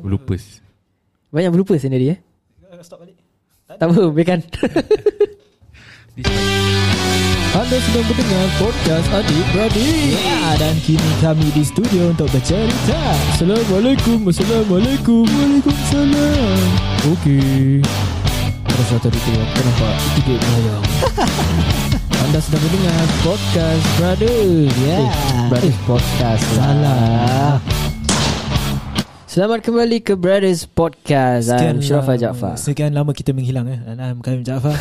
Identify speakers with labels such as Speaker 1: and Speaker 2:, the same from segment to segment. Speaker 1: Lupus
Speaker 2: Banyak berlupa sendiri eh
Speaker 3: Stop balik
Speaker 2: Tak apa Bekan
Speaker 3: Anda sedang mendengar podcast Adik Beradik Ya dan kini kami di studio untuk bercerita Assalamualaikum Assalamualaikum Waalaikumsalam Okey Ada suatu di tengok Kau nampak Tidur melayang Anda sedang mendengar podcast Brother Ya
Speaker 2: Eh, Brothers Podcast lah.
Speaker 3: Salah
Speaker 2: Selamat kembali ke Brothers Podcast I'm Syarafah
Speaker 3: lama-
Speaker 2: Jaafar
Speaker 3: Sekian lama kita menghilang eh Dan I'm Karim Jaafar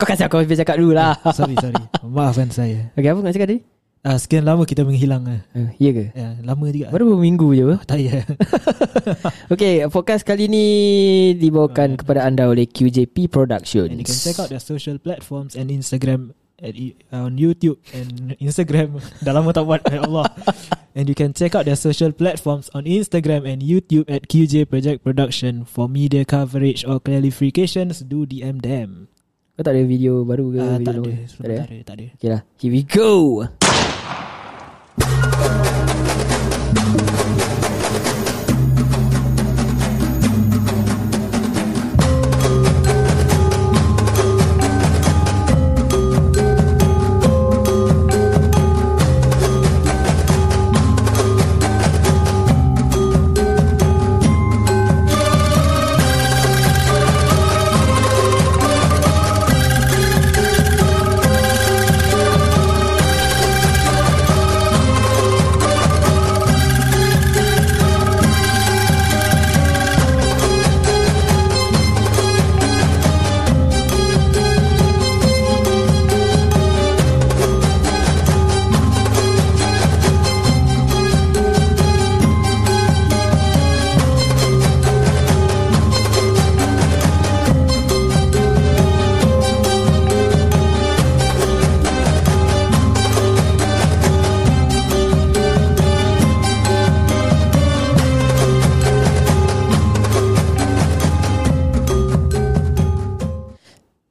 Speaker 2: Kau kasih aku habis cakap dulu lah
Speaker 3: Sorry sorry Maafkan saya
Speaker 2: Okay apa kau nak cakap tadi?
Speaker 3: Ah, Sekian lama kita menghilang eh
Speaker 2: Uh, iya ke?
Speaker 3: Ya, lama juga
Speaker 2: Baru beberapa minggu je apa?
Speaker 3: Tak ya
Speaker 2: Okay podcast kali ni Dibawakan kepada anda oleh QJP Productions
Speaker 3: And you can check out their social platforms and Instagram at, i- on YouTube and Instagram. Dah lama tak buat, ya Allah. And you can check out their social platforms on Instagram and YouTube at QJ Project Production for media coverage or clarifications. Do DM them.
Speaker 2: Kau tak ada video baru ke?
Speaker 3: Ah,
Speaker 2: video
Speaker 3: tak,
Speaker 2: lama?
Speaker 3: ada,
Speaker 2: Tak ada,
Speaker 3: tak
Speaker 2: eh?
Speaker 3: ada, tak ada.
Speaker 2: Okay lah Here we go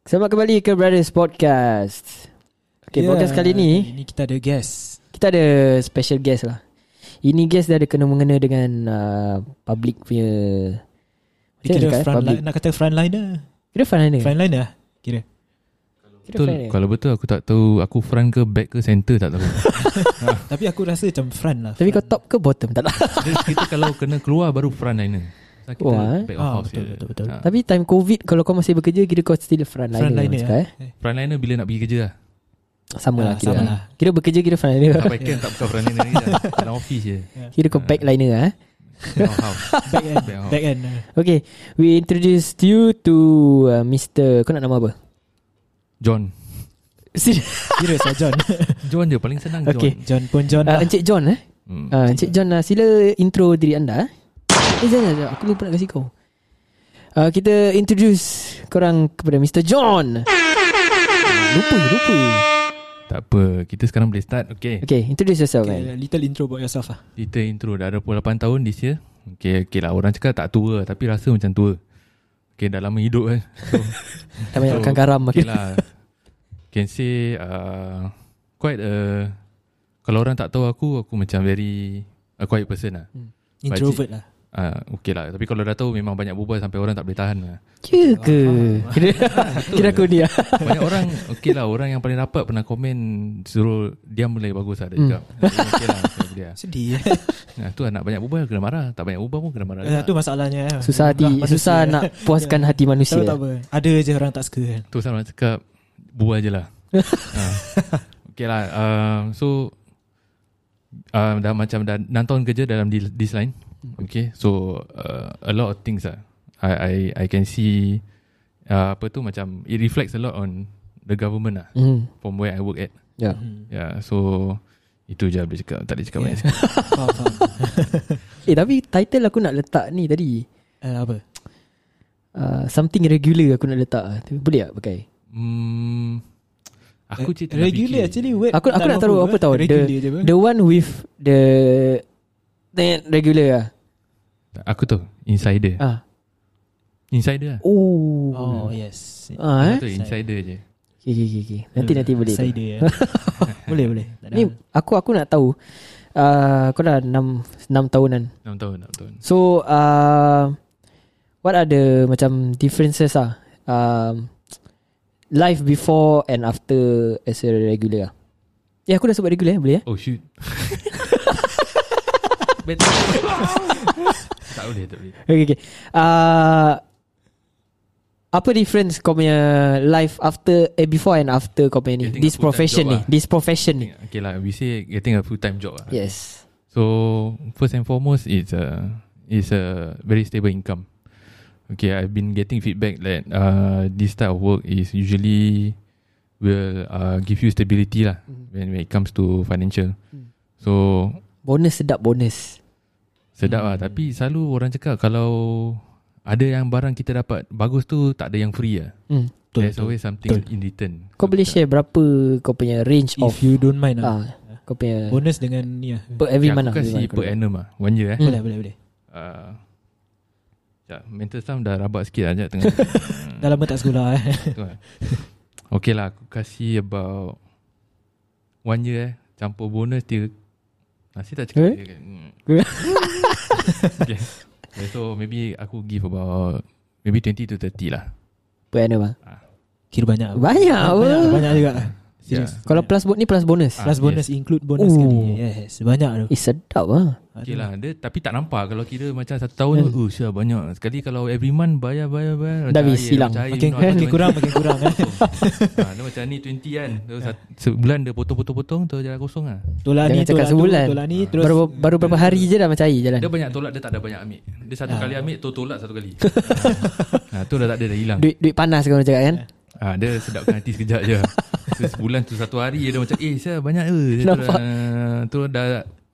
Speaker 2: Selamat kembali ke Brothers Podcast Okay yeah. podcast kali ni
Speaker 3: Ya, Ini kita ada guest.
Speaker 2: Kita ada special guest lah Ini guest dia ada kena-mengena dengan uh, Public punya
Speaker 3: Dia
Speaker 2: Saya cakap, eh,
Speaker 3: kira
Speaker 2: public. Eh.
Speaker 3: frontline, nak kata frontliner.
Speaker 2: Kira frontliner
Speaker 3: Frontliner lah, kira.
Speaker 2: Kira
Speaker 1: Betul
Speaker 2: frontliner.
Speaker 1: Kalau betul aku tak tahu Aku front ke back ke center tak tahu
Speaker 3: Tapi aku rasa macam front lah.
Speaker 2: Ah. Tapi kau
Speaker 3: front.
Speaker 2: top ke bottom tak lah
Speaker 1: Jadi Kita kalau kena keluar Baru front liner so, Kita
Speaker 2: Wah, eh.
Speaker 1: back of
Speaker 3: Ah,
Speaker 1: house
Speaker 3: betul,
Speaker 1: je.
Speaker 3: betul, betul.
Speaker 1: Ah.
Speaker 2: Tapi time covid Kalau kau masih bekerja Kira kau still frontliner
Speaker 3: Frontliner.
Speaker 2: orang cakap,
Speaker 3: eh.
Speaker 2: eh.
Speaker 3: Eh,
Speaker 1: Front liner bila nak pergi kerja lah
Speaker 2: Sama lah
Speaker 3: Ah,
Speaker 2: kira
Speaker 3: sama lah.
Speaker 2: Kira bekerja kira
Speaker 1: Tak
Speaker 2: frontliner
Speaker 1: backhand tak bukan front liner lagi dah. Dalam office je
Speaker 2: Kira kau backliner lah eh.
Speaker 1: Back of house
Speaker 3: Back end,
Speaker 1: Back off.
Speaker 3: back end. eh.
Speaker 2: Okay We introduce you to uh, Mr Kau nak nama apa?
Speaker 1: John
Speaker 2: Serius?
Speaker 3: Kira Sir John.
Speaker 1: John je paling senang
Speaker 2: Okay.
Speaker 1: John
Speaker 3: John pun John
Speaker 2: uh,
Speaker 3: lah.
Speaker 2: Encik John eh
Speaker 1: hmm.
Speaker 2: uh, Encik John uh, Sila intro diri anda eh. Eh jangan jangan Aku lupa nak kasi kau uh, Kita introduce Korang kepada Mr John Lupa lupa
Speaker 1: Tak apa Kita sekarang boleh start Okay
Speaker 2: Okay introduce yourself okay. man
Speaker 3: Okay, little intro about yourself lah.
Speaker 1: Kita intro dah 28 tahun this year Okay, okay lah Orang cakap tak tua Tapi rasa macam tua Okay dah lama hidup kan so,
Speaker 2: Dah banyak
Speaker 1: so,
Speaker 2: makan garam
Speaker 1: Okay
Speaker 2: makin.
Speaker 1: lah Can say uh, Quite a Kalau orang tak tahu aku Aku macam very A quiet person lah
Speaker 3: Introvert lah.
Speaker 1: uh, Okay lah Tapi kalau dah tahu Memang banyak berbual Sampai orang tak boleh tahan lah
Speaker 2: Ya ke Kira, kira aku ah. dia
Speaker 1: Banyak orang Okay lah Orang yang paling rapat Pernah komen Suruh Diam boleh bagus lah Dia cakap Okay lah saya boleh lah.
Speaker 3: Sedih eh.
Speaker 1: Nah, tu anak banyak berbual Kena marah Tak banyak berbual pun kena marah
Speaker 3: Itu masalahnya eh.
Speaker 2: Susah hati
Speaker 3: Manusia.
Speaker 2: Susah nak puaskan hati
Speaker 3: Tahu
Speaker 2: manusia
Speaker 3: tak apa Ada je orang tak suka kan
Speaker 1: Tu sama cakap Buah je lah ha. Okay lah uh, So uh, Dah macam dah 6 tahun kerja dalam di- this line Okay So uh, A lot of things lah I I, I can see uh, Apa tu macam It reflects a lot on The government lah
Speaker 2: Hmm.
Speaker 1: From where I work at
Speaker 2: Ya.
Speaker 1: Yeah So Itu je boleh cakap Tak boleh cakap
Speaker 3: Yeah.
Speaker 1: yeah. banyak sekali.
Speaker 3: Faham faham
Speaker 2: Eh tapi title aku nak letak ni tadi
Speaker 3: Eh, Apa
Speaker 2: uh, Something regular aku nak letak Tu Boleh tak pakai?
Speaker 1: hmm,
Speaker 3: Eh,
Speaker 1: Aku
Speaker 4: Eh,
Speaker 1: cerita nak
Speaker 3: Regular
Speaker 1: fikir.
Speaker 3: actually wait,
Speaker 2: Aku aku nak
Speaker 3: tak mampu,
Speaker 2: taruh
Speaker 3: eh.
Speaker 2: apa tau
Speaker 3: Regular
Speaker 2: The,
Speaker 3: je apa
Speaker 2: the one with the the Regular lah
Speaker 1: Aku tahu Insider
Speaker 2: ah.
Speaker 1: Insider lah
Speaker 2: Oh,
Speaker 3: Oh yes
Speaker 2: ah, eh?
Speaker 1: Aku tahu insider je
Speaker 2: okay, okay, okay, okay. Nanti nanti boleh
Speaker 3: Hmm. Saya
Speaker 2: tu.
Speaker 3: dia
Speaker 4: eh. Boleh boleh Tak ada
Speaker 2: Ni
Speaker 4: hal.
Speaker 2: aku aku nak tahu uh, Kau dah 6, 6 tahunan
Speaker 1: 6 tahun 6 tahun
Speaker 2: So uh, What are the Macam differences lah um, Life before and after As a regular lah Ya aku dah sebut regular eh, boleh eh
Speaker 1: Oh shoot Bet- Tak boleh tak boleh
Speaker 2: Okay okay uh, Apa difference kau punya Life after eh, Before and after kau punya ni
Speaker 1: Getting a
Speaker 2: This
Speaker 1: full-time
Speaker 2: profession
Speaker 1: job
Speaker 2: ni
Speaker 1: lah.
Speaker 2: This profession ni
Speaker 1: Okay lah We say getting a full time job lah.
Speaker 2: Yes
Speaker 1: So first and foremost, it's a it's a very stable income. Okay, I've been getting feedback that uh, this type of work is usually will uh, give you stability lah when, when it comes to financial.
Speaker 2: Mm.
Speaker 1: So
Speaker 2: Bonus sedap bonus
Speaker 1: sedap lah. Tapi selalu orang cakap kalau ada yang barang kita dapat bagus tu tak ada yang free lah.
Speaker 2: hmm.
Speaker 4: Betul,
Speaker 1: There's
Speaker 4: betul.
Speaker 1: always something
Speaker 4: Betul.
Speaker 1: in return.
Speaker 2: Kau
Speaker 1: So,
Speaker 2: boleh
Speaker 1: kita-
Speaker 2: share berapa Kau punya range
Speaker 4: If
Speaker 2: of
Speaker 4: you don't mind lah
Speaker 2: ah, Hmm. Kau punya
Speaker 4: Bonus dengan ni lah
Speaker 2: per every
Speaker 1: Okay,
Speaker 2: month
Speaker 1: Ya, Aku kasi per annum lah. One year eh.
Speaker 2: Hmm.
Speaker 4: Boleh boleh boleh
Speaker 1: Uh, sekejap, mental sum dah rabak sikit lah. Sekejap tengah.
Speaker 4: Dah lama tak sekolah eh
Speaker 1: Tu lah. Okay lah Aku kasih about One year eh Campur bonus dia Nasib tak cakap
Speaker 2: Eh?
Speaker 1: dia kan. Hmm.
Speaker 2: Eh?
Speaker 1: okay. Okay, So maybe Aku give about Maybe 20 to 30 lah
Speaker 2: Per annum lah
Speaker 4: Kira banyak
Speaker 2: Banyak oh. apa?
Speaker 4: Banyak, banyak juga Serius
Speaker 1: Yeah.
Speaker 2: Kalau plus ni plus bonus
Speaker 1: Ah,
Speaker 4: Plus bonus Include bonus
Speaker 2: Ooh.
Speaker 4: sekali Yes Banyak tu
Speaker 2: Eh sedap lah
Speaker 1: Okay lah dia, Tapi tak nampak Kalau kira macam satu tahun Oh syah banyak Sekali kalau every month Bayar bayar bayar
Speaker 2: Hmm. Dah
Speaker 1: macam
Speaker 2: habis,
Speaker 1: air,
Speaker 2: hilang. kan?
Speaker 1: macam air,
Speaker 4: Makin,
Speaker 1: not
Speaker 4: makin
Speaker 1: even-
Speaker 4: kurang Makin kurang eh.
Speaker 1: ha, Dia macam ni 20 kan so, sat- Sebulan dia potong-potong-potong Terus jalan kosong lah
Speaker 4: Tolak
Speaker 2: Jangan
Speaker 4: ni
Speaker 2: cakap
Speaker 4: Tolak tu
Speaker 2: sebulan. Ah.
Speaker 4: Tolak ni Terus
Speaker 2: Baru baru berapa hari je lah. dah macam air jalan
Speaker 1: Dia banyak tolak Dia tak ada banyak ambil Dia satu kali ambil Tu tolak satu kali ha, Ah. Tu dah tak ada dah hilang
Speaker 2: Duit duit panas kau orang cakap kan
Speaker 1: Ah, dia sedapkan hati sekejap je. So, sebulan tu satu hari dia macam eh saya banyak ke. Dia
Speaker 2: Nampak.
Speaker 1: Tu dah, tu dah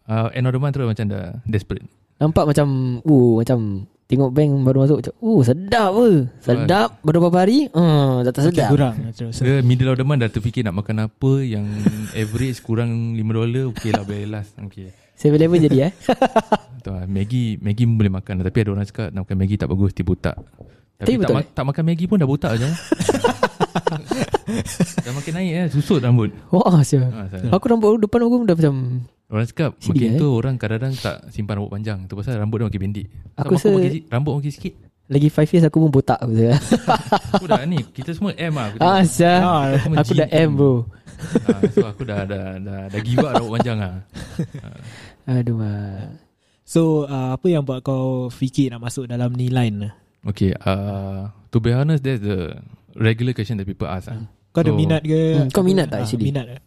Speaker 1: uh, end of the month tu dah macam dah desperate.
Speaker 2: Nampak macam Uh macam Tengok bank baru masuk macam Uh sedap apa Sedap Baru berapa hari uh, Dah
Speaker 4: Makin
Speaker 2: tak sedap
Speaker 4: kurang Terus
Speaker 1: Dia middle of the month dah terfikir nak makan apa yang average kurang 5 dolar okey lah boleh last. Okey.
Speaker 2: Seven level jadi eh
Speaker 1: Tu lah, Maggi Maggi boleh makan tapi ada orang cakap nak makan Maggi tak bagus dia botak. Tapi, tak,
Speaker 2: Tapi betul,
Speaker 1: ma- tak makan Maggi pun dah botak je. dah makin naik eh susut rambut.
Speaker 2: Wah siapa
Speaker 1: Ha, saya-
Speaker 2: Aku rambut depan aku dah macam
Speaker 1: Orang cakap
Speaker 2: Sedih,
Speaker 1: makin
Speaker 2: eh.
Speaker 1: tu orang kadang-kadang tak simpan rambut panjang. Tu pasal rambut dia makin pendek.
Speaker 2: Aku
Speaker 1: Sama
Speaker 2: rasa-
Speaker 1: makin, si- rambut makin sikit.
Speaker 2: Lagi 5 years aku pun botak aku cakap.
Speaker 1: Aku dah ni Kita semua M lah Ya, Aku,
Speaker 2: Ah
Speaker 1: tengok.
Speaker 2: siapa
Speaker 4: Ah,
Speaker 1: semua
Speaker 2: Aku
Speaker 1: G.
Speaker 2: dah M bro
Speaker 1: Ah, So aku dah Dah, dah, dah give up rambut panjang lah
Speaker 2: Aduh ah.
Speaker 4: So uh, apa yang buat kau fikir nak masuk dalam ni line?
Speaker 1: Okay uh, To be honest That's the Regular question that people ask lah.
Speaker 4: Kau ada
Speaker 1: So,
Speaker 4: minat ke?
Speaker 2: Hmm, kau minat
Speaker 4: Ah,
Speaker 2: tak actually?
Speaker 4: Minat tak?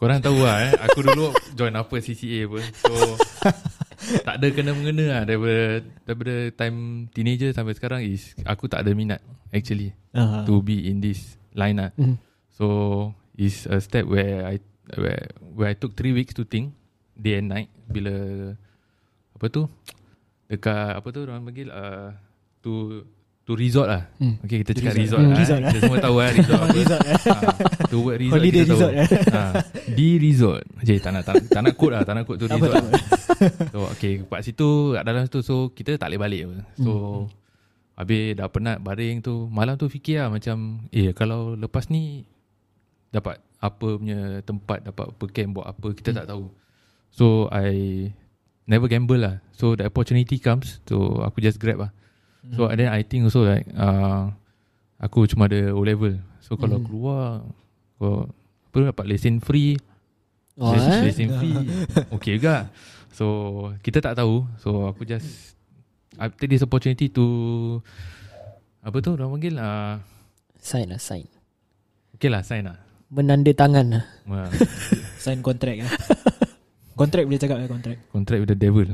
Speaker 1: Korang tahu lah eh Aku dulu join apa CCA pun So Tak ada kena-mengena lah Daripada Daripada time teenager Sampai sekarang is Aku tak ada minat Actually
Speaker 4: Ah,
Speaker 1: To be in this line lah
Speaker 2: Mhm.
Speaker 1: So It's a step where I Where, where I took 3 weeks to think Day and night Bila Apa tu Dekat Apa tu orang panggil uh, To To resort lah
Speaker 2: Hmm.
Speaker 1: Okay kita
Speaker 4: To
Speaker 1: cakap
Speaker 4: resort.
Speaker 1: resort,
Speaker 4: Hmm,
Speaker 1: lah,
Speaker 4: resort
Speaker 1: eh.
Speaker 4: lah.
Speaker 1: Kita semua tahu lah resort apa
Speaker 4: Resort, eh.
Speaker 1: ha, To word resort
Speaker 4: Holiday
Speaker 1: kita
Speaker 4: resort, eh.
Speaker 1: tahu ha, Di resort Jadi tak nak Tak, nak- tak nak quote lah Tak nak quote tu
Speaker 4: Tak apa,
Speaker 1: resort
Speaker 4: tak
Speaker 1: lah. So okay Kat situ Kat dalam situ So kita tak boleh balik apa. So
Speaker 4: Hmm.
Speaker 1: Habis dah penat baring tu Malam tu fikir lah macam Eh kalau lepas ni Dapat apa punya tempat Dapat apa camp buat apa Kita
Speaker 2: Hmm.
Speaker 1: tak tahu So I Never gamble lah So the opportunity comes So aku just grab lah So
Speaker 2: Hmm.
Speaker 1: and then I think also like uh, Aku cuma ada O-level So kalau
Speaker 2: Hmm.
Speaker 1: keluar Kau apa dapat lesen free
Speaker 2: Oh,
Speaker 1: Lesen,
Speaker 2: eh?
Speaker 1: lesen free Okay juga So kita tak tahu So aku just I take this opportunity to Apa tu orang panggil uh,
Speaker 2: Sign lah sign
Speaker 1: Okay lah sign lah
Speaker 2: Menanda tangan lah
Speaker 1: Ma,
Speaker 4: Sign contract eh. Contract boleh cakap eh contract.
Speaker 1: Contract with the devil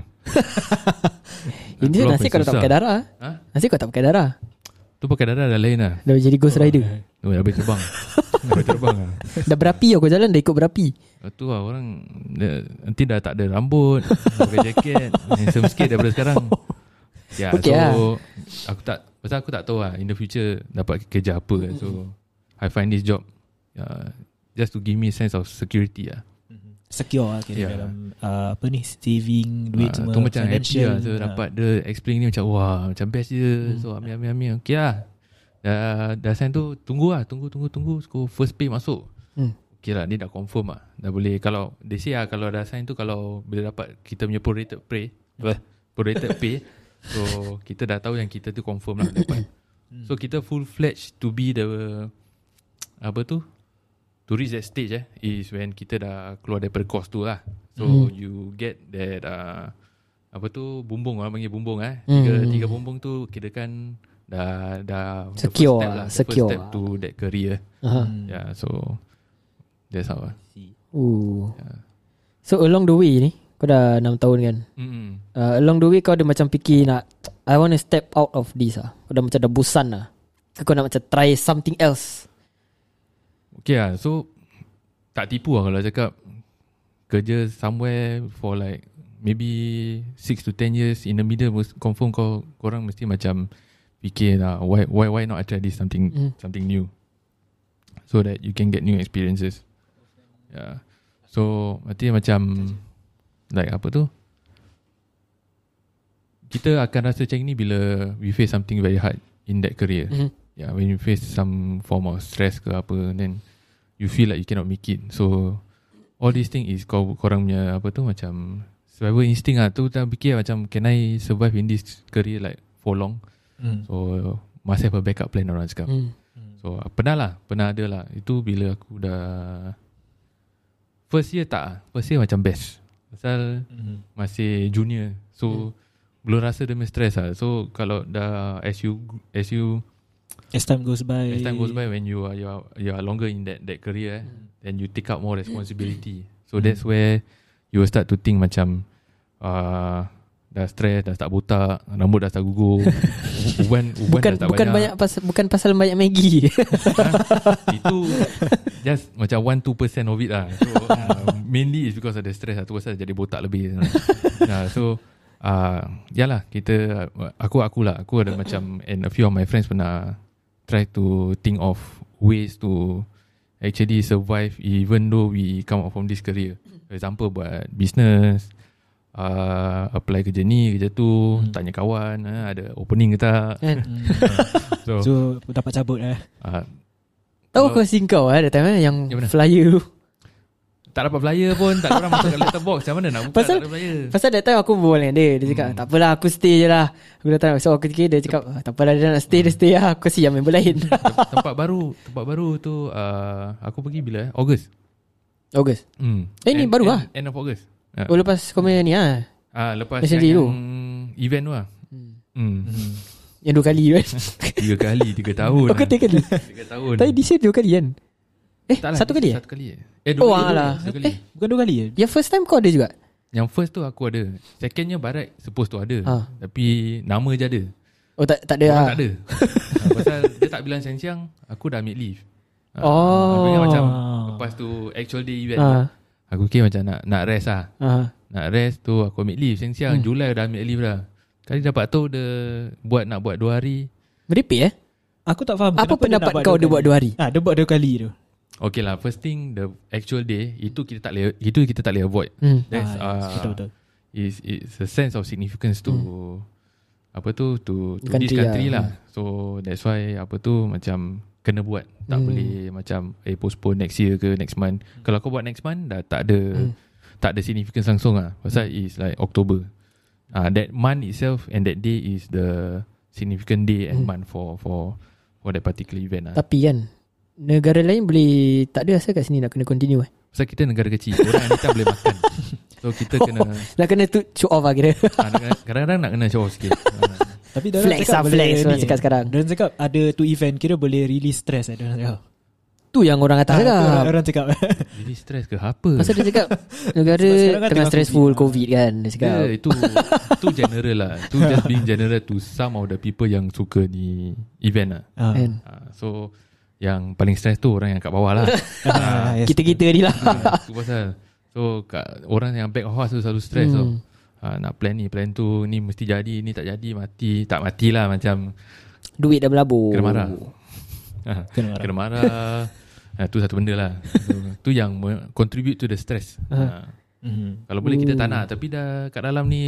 Speaker 2: Ini
Speaker 1: Keluar
Speaker 2: nasib
Speaker 1: pun
Speaker 2: kalau tak
Speaker 1: susah.
Speaker 2: pakai darah
Speaker 1: Ha?
Speaker 2: Nasib kau tak pakai darah
Speaker 1: Tu pakai darah dah lain lah
Speaker 2: Dah jadi ghost rider
Speaker 1: Oh, dah boleh terbang Dah boleh terbang lah
Speaker 2: Dah berapi aku jalan Dah ikut berapi
Speaker 1: Lepas tu lah orang dia, Nanti dah tak ada rambut dah Pakai jaket Handsome sikit daripada sekarang Ya
Speaker 2: Okey
Speaker 1: okay, so
Speaker 2: lah.
Speaker 1: Aku tak Pasal aku tak tahu lah In the future Dapat kerja apa kan So I find this job uh, Just to give me a sense of security lah
Speaker 4: Secure lah kira
Speaker 1: Yeah.
Speaker 4: dalam uh, apa ni saving duit semua.
Speaker 1: Ah, Tu macam happy
Speaker 4: financial.
Speaker 1: lah So
Speaker 4: Ah.
Speaker 1: dapat dia explain ni macam Wah macam best
Speaker 4: Hmm.
Speaker 1: je So ambil ambil ambil Okay lah Dah, dah sign tu Tunggu lah Tunggu tunggu tunggu So first pay masuk
Speaker 2: Hmm.
Speaker 1: Okay lah, ni dah confirm lah. Dah boleh, kalau, they say lah, kalau dah sign tu, kalau bila dapat kita punya prorated pay, prorated pay, so kita dah tahu yang kita tu confirm lah dapat.
Speaker 2: Hmm.
Speaker 1: So kita full-fledged to be the, apa tu, to reach that stage eh, is when kita dah keluar daripada course tu lah. So
Speaker 2: Mm.
Speaker 1: you get that, uh, apa tu, bumbung lah, panggil bumbung eh. Tiga,
Speaker 2: Mm.
Speaker 1: tiga bumbung tu, kita kan dah, dah, the first
Speaker 2: Secure
Speaker 1: step
Speaker 2: lah,
Speaker 1: the
Speaker 2: secure
Speaker 1: First step
Speaker 2: lah.
Speaker 1: to that career.
Speaker 2: Aha.
Speaker 1: Yeah, so that's how. ah.
Speaker 2: Ooh.
Speaker 1: Yeah.
Speaker 2: Uh. So along the way ni Kau dah 6 tahun kan
Speaker 1: Mm-mm.
Speaker 2: uh, Along the way kau ada macam fikir nak I want to step out of this lah Kau dah macam dah bosan lah Kau nak macam try something else
Speaker 1: Okay lah, so tak tipu lah kalau cakap kerja somewhere for like maybe 6 to 10 years in the middle must- confirm kau korang mesti macam fikir lah why why why not I try this something
Speaker 2: Mm.
Speaker 1: something new so that you can get new experiences. Yeah. So nanti macam like apa tu? Kita akan rasa macam ni bila we face something very hard in that career.
Speaker 2: Mhm.
Speaker 1: Yeah, when you face some form of stress ke apa then you feel like you cannot make it. So all these thing is kau korang punya apa tu macam survival instinct ah tu tak fikir macam can I survive in this career like for long.
Speaker 4: hmm.
Speaker 1: So must have a backup plan orang cakap.
Speaker 2: hmm.
Speaker 1: So ah, pernah lah Pernah ada lah Itu bila aku dah First year tak ah. First year macam best Pasal
Speaker 4: Hmm.
Speaker 1: masih junior So Belum rasa dia punya stress lah So kalau dah As you As you
Speaker 4: As time goes by hmm.
Speaker 1: As time goes by When you are You are, you are longer in that that career eh,
Speaker 2: Hmm.
Speaker 1: Then you take up more responsibility So
Speaker 4: Mm.
Speaker 1: that's where You will start to think macam uh, Dah stress Dah start botak Rambut dah start gugur Uban, uban
Speaker 2: Bukan
Speaker 1: dah start
Speaker 2: bukan banyak, pasal, Bukan pasal banyak Maggi
Speaker 1: Itu Just macam 1-2% of it lah So uh, Mainly is because of the stress lah Tu pasal jadi botak lebih nah, So uh, Yalah Kita Aku akulah Aku ada macam And a few of my friends pernah Try to think of Ways to Actually survive Even though we Come out from this career For example buat Business uh, Apply kerja ni Kerja tu
Speaker 4: Hmm.
Speaker 1: Tanya kawan uh, Ada opening ke tak
Speaker 2: kan?
Speaker 4: Mm.
Speaker 1: So, so
Speaker 4: So dapat cabut eh
Speaker 1: uh,
Speaker 2: Tahu
Speaker 1: Kalau- Ya,
Speaker 2: kau singkau lah Ada time eh, yang
Speaker 1: Yang mana?
Speaker 2: flyer tu
Speaker 1: Tak dapat flyer pun Tak ada orang masuk kat letterbox Macam mana nak buka
Speaker 2: Pasal-
Speaker 1: tak ada flyer
Speaker 2: Pasal that time aku berbual dengan dia Dia cakap
Speaker 1: Hmm.
Speaker 2: tak apalah aku stay je lah Aku datang so aku fikir dia cakap "Ah, Tak apalah dia nak stay dia stay lah Aku siap member lain
Speaker 1: Tem- Tempat baru Tempat baru tu uh, Aku pergi bila eh Ogos
Speaker 2: August
Speaker 1: hmm.
Speaker 2: Eh, ni
Speaker 1: End-
Speaker 2: baru
Speaker 1: end-
Speaker 2: lah.
Speaker 1: End of Ogos Ah,
Speaker 2: Oh lepas kau main ni lah
Speaker 1: ah, Lepas
Speaker 2: Macam
Speaker 1: yang,
Speaker 2: tu.
Speaker 1: yang Event tu lah
Speaker 2: Hmm.
Speaker 1: hmm.
Speaker 2: Yang dua kali kan
Speaker 1: Tiga kali Tiga tahun
Speaker 2: Aku tiga kali
Speaker 1: Tiga tahun
Speaker 2: Tapi this year dua kali kan Eh
Speaker 1: Tak lah,
Speaker 2: satu kali ya
Speaker 1: Satu kali Eh
Speaker 2: Oh,
Speaker 1: dua kali,
Speaker 2: alah.
Speaker 1: dua kali.
Speaker 4: Bukan dua kali ya
Speaker 2: Yang first time kau ada juga
Speaker 1: Yang first tu aku ada Secondnya Barat Supposed tu ada
Speaker 2: Ah.
Speaker 1: Tapi Nama je ada
Speaker 2: Oh tak tak ada
Speaker 1: Orang
Speaker 2: lah
Speaker 1: tak ada Ah, Pasal dia tak bilang siang-siang Aku dah ambil leave Ah,
Speaker 2: Oh.
Speaker 1: Aku ingat macam Lepas tu actual day event
Speaker 2: Ah,
Speaker 1: Aku kira macam nak nak rest lah
Speaker 2: ah.
Speaker 1: Nak rest tu aku ambil leave Siang-siang hmm. Julai dah ambil leave dah Kali dapat tahu dia Buat nak buat dua hari
Speaker 2: Merepek eh
Speaker 4: Aku tak faham
Speaker 2: Apa
Speaker 4: kenapa dia nak
Speaker 2: pendapat
Speaker 4: buat
Speaker 2: kau
Speaker 4: dua
Speaker 2: dia
Speaker 4: kali.
Speaker 2: buat dua hari
Speaker 4: Ah, dia buat dua kali tu
Speaker 1: Okay lah First thing The actual day Itu kita tak boleh Itu kita tak boleh avoid
Speaker 2: Hmm.
Speaker 1: That's
Speaker 4: Ah, yes,
Speaker 1: uh,
Speaker 4: Betul-betul
Speaker 1: is It's a sense of significance to Apa tu To, to
Speaker 2: Hmm. Country
Speaker 1: this country
Speaker 2: lah.
Speaker 1: lah So that's why Apa tu Macam Kena buat Tak
Speaker 2: Hmm.
Speaker 1: boleh macam Eh postpone next year ke Next month Kalau kau buat next month Dah tak ada
Speaker 2: Hmm.
Speaker 1: Tak ada significance langsung lah Pasal is like October uh, That month itself And that day is the Significant day and
Speaker 2: Hmm.
Speaker 1: month For for for that particular event lah
Speaker 2: Tapi kan Negara lain boleh Tak ada asal kat sini Nak kena continue eh
Speaker 1: Pasal kita negara kecil Orang anytime boleh makan So kita
Speaker 2: Oh.
Speaker 1: kena
Speaker 2: Nak kena tu show off lah kira
Speaker 1: ah, kadang- Kadang-kadang nak kena show off sikit Ah.
Speaker 4: Tapi dia
Speaker 2: Flex lah flex Orang cakap sekarang
Speaker 4: Ah, Dia cakap ada tu event Kira boleh release stress eh, Dia cakap
Speaker 2: Tu yang orang atas
Speaker 4: Ah, tu
Speaker 2: cakap
Speaker 4: orang- Orang cakap
Speaker 1: Jadi stres ke apa
Speaker 2: Pasal dia cakap Negara
Speaker 4: Sebab sekarang kan
Speaker 2: tengah
Speaker 4: tengah
Speaker 2: stressful COVID
Speaker 4: COVID
Speaker 2: kan Dia cakap
Speaker 1: Ya, itu itu general lah. Itu just being general to some of the people yang suka di event lah.
Speaker 4: Ah.
Speaker 2: kan?
Speaker 1: Ah, so yang paling stress tu orang yang kat bawah lah.
Speaker 4: Ah, yes.
Speaker 2: Kita-kita ni lah
Speaker 1: Ah, Itu pasal. So kat, orang yang back of house tu selalu stress hmm.
Speaker 2: Hmm.
Speaker 1: so. Ah, nak plan ni, plan tu, ni mesti jadi, ni tak jadi, mati, tak matilah macam
Speaker 2: Duit dah berlabur
Speaker 1: Kena marah. ah,
Speaker 4: Kena marah.
Speaker 1: kena marah. Ah, tu satu benda lah. So, tu yang me- contribute to the stress.
Speaker 2: Ha.
Speaker 1: Ah.
Speaker 4: Mhm.
Speaker 1: Kalau boleh kita tak nak Tapi dah kat dalam ni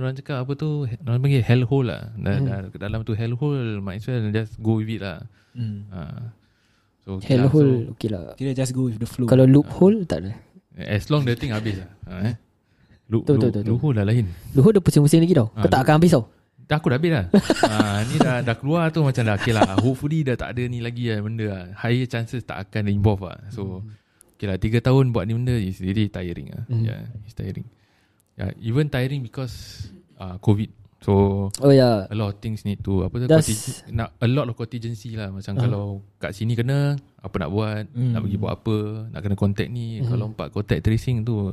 Speaker 1: Orang cakap apa tu he- Orang panggil hellhole lah
Speaker 2: Hmm.
Speaker 1: dah, dah, Kat dalam tu hellhole Might as well just go with it lah
Speaker 4: Mhm.
Speaker 1: ha. So, okay lah.
Speaker 2: Hellhole Okay lah
Speaker 4: hmm. Kira just go with the flow
Speaker 2: Kalau loophole Tak ada
Speaker 1: So, as long the thing habis lah. Ha, eh. Lu, lu,
Speaker 2: Betul, betul, betul.
Speaker 1: Luhur dah lain.
Speaker 2: Loophole dah pusing-pusing lagi tau Kau
Speaker 1: Ah,
Speaker 2: tak akan habis tau
Speaker 1: Dah aku dah habis dah. ha, ni dah, dah keluar tu macam dah okay lah. Hopefully dah tak ada ni lagi lah benda lah. Higher chances tak akan involve lah.
Speaker 2: Hmm.
Speaker 1: So, okay lah. Tiga tahun buat ni benda is really tiring lah.
Speaker 2: Mm.
Speaker 1: Yeah, it's tiring. Yeah, even tiring because uh, COVID. So,
Speaker 2: Oh ya
Speaker 1: a lot of things need to apa tu
Speaker 2: Does-
Speaker 1: contig- nak a lot of contingency lah macam
Speaker 2: Ah.
Speaker 1: kalau kat sini kena apa nak buat
Speaker 4: Hmm.
Speaker 1: nak pergi buat apa nak kena contact ni
Speaker 2: Hmm.
Speaker 1: kalau empat contact tracing tu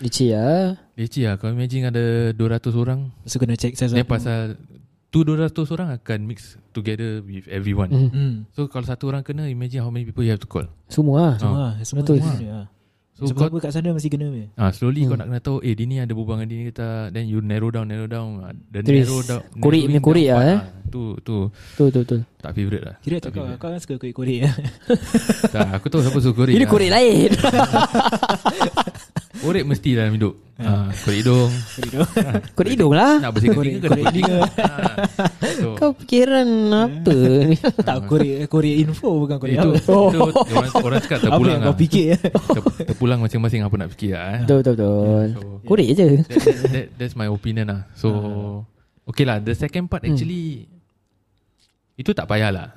Speaker 2: Licik lah
Speaker 1: leceh lah kau imagine ada 200 orang
Speaker 4: So kena check size
Speaker 1: ni pasal tu 200 orang akan mix together with everyone
Speaker 2: Hmm.
Speaker 4: Hmm
Speaker 1: so kalau satu orang kena imagine how many people you have to call
Speaker 2: Semua lah
Speaker 1: Ah.
Speaker 4: Semua ah, Semua
Speaker 2: Betul.
Speaker 4: kena ah.
Speaker 1: so
Speaker 4: Sebab
Speaker 1: kau
Speaker 4: apa kat sana masih kena punya
Speaker 1: Ah, slowly kau
Speaker 2: Hmm.
Speaker 1: nak kena tahu Eh dia ni ada berbual dengan dia ni ke tak Then you narrow down Narrow down Ah, The
Speaker 2: Trace.
Speaker 1: narrow down
Speaker 2: Korek punya
Speaker 1: narrowing
Speaker 2: korek
Speaker 1: down
Speaker 2: lah,
Speaker 1: part,
Speaker 2: eh.
Speaker 1: ah, Tu tu
Speaker 2: Betul betul betul
Speaker 1: Tak favourite lah
Speaker 4: Kira
Speaker 1: Tak
Speaker 4: tu kau
Speaker 1: favourite.
Speaker 4: Kau kan suka korek-korek ah.
Speaker 1: tak, Aku tahu siapa suruh korek
Speaker 2: Ini
Speaker 1: lah.
Speaker 2: korek lain
Speaker 1: Korek mesti dalam hidup
Speaker 4: Ya.
Speaker 1: ha, Korek hidung
Speaker 4: Korek tu
Speaker 2: Korek hidung lah
Speaker 1: Nak bersihkan
Speaker 4: Korek-
Speaker 1: tiga
Speaker 4: korek
Speaker 1: Kena korek tiga
Speaker 4: tiga.
Speaker 1: Ha, so,
Speaker 2: Kau fikiran apa ni
Speaker 4: Tak korek Korek info bukan korek
Speaker 1: Ah, Itu,
Speaker 4: apa
Speaker 1: itu
Speaker 2: Oh.
Speaker 1: orang, orang cakap
Speaker 4: Apa
Speaker 1: terpulang
Speaker 4: yang kau
Speaker 1: lah.
Speaker 4: fikir ya?
Speaker 1: Ter- Terpulang masing-masing apa nak fikir lah, eh.
Speaker 2: Betul betul betul
Speaker 1: So,
Speaker 2: Korek je
Speaker 1: that, that, that, That's my opinion lah So
Speaker 4: Ah.
Speaker 1: Okay lah The second part
Speaker 4: Hmm.
Speaker 1: actually Itu tak payah lah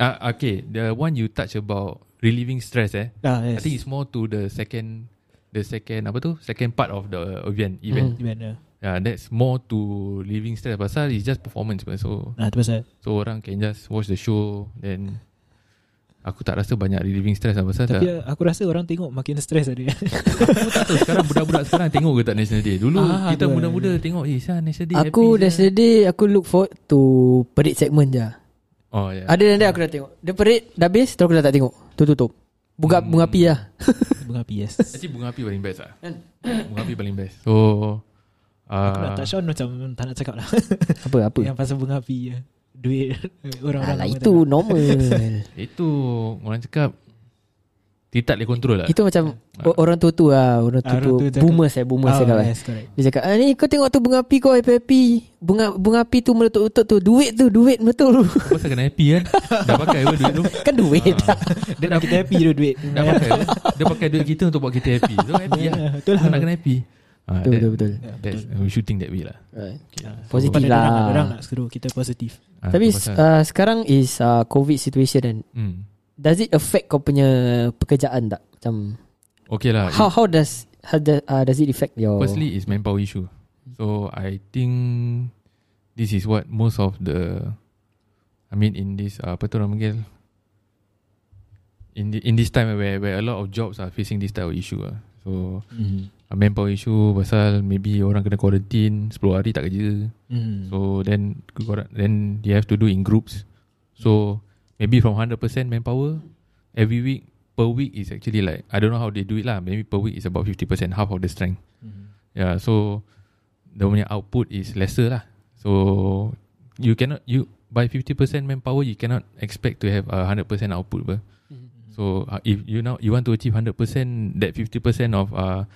Speaker 1: Ah, Okay The one you touch about Relieving stress eh
Speaker 4: Ah,
Speaker 1: I
Speaker 4: yes.
Speaker 1: think it's more to the second The second apa tu Second part of the event
Speaker 4: Di
Speaker 1: Event
Speaker 4: mana?
Speaker 1: Yeah, that's more to living stress pasal it's just performance pun. So
Speaker 4: Nah, Ah, tu pasal.
Speaker 1: so orang can just watch the show then aku tak rasa banyak relieving stress lah pasal
Speaker 4: Tapi
Speaker 1: tak,
Speaker 4: aku rasa orang tengok makin stres ada.
Speaker 1: aku tak tahu sekarang budak-budak sekarang tengok ke tak National Day. Dulu
Speaker 4: Ah,
Speaker 1: kita
Speaker 4: betul.
Speaker 1: muda-muda tengok eh sah National Day.
Speaker 2: Aku
Speaker 1: happy
Speaker 2: dah
Speaker 1: sia."
Speaker 2: sedih Aku look forward to Parade segment je
Speaker 1: Oh ya. Yeah.
Speaker 2: Ada dan ada aku dah tengok The parade dah habis Terus aku dah tak tengok Tu tutup Bunga, bunga api lah
Speaker 4: Bunga PS.
Speaker 1: Actually bunga api paling best lah. bunga api paling best. So
Speaker 4: Aku nak
Speaker 1: uh,
Speaker 4: tak Sean macam tak nak cakap lah.
Speaker 2: Apa apa
Speaker 4: Yang pasal bunga api je. Duit orang-orang.
Speaker 2: Alah
Speaker 4: orang
Speaker 2: itu
Speaker 4: tak
Speaker 2: normal
Speaker 1: itu orang cakap tidak boleh control lah.
Speaker 2: Itu macam o- Orang tua-tua lah Orang
Speaker 4: Ah, orang
Speaker 2: tua-tua
Speaker 4: tua cakap.
Speaker 2: Boomers eh Boomers
Speaker 4: nak-
Speaker 2: cakap
Speaker 4: Ah,
Speaker 2: eh
Speaker 4: yes, correct.
Speaker 2: Dia cakap ah, Ni kau tengok tu bunga api kau happy-happy Bunga bunga api tu meletup-letup tu Duit tu Duit meletup tu
Speaker 1: Kau pasal kena happy kan. dah pakai apa duit tu.
Speaker 2: Kan duit
Speaker 1: Ah.
Speaker 4: Dia nak kita happy tu duit.
Speaker 1: Dah pakai Dia pakai duit kita Untuk buat kita happy So happy
Speaker 4: Ya,
Speaker 1: lah
Speaker 4: betul lah.
Speaker 1: Kita nak kena happy Ah, that-
Speaker 2: Betul, betul, betul.
Speaker 1: That's We should think that way lah
Speaker 2: Right.
Speaker 1: Okay.
Speaker 4: Pada
Speaker 2: Positif
Speaker 4: Ya. orang,
Speaker 2: lah
Speaker 4: orang nak suruh kita positif.
Speaker 1: Ah,
Speaker 2: Tapi
Speaker 1: tu pasal.
Speaker 2: uh, sekarang is uh, COVID situation and
Speaker 1: hmm.
Speaker 2: Does it affect kau punya Pekerjaan tak Macam
Speaker 1: Okay lah
Speaker 2: How how does how does, uh, does it affect your
Speaker 1: Firstly is manpower issue So I think This is what most of the I mean in this uh, Apa tu orang panggil In, the, in this time where where a lot of jobs are facing this type of issue lah. So uh, manpower issue pasal maybe orang kena quarantine 10 hari tak kerja.
Speaker 4: Hmm.
Speaker 1: So then korang- then you have to do in groups. So maybe from 100% manpower every week per week is actually like I don't know how they do it lah. Maybe per week is about 50% half of the strength. Yeah, so the punya output is lesser lah. So you cannot you by 50% manpower you cannot expect to have a 100% output. Ber. So uh, if you now you want to achieve 100% that 50% of uh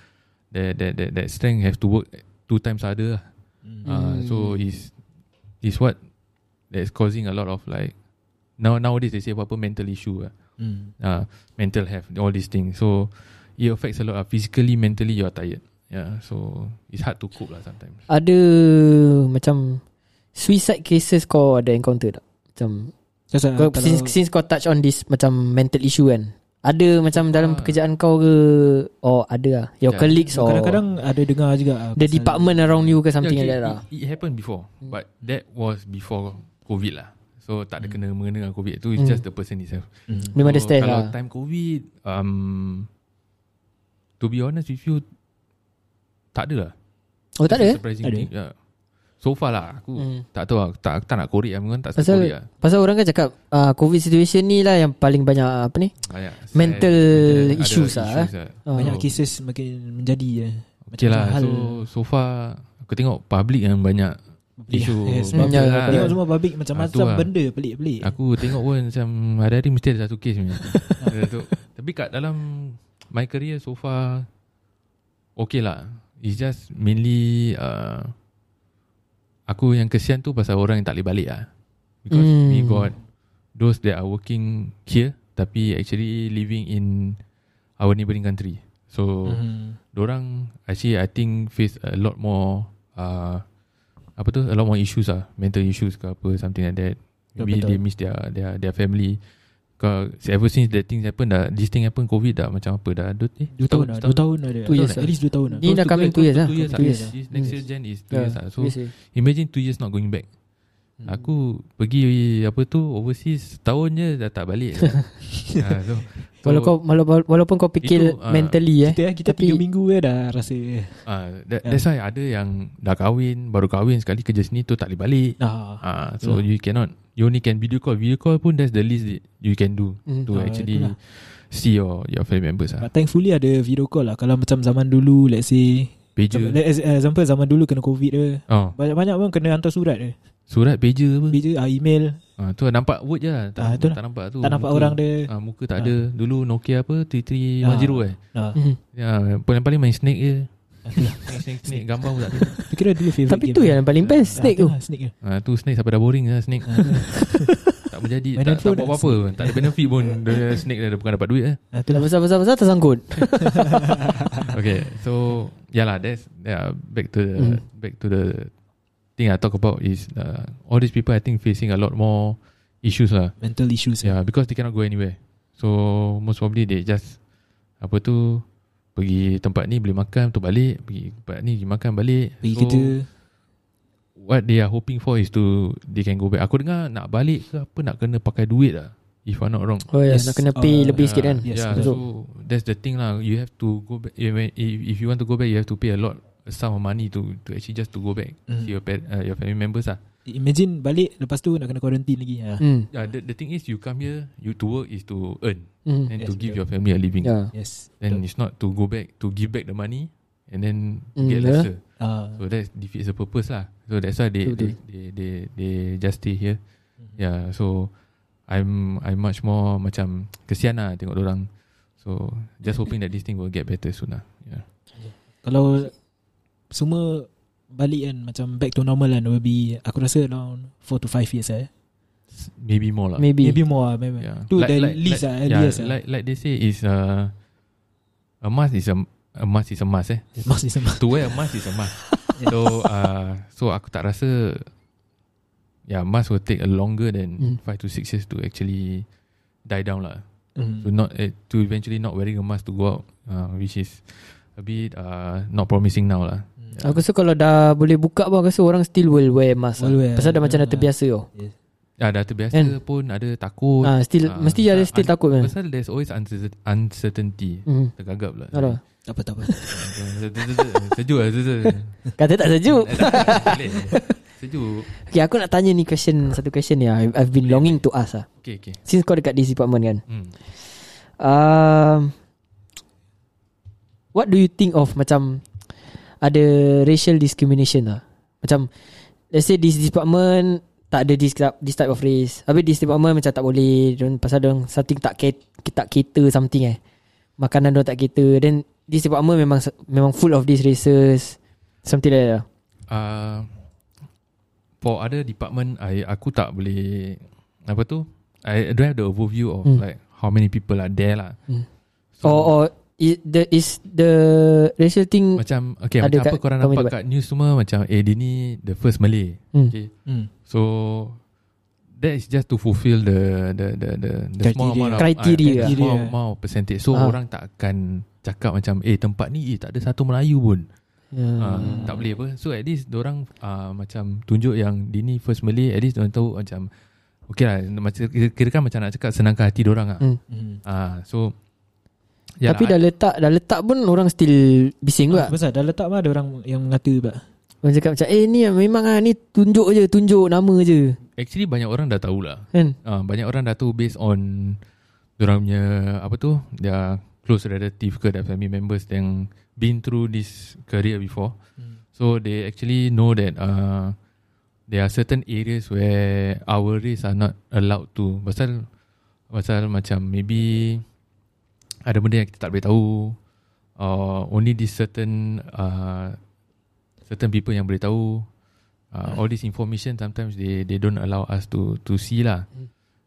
Speaker 1: that that that, that strength have to work two times harder. lah. Uh,
Speaker 2: Mm.
Speaker 1: so is is what that's causing a lot of like now nowadays they say apa mental issue ah. uh, mental health all these things so it affects a lot ah. physically mentally you are tired yeah so it's hard to cope lah sometimes
Speaker 2: Ada Macam Suicide cases kau ada encounter tak Macam
Speaker 4: Pasal
Speaker 3: Ah,
Speaker 2: kau,
Speaker 4: kalau-
Speaker 2: since, since kau touch on this Macam mental issue kan Ada macam dalam
Speaker 1: Ah. Ya,
Speaker 2: pekerjaan kau ke Or ada lah Your
Speaker 1: Yeah.
Speaker 2: colleagues or
Speaker 4: Kadang-kadang ada dengar juga ah,
Speaker 2: The
Speaker 4: pasal-
Speaker 2: department around you ke something
Speaker 1: yeah,
Speaker 2: like
Speaker 1: okay,
Speaker 2: that Hmm. lah
Speaker 1: it, it happened before but that was before covid lah so tak ada kena mengena dengan covid tu it's
Speaker 2: Mm.
Speaker 1: just the person itself
Speaker 4: Hmm.
Speaker 2: Memang Hmm. ada
Speaker 1: So,
Speaker 2: stress
Speaker 1: Ya, oh, Kalau
Speaker 2: lah
Speaker 1: time covid um, To be honest with you Tak ada lah
Speaker 2: Oh tak ada eh?
Speaker 1: Surprising
Speaker 4: Ada.
Speaker 1: thing, yeah. So far lah Aku
Speaker 2: Hmm.
Speaker 1: tak tahu lah Tak, tak nak korek lah Memang tak suka
Speaker 2: Pasal-
Speaker 1: korek lah
Speaker 2: Pasal orang kan cakap uh, Covid situation ni lah Yang paling banyak Apa ni
Speaker 1: Banyak
Speaker 2: Mental
Speaker 1: Mental
Speaker 2: issues
Speaker 1: ada
Speaker 2: lah,
Speaker 1: lah.
Speaker 2: Ah.
Speaker 4: Banyak
Speaker 1: So,
Speaker 4: cases makin menjadi ya.
Speaker 1: Okay lah
Speaker 4: hal-
Speaker 1: So so far Aku tengok public yang banyak Isu
Speaker 4: Yes,
Speaker 1: public
Speaker 2: ya,
Speaker 1: lah.
Speaker 4: Tengok semua babik
Speaker 1: Ah, tu
Speaker 4: macam-macam
Speaker 1: lah.
Speaker 4: benda pelik-pelik.
Speaker 1: Aku tengok pun macam Hari-hari mesti ada satu kes punya. Ada satu. Tapi kat dalam My career so far Okay lah It's just mainly uh, Aku yang kesian tu Pasal orang yang tak boleh balik lah Because
Speaker 2: Hmm.
Speaker 1: we got Those that are working here tapi actually living in our neighboring country.
Speaker 4: Hmm.
Speaker 1: So mm-hmm. orang actually I think face a lot more uh, apa tu a lot more issues ah mental issues ke apa something like that. Maybe
Speaker 4: Betul.
Speaker 1: they miss their their their family. Kau ever since that thing happen dah this thing happen covid dah macam apa dah dua eh
Speaker 4: Dua tahun dah Dua tahun dah dia
Speaker 2: Two years
Speaker 4: At least dua tahun dah
Speaker 2: lah. Ni dah coming two years lah.
Speaker 1: Two years,
Speaker 2: Two years
Speaker 1: lah.
Speaker 2: lah.
Speaker 1: This Next
Speaker 2: Hmm.
Speaker 1: year Jan is two
Speaker 2: Yeah.
Speaker 1: years lah. So
Speaker 2: Yes, yes.
Speaker 1: imagine two years not going back.
Speaker 4: Hmm.
Speaker 1: Aku pergi apa tu overseas tahun je dah tak balik. ha, so, so,
Speaker 2: Walau kau wala- walaupun kau fikir
Speaker 1: Itu, ah,
Speaker 2: mentally eh.
Speaker 4: Kita eh, kita
Speaker 2: Tapi-
Speaker 4: tiga minggu eh dah rasa
Speaker 1: ah, that, that's why ada yang dah kahwin baru kahwin sekali kerja sini tu tak boleh balik.
Speaker 4: Nah,
Speaker 1: Ah, so
Speaker 4: Hmm.
Speaker 1: you cannot you only can video call. Video call pun that's the least that you can do
Speaker 2: Mm.
Speaker 1: to
Speaker 4: Ah,
Speaker 1: actually
Speaker 4: itulah.
Speaker 1: see your your family members ah.
Speaker 4: But thankfully ada video call lah Kalau macam zaman dulu Let's say
Speaker 1: Pager.
Speaker 4: let's, eh, Example zaman dulu kena covid ke
Speaker 1: Oh,
Speaker 4: Banyak-banyak pun kena hantar surat je
Speaker 1: surat pager apa?
Speaker 4: Bila ah, email
Speaker 1: Ah, tu lah, nampak word je lah.
Speaker 4: Ah,
Speaker 1: Tak,
Speaker 4: itulah.
Speaker 1: tak nampak tu.
Speaker 4: Tak nampak
Speaker 1: Muka-
Speaker 4: orang dia
Speaker 1: Ah, muka tak ada. Dulu Nokia apa 3310 eh.
Speaker 4: ah.
Speaker 3: lah.
Speaker 2: Hmm.
Speaker 1: Ya, paling-paling main snake je. Main snake, snake gambar pun tak ada.
Speaker 4: Tu kira dulu favourite
Speaker 2: Tapi
Speaker 4: game
Speaker 2: tu yang paling best snake tu.
Speaker 4: lah, snake tu
Speaker 1: Ah, tu snake sampai dah boring lah snake. tak menjadi,
Speaker 4: Ah, Main
Speaker 1: tak, tak
Speaker 4: handphone
Speaker 1: buat
Speaker 4: dah
Speaker 1: apa-apa. pun. Tak ada benefit pun. Dia snake dah bukan dapat duit eh.
Speaker 4: Ah, tu lah.
Speaker 2: Dah besar-besar-besar tersangkut.
Speaker 1: Okay, so yeah lah, that's yeah, back to the,
Speaker 4: Hmm.
Speaker 2: Mm.
Speaker 1: back to the thing I talk about is uh, all these people I think facing a lot more issues lah.
Speaker 4: Mental issues
Speaker 1: Yeah, because they cannot go anywhere. So most probably they just apa tu pergi tempat ni beli makan tu balik, pergi tempat ni pergi makan balik.
Speaker 4: Pergi
Speaker 1: so,
Speaker 4: kerja
Speaker 1: what they are hoping for is to they can go back. Aku dengar nak balik ke apa nak kena pakai duit lah. If I'm not wrong.
Speaker 2: Oh ya,
Speaker 4: Yes,
Speaker 2: nak kena pay
Speaker 4: ah,
Speaker 2: lebih
Speaker 1: Yeah,
Speaker 2: sikit kan.
Speaker 4: Yes,
Speaker 1: yeah,
Speaker 2: betul.
Speaker 1: so that's the thing lah. You have to go back. If, if you want to go back, you have to pay a lot a sum of money to to actually just to go back
Speaker 4: Mm.
Speaker 1: see your pet, uh, your family members lah.
Speaker 4: Imagine balik Lepas tu nak kena quarantine lagi ah.
Speaker 2: Hmm.
Speaker 1: Yeah, the, the thing is you come here, you to work is to earn
Speaker 2: Hmm.
Speaker 1: and
Speaker 4: Yes,
Speaker 1: to give
Speaker 4: betul.
Speaker 1: your family a living.
Speaker 2: Ya.
Speaker 4: Yes
Speaker 1: Then it's not to go back to give back the money and then
Speaker 2: Mm,
Speaker 1: get
Speaker 2: yeah.
Speaker 1: lesser.
Speaker 4: Ah,
Speaker 1: So that defeats the purpose lah. So that's why they
Speaker 2: Betul,
Speaker 1: they, they they they just stay here. Yeah, so I'm I'm much more macam kesian lah tengok orang. So just hoping that this thing will get better soon lah. Yeah.
Speaker 4: Kalau Semua Balik kan Macam back to normal kan Will be Aku rasa around 4 to 5 years eh.
Speaker 1: S- Maybe more lah.
Speaker 2: Maybe.
Speaker 4: Maybe more lah maybe.
Speaker 1: Yeah.
Speaker 4: Tu the least lah
Speaker 1: like, yeah,
Speaker 4: earliest lah
Speaker 1: like like they say is uh, a must is a, a must is a must eh.
Speaker 4: Mas ni sama
Speaker 1: to wear a mask is a must. so uh, so aku tak rasa yeah mask will take a longer
Speaker 4: Hmm.
Speaker 2: Mm.
Speaker 1: than 5 to 6 years to actually die down lah.
Speaker 4: Mm.
Speaker 1: To not eh, to eventually not wearing a mask to go out uh, which is a bit uh, not promising now lah. Yeah.
Speaker 2: Aku rasa kalau dah boleh buka pun aku rasa orang still will wear mask.
Speaker 4: Will wear,
Speaker 2: lah. Pasal dah macam dah
Speaker 4: yeah.
Speaker 2: terbiasa tau.
Speaker 1: Ya, dah terbiasa
Speaker 2: And-
Speaker 1: pun ada takut.
Speaker 2: Kan? Ah still
Speaker 1: Ah,
Speaker 2: mesti ada
Speaker 1: pasal
Speaker 2: still
Speaker 1: un-
Speaker 2: takut kan.
Speaker 1: Pasal there's always uncer- uncertainty.
Speaker 2: Hmm.
Speaker 1: Tergagap lah.
Speaker 2: Alah.
Speaker 4: Tak apa tak apa
Speaker 1: Sejuk lah. Sejuk.
Speaker 2: Kata tak sejuk.
Speaker 1: Boleh. Sejuk.
Speaker 2: Okay, aku nak tanya ni question satu question ni. I've, I've been longing to ask lah.
Speaker 1: Okay, okay.
Speaker 2: Since kau dekat this department kan.
Speaker 1: Hmm.
Speaker 2: Um, what do you think of macam ada racial discrimination lah? Macam let's say this department tak ada this, type- this type of race. Habis this department macam tak boleh diorang- pasal dong something tak cat, tak cater something eh. Makanan dong tak cater. Then this department memang memang full of these races. Something like that. lah.
Speaker 1: uh, for other department I aku tak boleh apa tu I don't have the overview of mm.
Speaker 2: Hmm.
Speaker 1: like how many people are there lah
Speaker 2: Hmm.
Speaker 1: so
Speaker 2: or or is the is the racial thing
Speaker 1: macam okay
Speaker 2: Hmm. ada
Speaker 1: macam
Speaker 2: kat
Speaker 1: apa korang
Speaker 2: komen
Speaker 1: nampak
Speaker 2: dekat.
Speaker 1: kat news semua macam eh dia ni the first Malay
Speaker 2: Hmm.
Speaker 1: okay
Speaker 4: mm.
Speaker 1: so that is just to fulfill the the the the, the small
Speaker 4: Criteria.
Speaker 1: amount of
Speaker 2: Criteria.
Speaker 1: uh, small
Speaker 4: Criteria.
Speaker 1: amount of percentage so
Speaker 2: Ah.
Speaker 1: orang tak akan cakap macam eh tempat ni eh, tak ada satu Melayu pun Ah,
Speaker 2: Hmm.
Speaker 1: tak boleh apa so at least orang uh, macam tunjuk yang dini first Malay at least orang tahu macam okay lah macam kira kan macam nak cakap senangkan hati orang lah.
Speaker 2: Hmm.
Speaker 4: Mm.
Speaker 1: Ah, so
Speaker 2: Tapi dah
Speaker 1: lah,
Speaker 2: letak dah letak pun orang still bising
Speaker 4: Ah,
Speaker 2: juga.
Speaker 4: Pasal dah letak mah ada orang yang mengata pula
Speaker 2: Orang cakap macam Eh ni memang ah, Ni tunjuk je Tunjuk nama je
Speaker 1: actually banyak orang dah tahu lah.
Speaker 2: Kan
Speaker 1: Ah, banyak orang dah tahu based on orang punya apa tu their close relative ke their family members yang been through this career before.
Speaker 4: Hmm.
Speaker 1: So they actually know that uh, there are certain areas where our race are not allowed to. Pasal pasal macam maybe ada benda yang kita tak boleh tahu or only this certain uh, certain people yang boleh tahu. Uh, all this information sometimes they they don't allow us to to see lah.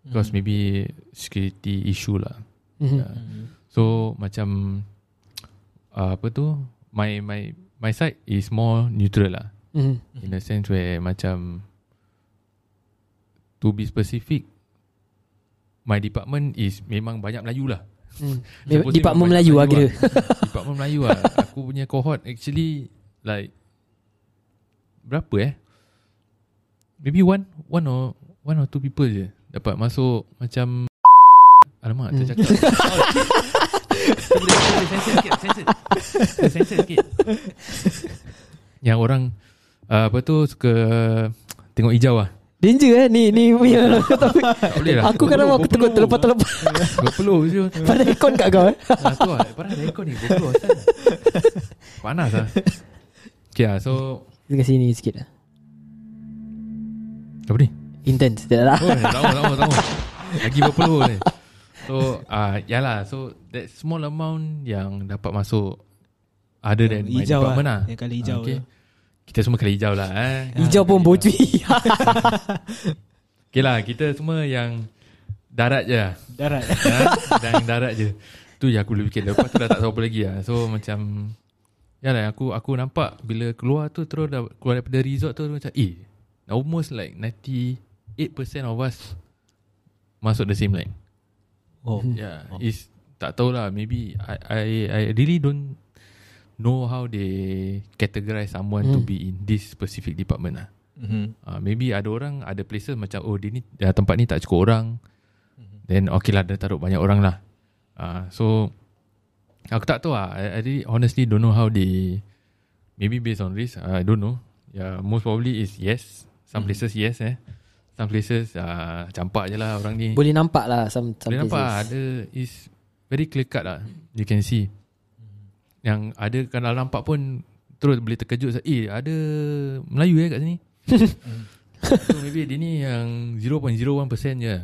Speaker 1: because maybe security issue lah.
Speaker 2: Mhm.
Speaker 1: Yeah.
Speaker 3: Hmm.
Speaker 1: So macam uh, apa tu? My my my side is more neutral lah.
Speaker 2: Mhm.
Speaker 1: In a sense where macam To be specific My department is Memang banyak Melayu lah
Speaker 2: Mhm.
Speaker 1: Supposing
Speaker 2: Department
Speaker 1: banyak
Speaker 2: Melayu lah kira
Speaker 1: lah. Department Melayu lah Aku punya cohort actually Like Berapa eh Maybe one One or One or two people je Dapat masuk Macam Alamak
Speaker 2: Hmm.
Speaker 1: tercakap Kita boleh- kita boleh Sensor sikit Sensor Kita Sensor sikit Yang orang uh, Apa tu Suka Tengok hijau lah
Speaker 2: Danger eh Ni ni punya topik
Speaker 1: Tak boleh lah
Speaker 2: Aku kadang aku tengok terlepas-terlepas
Speaker 1: Gak perlu je
Speaker 2: Pada ikon kat kau eh
Speaker 1: Ah, tu lah Parah ada aircon ni Gopro asal lah. Panas lah Okay lah so
Speaker 2: Kita kasi ni sikit lah
Speaker 1: Apa ni?
Speaker 2: Intense Tak lah
Speaker 1: Oh lama lama lama Lagi berapa loh ni So ah ya lah So that small amount Yang dapat masuk Other than my
Speaker 3: hijau
Speaker 1: department
Speaker 3: lah.
Speaker 1: lah
Speaker 3: Yang kali hijau
Speaker 1: Ah, okay.
Speaker 3: tu.
Speaker 1: Kita semua kali hijau lah eh.
Speaker 2: Hijau pun bocui
Speaker 1: Okay lah kita semua yang Darat je lah
Speaker 3: Darat.
Speaker 1: ha? Dan darat je Tu je aku fikir Lepas tu dah tak tahu apa lagi lah So macam Ya lah aku aku nampak Bila keluar tu Terus dah keluar daripada resort tu Macam eh Almost like 98% of us Masuk the same line
Speaker 3: Oh.
Speaker 1: Yeah oh. Is Tak tahulah Maybe I, I I really don't Know how they Categorize someone To
Speaker 2: Hmm.
Speaker 1: be in this specific department lah
Speaker 3: Mhm.
Speaker 1: Uh, maybe ada orang ada places macam oh dia ni uh, tempat ni tak cukup orang. Then okay lah dia taruh banyak orang lah. Uh, so aku tak tahu lah. I, I really honestly don't know how they maybe based on risk. Uh, I don't know. Yeah, most probably is yes. Some places yes eh. Some places uh, campak je lah orang ni.
Speaker 2: Boleh nampak lah some, some
Speaker 1: Boleh nampak lah,
Speaker 2: places.
Speaker 1: ada is very clear cut lah. You can see. Yang ada kalau nampak pun terus boleh terkejut eh ada Melayu eh kat sini. so maybe dia ni yang 0.01% je.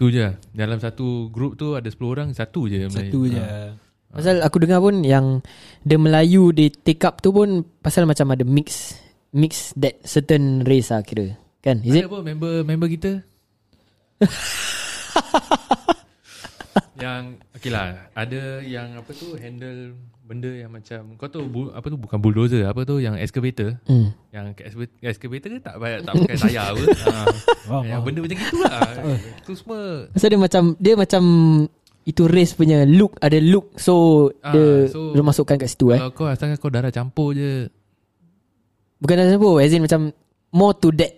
Speaker 1: Tu je. Dalam satu group tu ada 10 orang, satu je Melayu.
Speaker 3: Satu je.
Speaker 1: Ah.
Speaker 2: Pasal aku dengar pun yang The Melayu they take up tu pun Pasal macam ada mix Mix that certain race lah kira Kan is
Speaker 1: Ada
Speaker 2: it?
Speaker 1: apa member member kita? yang okay lah ada yang apa tu handle benda yang macam kau tu bu, apa tu bukan bulldozer apa tu yang excavator
Speaker 2: Hmm.
Speaker 1: yang kat excava- excavator ke tak payah tak pakai tayar apa ha,
Speaker 3: Wow.
Speaker 1: yang
Speaker 3: wow.
Speaker 1: benda macam gitulah itu semua
Speaker 2: Pasal dia macam Dia macam Itu race punya look Ada look So
Speaker 1: Ah,
Speaker 2: dia,
Speaker 1: so- Ah.
Speaker 2: dia masukkan kat situ eh
Speaker 1: kalau kau asalkan kau darah campur je
Speaker 2: Bukan dah sebut As in macam More to that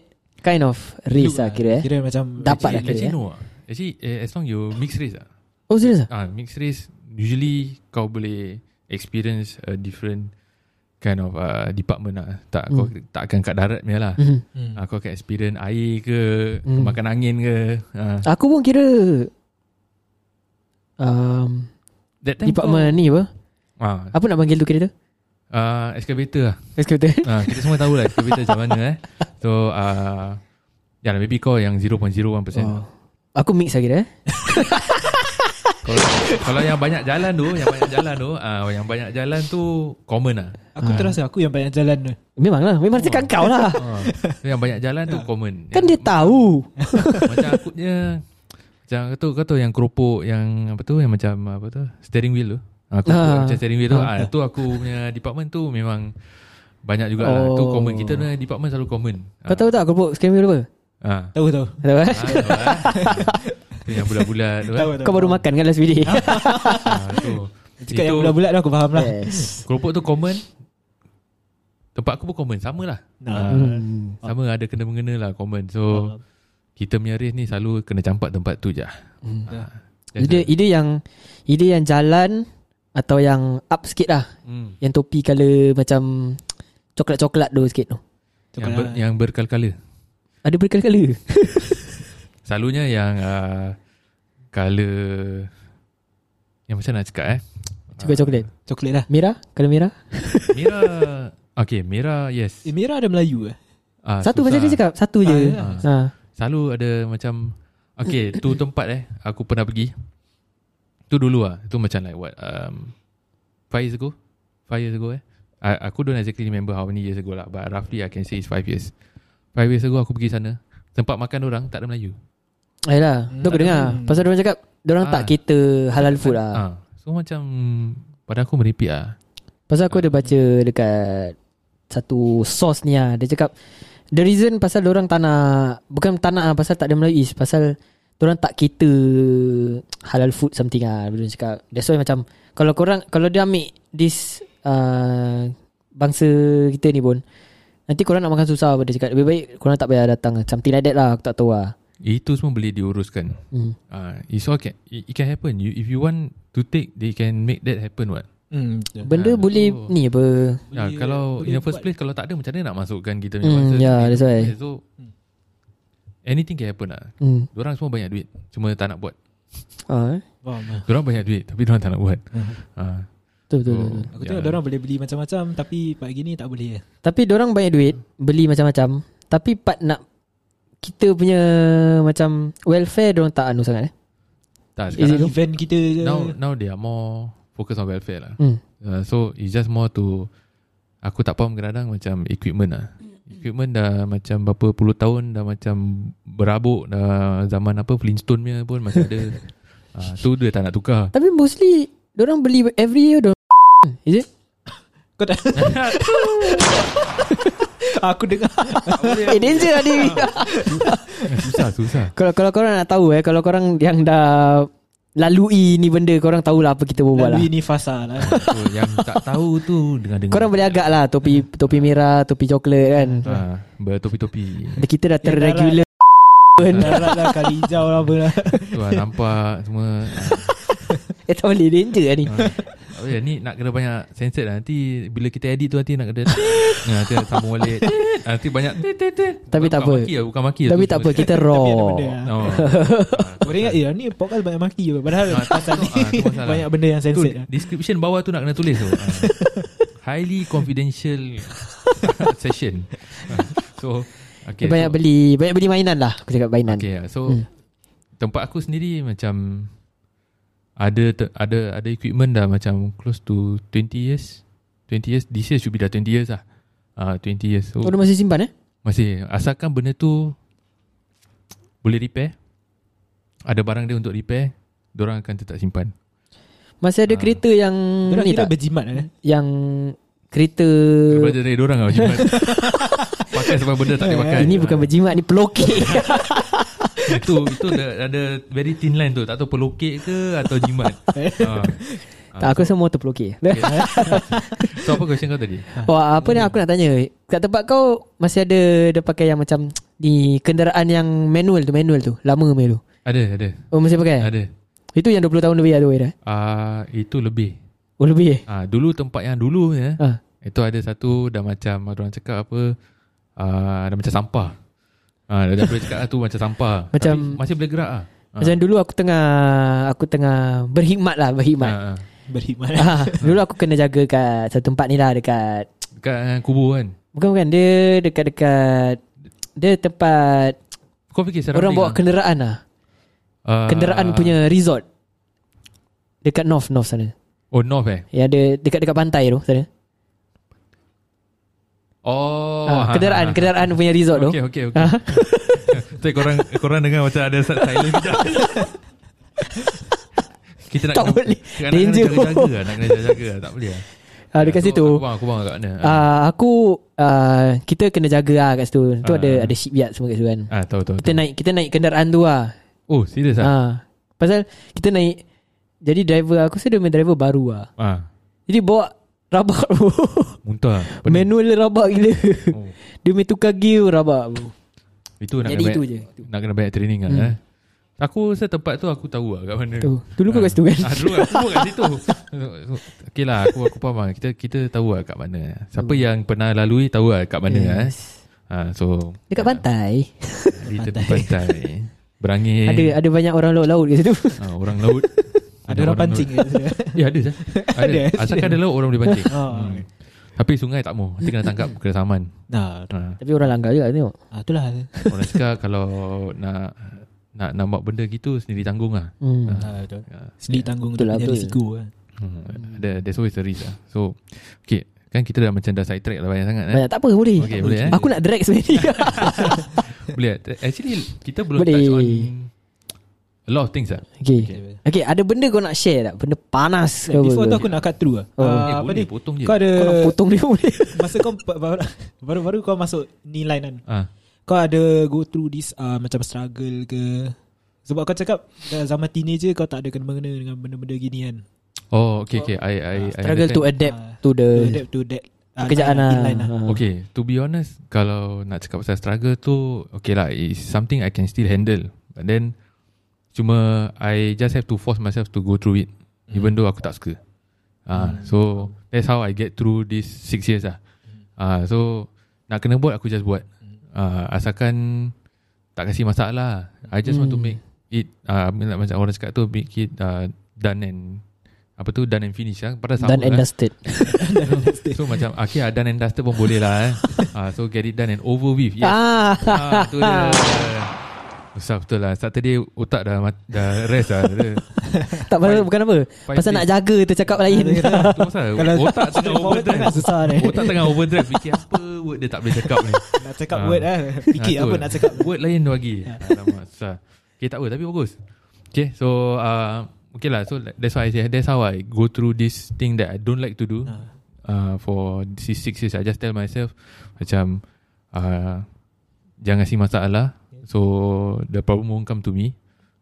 Speaker 2: Kind of race
Speaker 3: Look
Speaker 2: lah kira eh
Speaker 3: Kira macam
Speaker 2: Dapat lah
Speaker 1: actually, actually
Speaker 2: kira eh.
Speaker 1: no ah. actually eh, as long you mix race ah
Speaker 2: Oh serius lah
Speaker 1: Ah, mixed race usually kau boleh experience a different kind of uh, department lah. Tak kau
Speaker 2: Hmm.
Speaker 1: tak akan kat darat punya lah.
Speaker 2: Mhm.
Speaker 3: Hmm.
Speaker 1: Ah, kau akan experience air ke,
Speaker 2: Mm.
Speaker 1: makan angin ke. Ah,
Speaker 2: Aku pun kira um,
Speaker 1: that time
Speaker 2: Department ni apa
Speaker 1: Kau, ah,
Speaker 2: Apa nak panggil tu kira tu
Speaker 1: ah, excavator lah.
Speaker 2: Excavator
Speaker 1: Ah, kita semua tahu lah excavator macam mana eh. So, ah, ya lah, maybe kau yang 0.01%.
Speaker 2: oh. Aku mix lah kira eh
Speaker 1: Kalau, kalau yang banyak jalan tu, yang banyak jalan tu, ah, yang banyak jalan tu common lah.
Speaker 3: Aku terasa aku yang banyak jalan tu.
Speaker 2: Memang lah Memang cakap kau lah
Speaker 1: Ah, yang banyak jalan tu common.
Speaker 2: Kan
Speaker 1: Yang-
Speaker 2: dia tahu
Speaker 1: macam aku punya macam kau tahu kau tahu yang keropok yang apa tu yang macam apa tu steering wheel tu. Ah, aku
Speaker 2: Ah.
Speaker 1: macam steering wheel tu. Ah, tu aku punya department tu memang banyak juga lah. Tu
Speaker 2: Oh.
Speaker 1: common kita punya department selalu common.
Speaker 2: Kau tahu tak keropok Scam apa
Speaker 1: Ah.
Speaker 3: Tahu tahu.
Speaker 2: Tahu eh?
Speaker 1: Ah, tahu lah. Tu yang bulat-bulat tu. kan.
Speaker 3: Tahu tahu.
Speaker 2: Kau baru makan kan last video
Speaker 1: Ah, tu.
Speaker 3: Cakap yang
Speaker 1: Itu-
Speaker 3: bulat-bulat tu aku faham lah.
Speaker 2: Eh. Yes
Speaker 1: Keropok tu common. Tempat aku pun common sama lah.
Speaker 3: Nah.
Speaker 1: Ah,
Speaker 2: Hmm.
Speaker 1: sama ada kena mengena lah common. So kita punya race ni selalu kena campak tempat tu je.
Speaker 2: Hmm.
Speaker 1: Ah,
Speaker 2: Ide ide yang Ide yang jalan Atau yang up sikit lah
Speaker 1: Hmm.
Speaker 2: Yang topi colour macam Coklat-coklat tu sikit tu
Speaker 1: Yang,
Speaker 3: lah.
Speaker 1: ber, yang berkala-kala.
Speaker 2: Ada berkala-kala
Speaker 1: Selalunya yang uh, Color Yang macam nak cakap eh Ah.
Speaker 2: Coklat coklat
Speaker 3: Coklat lah.
Speaker 2: Merah Kala merah
Speaker 1: Mira Okay Mira yes
Speaker 3: Eh, Mira ada Melayu eh?
Speaker 1: uh,
Speaker 2: Satu macam dia cakap Satu je
Speaker 1: Ah.
Speaker 2: ha.
Speaker 1: Selalu ada macam Okay tu tempat eh Aku pernah pergi Tu dulu lah Tu macam like what um, Five years ago Five years ago eh I, Aku don't exactly remember how many years ago lah But roughly I can say it's five years Five years ago aku pergi sana Tempat makan orang tak ada Melayu
Speaker 2: Ayolah hmm. Kau dengar
Speaker 3: Hmm.
Speaker 2: Pasal orang cakap Diorang
Speaker 1: Ah.
Speaker 2: tak kita Halal food
Speaker 1: Ah.
Speaker 2: lah
Speaker 1: So macam pada aku meripik ah.
Speaker 2: Pasal aku ada baca Dekat Satu source ni lah Dia cakap The reason pasal orang tak nak Bukan tak nak lah Pasal tak ada Melayu East Pasal Diorang tak kita Halal food something lah Dia cakap That's why macam Kalau korang Kalau dia ambil This uh, Bangsa kita ni pun Nanti korang nak makan susah apa Dia cakap Lebih baik korang tak payah datang Something like that lah Aku tak tahu lah
Speaker 1: Itu semua boleh diuruskan.
Speaker 2: hmm.
Speaker 1: Ah, it's all can, it, it can happen. You if you want to take, they can make that happen what.
Speaker 3: Hmm, betul.
Speaker 2: Benda
Speaker 1: Ah,
Speaker 2: boleh
Speaker 1: betul.
Speaker 2: Ni apa
Speaker 1: Ya,
Speaker 3: Boleh-
Speaker 1: kalau
Speaker 3: boleh
Speaker 1: in the first
Speaker 3: buat.
Speaker 1: place kalau tak ada macam mana nak masukkan kita
Speaker 2: Hmm,
Speaker 1: punya
Speaker 2: ya,
Speaker 1: sendiri?
Speaker 2: that's why.
Speaker 1: So anything can happen lah.
Speaker 2: hmm.
Speaker 1: Diorang semua banyak duit, cuma tak nak buat.
Speaker 2: ah, eh.
Speaker 3: Faham lah.
Speaker 1: Diorang banyak duit tapi diorang tak nak buat. Ah,
Speaker 2: Betul betul,
Speaker 1: so,
Speaker 2: betul, betul.
Speaker 3: Aku
Speaker 1: ya.
Speaker 3: tengok orang boleh beli macam-macam tapi pagi ni tak boleh. eh.
Speaker 2: Tapi orang banyak duit Beli macam-macam Tapi part nak Kita punya Macam Welfare orang tak anu sangat eh?
Speaker 1: Tak,
Speaker 2: Is it
Speaker 1: sekarang
Speaker 3: Event kita ke?
Speaker 1: now now they are more focus on welfare lah.
Speaker 2: hmm.
Speaker 1: Uh, so it's just more to aku tak faham kadang-kadang macam equipment lah. Equipment dah macam berapa puluh tahun dah macam berabuk dah zaman apa Flintstone punya pun masih ada. Ah, tu dia tak nak tukar.
Speaker 2: Tapi mostly orang beli every year dorang Is it?
Speaker 3: Kau tak Aku dengar
Speaker 2: eh danger Adi
Speaker 1: Susah, susah.
Speaker 2: Kalau kalau korang nak tahu eh Kalau korang yang dah Lalui ni benda Korang tahulah apa kita berbual lah
Speaker 3: Lalui ni fasa lah
Speaker 1: So, yang tak tahu tu dengar-dengar.
Speaker 2: Korang boleh agak lah Topi topi merah Topi coklat kan
Speaker 1: Ah, bertopi-topi.
Speaker 2: Kita dah
Speaker 3: Eh,
Speaker 2: terregular
Speaker 3: Darat lah kali hijau lah apa lah
Speaker 1: tu lah nampak semua.
Speaker 2: Eh tak boleh danger lah ni
Speaker 1: Ah, ah. Oh, ya, ni nak kena banyak censored lah. Nanti bila kita edit tu nanti nak kena ah, nanti nak sambung balik. Ah, Nanti banyak
Speaker 2: Tapi
Speaker 1: bukan
Speaker 2: tak apa.
Speaker 1: Maki lah, bukan maki
Speaker 2: Tapi tak apa Kita raw
Speaker 3: Tapi ada benda lah
Speaker 1: Oh.
Speaker 3: Orang ingat eh, ni podcast banyak maki je Padahal
Speaker 1: Ah, tu-
Speaker 3: pasal ni
Speaker 1: ah, tu masalah.
Speaker 3: Banyak benda yang
Speaker 1: tu
Speaker 3: censored lah.
Speaker 1: description bawah tu nak kena tulis tu. Ah. highly confidential session. Ah, so okay. so,
Speaker 2: Banyak beli Banyak beli mainan lah Aku cakap mainan
Speaker 1: Okay, ah, so
Speaker 2: Hmm.
Speaker 1: tempat aku sendiri macam ada te- ada ada equipment dah macam close to 20 years. 20 years this year should be dah 20 years lah. Ah 20 years. So
Speaker 2: Kau dah masih simpan eh?
Speaker 1: masih asalkan benda tu boleh repair. Ada barang dia untuk repair, orang akan tetap simpan.
Speaker 2: Masih ada
Speaker 1: Ah.
Speaker 2: kereta yang
Speaker 3: Orang
Speaker 2: Hmm, ni
Speaker 3: kira
Speaker 2: tak?
Speaker 3: berjimat lah eh.
Speaker 2: yang kereta
Speaker 1: Daripada dari dorang lah jimat. pakai sampai benda tak boleh pakai.
Speaker 2: Eh,
Speaker 1: Ah,
Speaker 2: ini bukan berjimat ni pelokek.
Speaker 1: Itu itu ada, ada very thin line tu. Tak tahu pelokek ke atau jimat. ha.
Speaker 2: tak aku rasa motor pelokek.
Speaker 1: So apa question kau tadi?
Speaker 2: Wah, apa ni aku nak tanya. Kat tempat kau masih ada dia pakai yang macam di kenderaan yang manual tu, manual tu. Lama punya tu.
Speaker 1: Ada, ada.
Speaker 2: Oh masih pakai?
Speaker 1: Ada.
Speaker 2: Itu yang 20 tahun lebih lah tu eh.
Speaker 1: Ah uh, itu lebih.
Speaker 2: Oh lebih eh.
Speaker 1: Ah dulu tempat yang dulu ya.
Speaker 2: Ha.
Speaker 1: Itu ada satu dah macam orang cakap apa ah dah macam sampah. Ah dah boleh cakap lah tu macam sampah.
Speaker 2: Macam-
Speaker 1: Tapi masih boleh gerak ah. Ah.
Speaker 2: Macam dulu aku tengah aku tengah berkhidmat lah, berkhidmat.
Speaker 1: Ah, ah.
Speaker 3: Berjimat lah
Speaker 2: Ha. dulu aku kena jaga kat satu tempat ni lah dekat
Speaker 1: Dekat ah, kubur kan.
Speaker 2: bukan bukan dia dekat-dekat dia tempat
Speaker 1: Kau fikir kan? secara
Speaker 2: orang bawa kenderaan lah.
Speaker 1: uh,
Speaker 2: Kenderaan punya resort Dekat north North sana Ya,
Speaker 1: Oh North eh
Speaker 2: Yang ada Dekat-dekat pantai tu sana
Speaker 1: Oh
Speaker 2: oh, ha, Kenderaan Kenderaan punya resort tu
Speaker 1: Okay okay okay Tapi korang Korang dengar macam ada silent kejap Kita nak
Speaker 2: Tak
Speaker 1: kena-
Speaker 2: boleh.
Speaker 1: nak kena
Speaker 2: Danger.
Speaker 1: jaga-jaga lah, Nak kena jaga-jaga lah, Tak boleh lah
Speaker 2: ha, Dekat
Speaker 1: So,
Speaker 2: situ
Speaker 1: Aku bang aku bang kat mana Ah,
Speaker 2: uh, Aku uh, Kita kena jaga lah kat situ Tu
Speaker 1: Ah.
Speaker 2: ada Ada shipyard semua kat situ kan
Speaker 1: Ah tahu tahu
Speaker 2: Kita
Speaker 1: tahu.
Speaker 2: naik Kita naik kenderaan tu lah
Speaker 1: Oh serius ah
Speaker 2: ha. Pasal Kita naik Jadi driver Aku rasa dia punya driver baru lah
Speaker 1: Ah
Speaker 2: Jadi bawa Rabak bro
Speaker 1: Muntah Pening.
Speaker 2: Manual dia rabak gila
Speaker 1: Oh,
Speaker 2: Dia punya tukar gear rabak bro
Speaker 1: Itu nak
Speaker 2: Jadi
Speaker 1: kena
Speaker 2: itu
Speaker 1: banyak,
Speaker 2: je
Speaker 1: Nak kena banyak training lah
Speaker 2: Hmm.
Speaker 1: eh. Aku rasa tempat tu Aku tahu lah kat mana
Speaker 2: Tu Dulu kau
Speaker 1: Ah.
Speaker 2: kat situ kan
Speaker 1: Ah, dulu aku pun kat situ. Okey lah, aku aku faham. lah. Kita kita tahu lah kat mana.
Speaker 2: Hmm.
Speaker 1: Siapa yang pernah lalui tahu lah kat mana. Eh. Ha, so
Speaker 2: Dekat pantai
Speaker 1: di tepi pantai. Berangin.
Speaker 2: Ada ada banyak orang laut-laut kat situ.
Speaker 1: Ha, orang laut.
Speaker 3: Ada orang pancing eh. kat situ.
Speaker 1: laut. Ya ada sah. Ada.
Speaker 3: Ada.
Speaker 1: Asalkan ada laut orang boleh pancing.
Speaker 3: Oh.
Speaker 1: Hmm. Tapi sungai tak mau. Nanti kena tangkap kena saman.
Speaker 3: Nah
Speaker 1: Ha.
Speaker 2: Tapi orang langgar juga tengok.
Speaker 3: ah, Itulah
Speaker 1: Orang cakap kalau nak nak nak buat benda gitu sendiri tanggung lah.
Speaker 2: Hmm.
Speaker 3: ah, betul.
Speaker 1: Ha.
Speaker 3: Selit tanggung
Speaker 2: Betul
Speaker 3: tu
Speaker 2: lah,
Speaker 3: jadi
Speaker 2: betul.
Speaker 3: siku lah.
Speaker 1: Hmm. Ada there's always a risk lah. So okay, kan kita dah macam dah side track lah banyak sangat eh.
Speaker 2: Banyak tak apa boleh.
Speaker 1: Okay, boleh eh.
Speaker 2: Aku nak drag sebenarnya.
Speaker 1: Boleh Eh, Actually Kita belum
Speaker 2: Boleh.
Speaker 1: touch on a lot of things lah.
Speaker 2: Okay. Okay, ada benda kau nak share tak? Benda panas ke
Speaker 3: Before tu
Speaker 2: apa
Speaker 3: aku nak cut through lah
Speaker 2: Oh.
Speaker 3: Ah,
Speaker 1: Eh,
Speaker 3: Apa
Speaker 1: boleh
Speaker 3: ni
Speaker 1: potong je.
Speaker 3: Kau ada
Speaker 2: Kau nak potong dia boleh
Speaker 3: Masa kau pa- baru- Baru-baru kau masuk Ni line kan
Speaker 1: Ah,
Speaker 3: Kau ada go through this uh, Macam struggle ke Sebab kau cakap dah Zaman teenager kau tak ada kena-mengena Dengan benda-benda gini kan
Speaker 1: Oh, okay, okay. I, I, I
Speaker 2: Struggle to
Speaker 1: understand.
Speaker 2: adapt
Speaker 3: Ah,
Speaker 2: to the
Speaker 3: You Adapt to that uh,
Speaker 2: Eh. Pekerjaan
Speaker 3: line-
Speaker 2: lah
Speaker 3: in line lah.
Speaker 2: Ah.
Speaker 1: Okay, to be honest, kalau nak cakap pasal struggle tu, okay lah, it's something I can still handle. But then, cuma I just have to force myself to go through it,
Speaker 2: Hmm.
Speaker 1: mm. even though aku tak suka. Ah, mm. so that's how I get through this six years lah.
Speaker 2: Hmm.
Speaker 1: Ah, so nak kena buat aku just buat. Ah, asalkan tak kasi masalah. I just mm. want to
Speaker 2: Mm.
Speaker 1: make it. Ah, uh, macam orang cakap tu, make it uh, done and apa tu done and finish lah. Pada sama
Speaker 2: Done and
Speaker 1: lah.
Speaker 2: dusted
Speaker 1: So macam Okay ah, done and dusted pun boleh lah eh. ah, So get it done and over with Yes
Speaker 2: Ah,
Speaker 1: ah, Itu dia Usah betul lah Saturday otak dah, mat- dah rest lah Dia-
Speaker 2: Tak pasal bukan apa
Speaker 1: five
Speaker 2: Pasal
Speaker 1: days.
Speaker 2: nak jaga tercakap lain
Speaker 1: Itu pasal
Speaker 3: Kalau
Speaker 1: Otak tengah
Speaker 3: straightforward
Speaker 1: overdrive
Speaker 3: tak lah. susah ni.
Speaker 1: Otak tengah overdrive Fikir apa word dia tak boleh cakap ni
Speaker 3: Nak cakap
Speaker 1: Ah.
Speaker 3: word lah Fikir
Speaker 1: Ah, tu.
Speaker 3: apa nak cakap Ya.
Speaker 1: Word lain tu lagi Alamak susah Okay tak apa Tapi bagus Okay so uh, Okay lah So that's why I say That's how I go through this thing That I don't like to do
Speaker 3: Ah.
Speaker 1: uh, For these six years I just tell myself Macam uh, Jangan si masalah So The problem won't come to me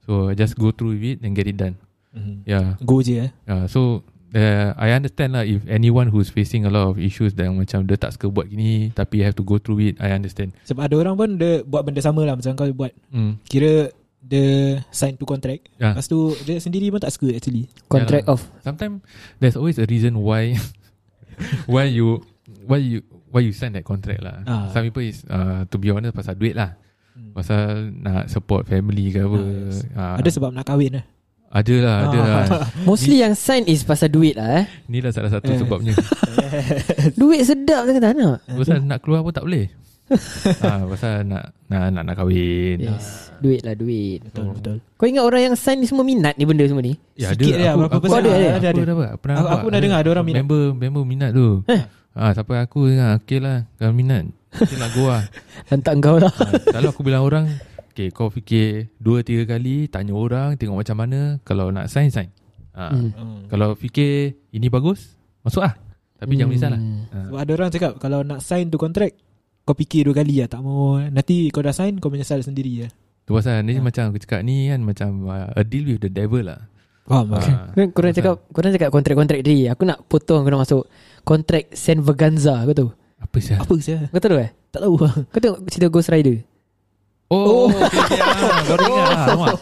Speaker 1: So I just go through with it And get it done
Speaker 3: Mhm.
Speaker 1: Yeah
Speaker 3: Go je eh
Speaker 1: uh, So uh, I understand lah If anyone who's facing a lot of issues Dan macam dia tak suka buat gini Tapi have to go through it I understand
Speaker 3: Sebab ada orang pun dia buat benda sama lah Macam kau buat
Speaker 1: mm.
Speaker 3: Kira dia sign to contract
Speaker 1: Ah.
Speaker 3: Lepas tu dia sendiri pun tak suka actually
Speaker 2: Contract
Speaker 1: Yalah.
Speaker 2: of
Speaker 1: Sometimes there's always a reason why why you why you why you sign that contract lah.
Speaker 3: Ah.
Speaker 1: Some people is uh, to be honest pasal duit lah.
Speaker 3: Hmm.
Speaker 1: Pasal nak support family ke apa.
Speaker 3: Ah, yes.
Speaker 1: Ah,
Speaker 3: Ada sebab nak kahwin lah
Speaker 1: ada lah, ada
Speaker 3: Ah.
Speaker 1: lah.
Speaker 2: Mostly yang sign is pasal duit lah eh
Speaker 1: Ni lah salah satu
Speaker 3: Eh.
Speaker 1: sebabnya.
Speaker 2: Duit sedap saya kata nak
Speaker 1: Pasal nak keluar pun tak boleh. ah, pasal nak nak nak, nak kahwin.
Speaker 2: Yes Duit lah duit
Speaker 3: Betul betul
Speaker 2: Kau ingat orang yang sign ni semua minat ni benda semua ni
Speaker 1: Oh. Ya ada
Speaker 3: Sikit je lah, berapa
Speaker 1: aku, aku,
Speaker 3: persen?
Speaker 1: ada,
Speaker 3: Ada,
Speaker 1: ada,
Speaker 3: ada,
Speaker 1: ada,
Speaker 3: ada.
Speaker 1: ada. Pernah
Speaker 3: Aku-
Speaker 1: nampak.
Speaker 3: aku pernah dengar ada orang minat.
Speaker 1: Member member minat tu.
Speaker 2: Eh.
Speaker 1: Ah, sampai aku dengar Okay lah Kalau minat Okay nak go lah
Speaker 2: Hantar kau lah
Speaker 1: Ah, Kalau aku bilang orang Okay kau fikir Dua tiga kali Tanya orang Tengok macam mana Kalau nak sign sign ha,
Speaker 2: Hmm.
Speaker 1: mm. Kalau fikir Ini bagus Masuk lah Tapi mm. jangan misal lah
Speaker 2: Hmm.
Speaker 1: ha.
Speaker 3: Sebab ada orang cakap Kalau nak sign to contract Kau fikir dua kali lah Tak mau Nanti kau dah sign Kau menyesal sendiri lah
Speaker 1: Tu pasal ni macam aku cakap ni kan Macam uh, a deal with the devil lah
Speaker 3: Faham okay.
Speaker 1: Ah,
Speaker 2: Kan korang cakap Korang cakap kontrak-kontrak diri Aku nak potong korang masuk Kontrak San Vaganza Kau tahu
Speaker 1: Apa sih
Speaker 3: Apa saya
Speaker 2: Kau tahu eh
Speaker 3: Tak tahu lah
Speaker 2: Kau tengok cerita Ghost Rider
Speaker 1: Oh, okay, okay, ah, Baru ingat lah
Speaker 3: Oh.
Speaker 1: Muat.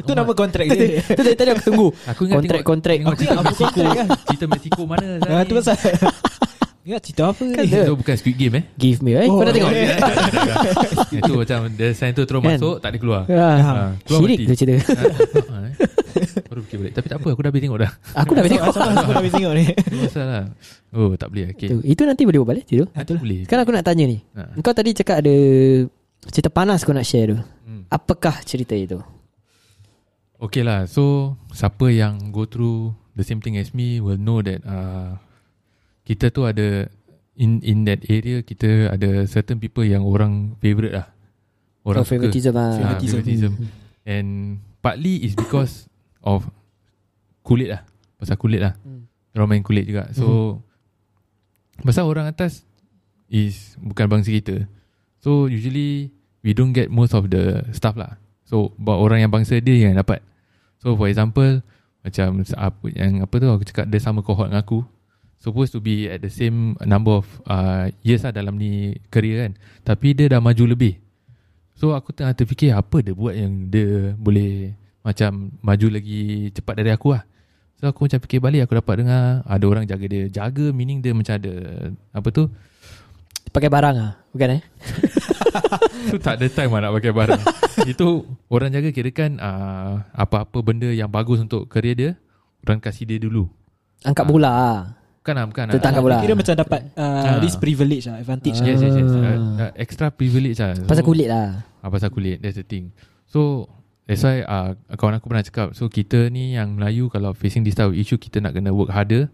Speaker 3: Itu nama kontrak dia
Speaker 2: Itu dari tadi aku tunggu
Speaker 1: Aku ingat tengok
Speaker 2: Kontrak-kontrak
Speaker 1: Tengok cerita
Speaker 3: Apa
Speaker 1: Mexico
Speaker 3: kontrak kan?
Speaker 1: Cerita Mexico mana
Speaker 3: Ah, Itu pasal Ingat cerita apa
Speaker 2: Kan
Speaker 3: ni
Speaker 2: dia-
Speaker 1: Itu bukan Squid Game eh
Speaker 2: Give me eh
Speaker 3: Oh,
Speaker 2: Kau dah tengok
Speaker 3: eh.
Speaker 1: Itu macam Dia sign tu terus
Speaker 2: Kan?
Speaker 1: masuk Tak ada keluar
Speaker 2: Ah,
Speaker 1: Ah, keluar
Speaker 2: Syirik
Speaker 1: mati.
Speaker 2: tu cerita
Speaker 1: Ah, ah, eh. Baru fikir balik Tapi tak apa Aku dah habis tengok dah
Speaker 2: Aku dah tengok
Speaker 3: Sama aku dah habis tengok ni
Speaker 1: Pasal lah Oh tak boleh Okay
Speaker 2: Itu- Itu nanti boleh berbual eh Tidur
Speaker 1: Nanti boleh
Speaker 2: Sekarang aku nak tanya ni
Speaker 1: Ah.
Speaker 2: Kau tadi cakap ada Cerita panas kau nak share tu
Speaker 1: Hmm.
Speaker 2: Apakah cerita itu
Speaker 1: Okay lah So Siapa yang go through The same thing as me Will know that uh, Kita tu ada In in that area Kita ada certain people Yang orang favourite lah Orang
Speaker 2: Kau favoritism lah
Speaker 1: Ah, favoritism.
Speaker 3: Favoritism.
Speaker 1: And partly is because of kulit lah. Pasal kulit lah.
Speaker 2: Hmm.
Speaker 1: Orang main kulit juga. So pasal orang atas is bukan bangsa kita. So usually we don't get most of the stuff lah. So buat orang yang bangsa dia yang dapat. So for example macam apa yang apa tu aku cakap dia sama cohort dengan aku. Supposed to be at the same number of uh, years lah dalam ni career kan. Tapi dia dah maju lebih. So aku tengah terfikir apa dia buat yang dia boleh macam maju lagi cepat dari aku lah. So aku macam fikir balik aku dapat dengar ada orang jaga dia. Jaga meaning dia macam ada apa tu?
Speaker 2: Pakai barang ah, Bukan eh
Speaker 1: Tu tak ada time lah nak pakai barang. Itu orang jaga kira kan uh, apa-apa benda yang bagus untuk kerja dia orang kasih dia dulu.
Speaker 2: Angkat
Speaker 1: Ah.
Speaker 2: bola ah.
Speaker 1: Bukan lah, bukan lah.
Speaker 2: Tetangga pula.
Speaker 3: Ah, Kira macam dapat
Speaker 1: Ah.
Speaker 3: uh, This privilege lah Advantage lah
Speaker 1: Yes, yes, yes.
Speaker 2: Ah.
Speaker 1: Uh, uh, extra privilege lah.
Speaker 2: Pasal
Speaker 1: So-
Speaker 2: kulit lah
Speaker 1: Ah, pasal kulit That's the thing So That's why uh, Kawan aku pernah cakap So kita ni yang Melayu Kalau facing this type of issue Kita nak kena work harder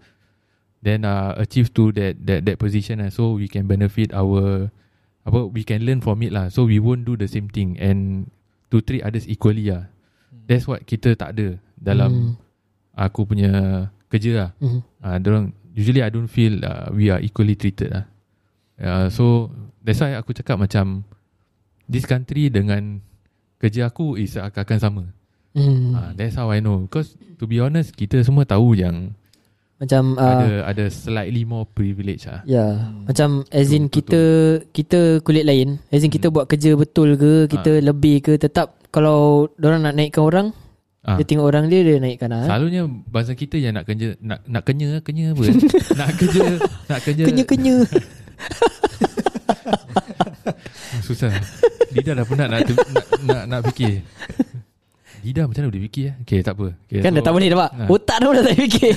Speaker 1: Then uh, achieve to that that that position lah. So we can benefit our apa we can learn from it lah. So we won't do the same thing and to treat others equally lah. That's what kita tak ada
Speaker 2: Hmm.
Speaker 1: dalam aku punya kerja lah.
Speaker 2: Mm.
Speaker 1: Uh, dorang, usually I don't feel uh, we are equally treated lah. Uh, so that's why aku cakap macam this country dengan kerja aku is akan sama.
Speaker 2: Mm. Mm.
Speaker 1: Mm. Uh, that's how I know. Because to be honest, kita semua tahu yang uh,
Speaker 2: Macam uh,
Speaker 1: ada ada slightly more privilege lah.
Speaker 2: Ya yeah. Macam as in
Speaker 1: Betul,
Speaker 2: kita Kita kulit lain As in kita
Speaker 1: Hmm. Ha.
Speaker 2: buat kerja betul ke Kita lebih ke Tetap Kalau orang nak naikkan orang
Speaker 1: Ah.
Speaker 2: Dia tengok orang dia Dia naikkan lah
Speaker 1: Selalunya bahasa kita yang nak kerja nak nak kenya kenya apa? nak kerja nak kerja
Speaker 2: Kenya-kenya
Speaker 1: Ah, susah. Lidah dah penat nak nak nak, nak fikir. Lidah macam mana boleh fikir eh? Okay tak apa. Okay,
Speaker 2: Kan dah tak boleh dah pak
Speaker 1: Ah.
Speaker 2: Otak dah pun dah tak fikir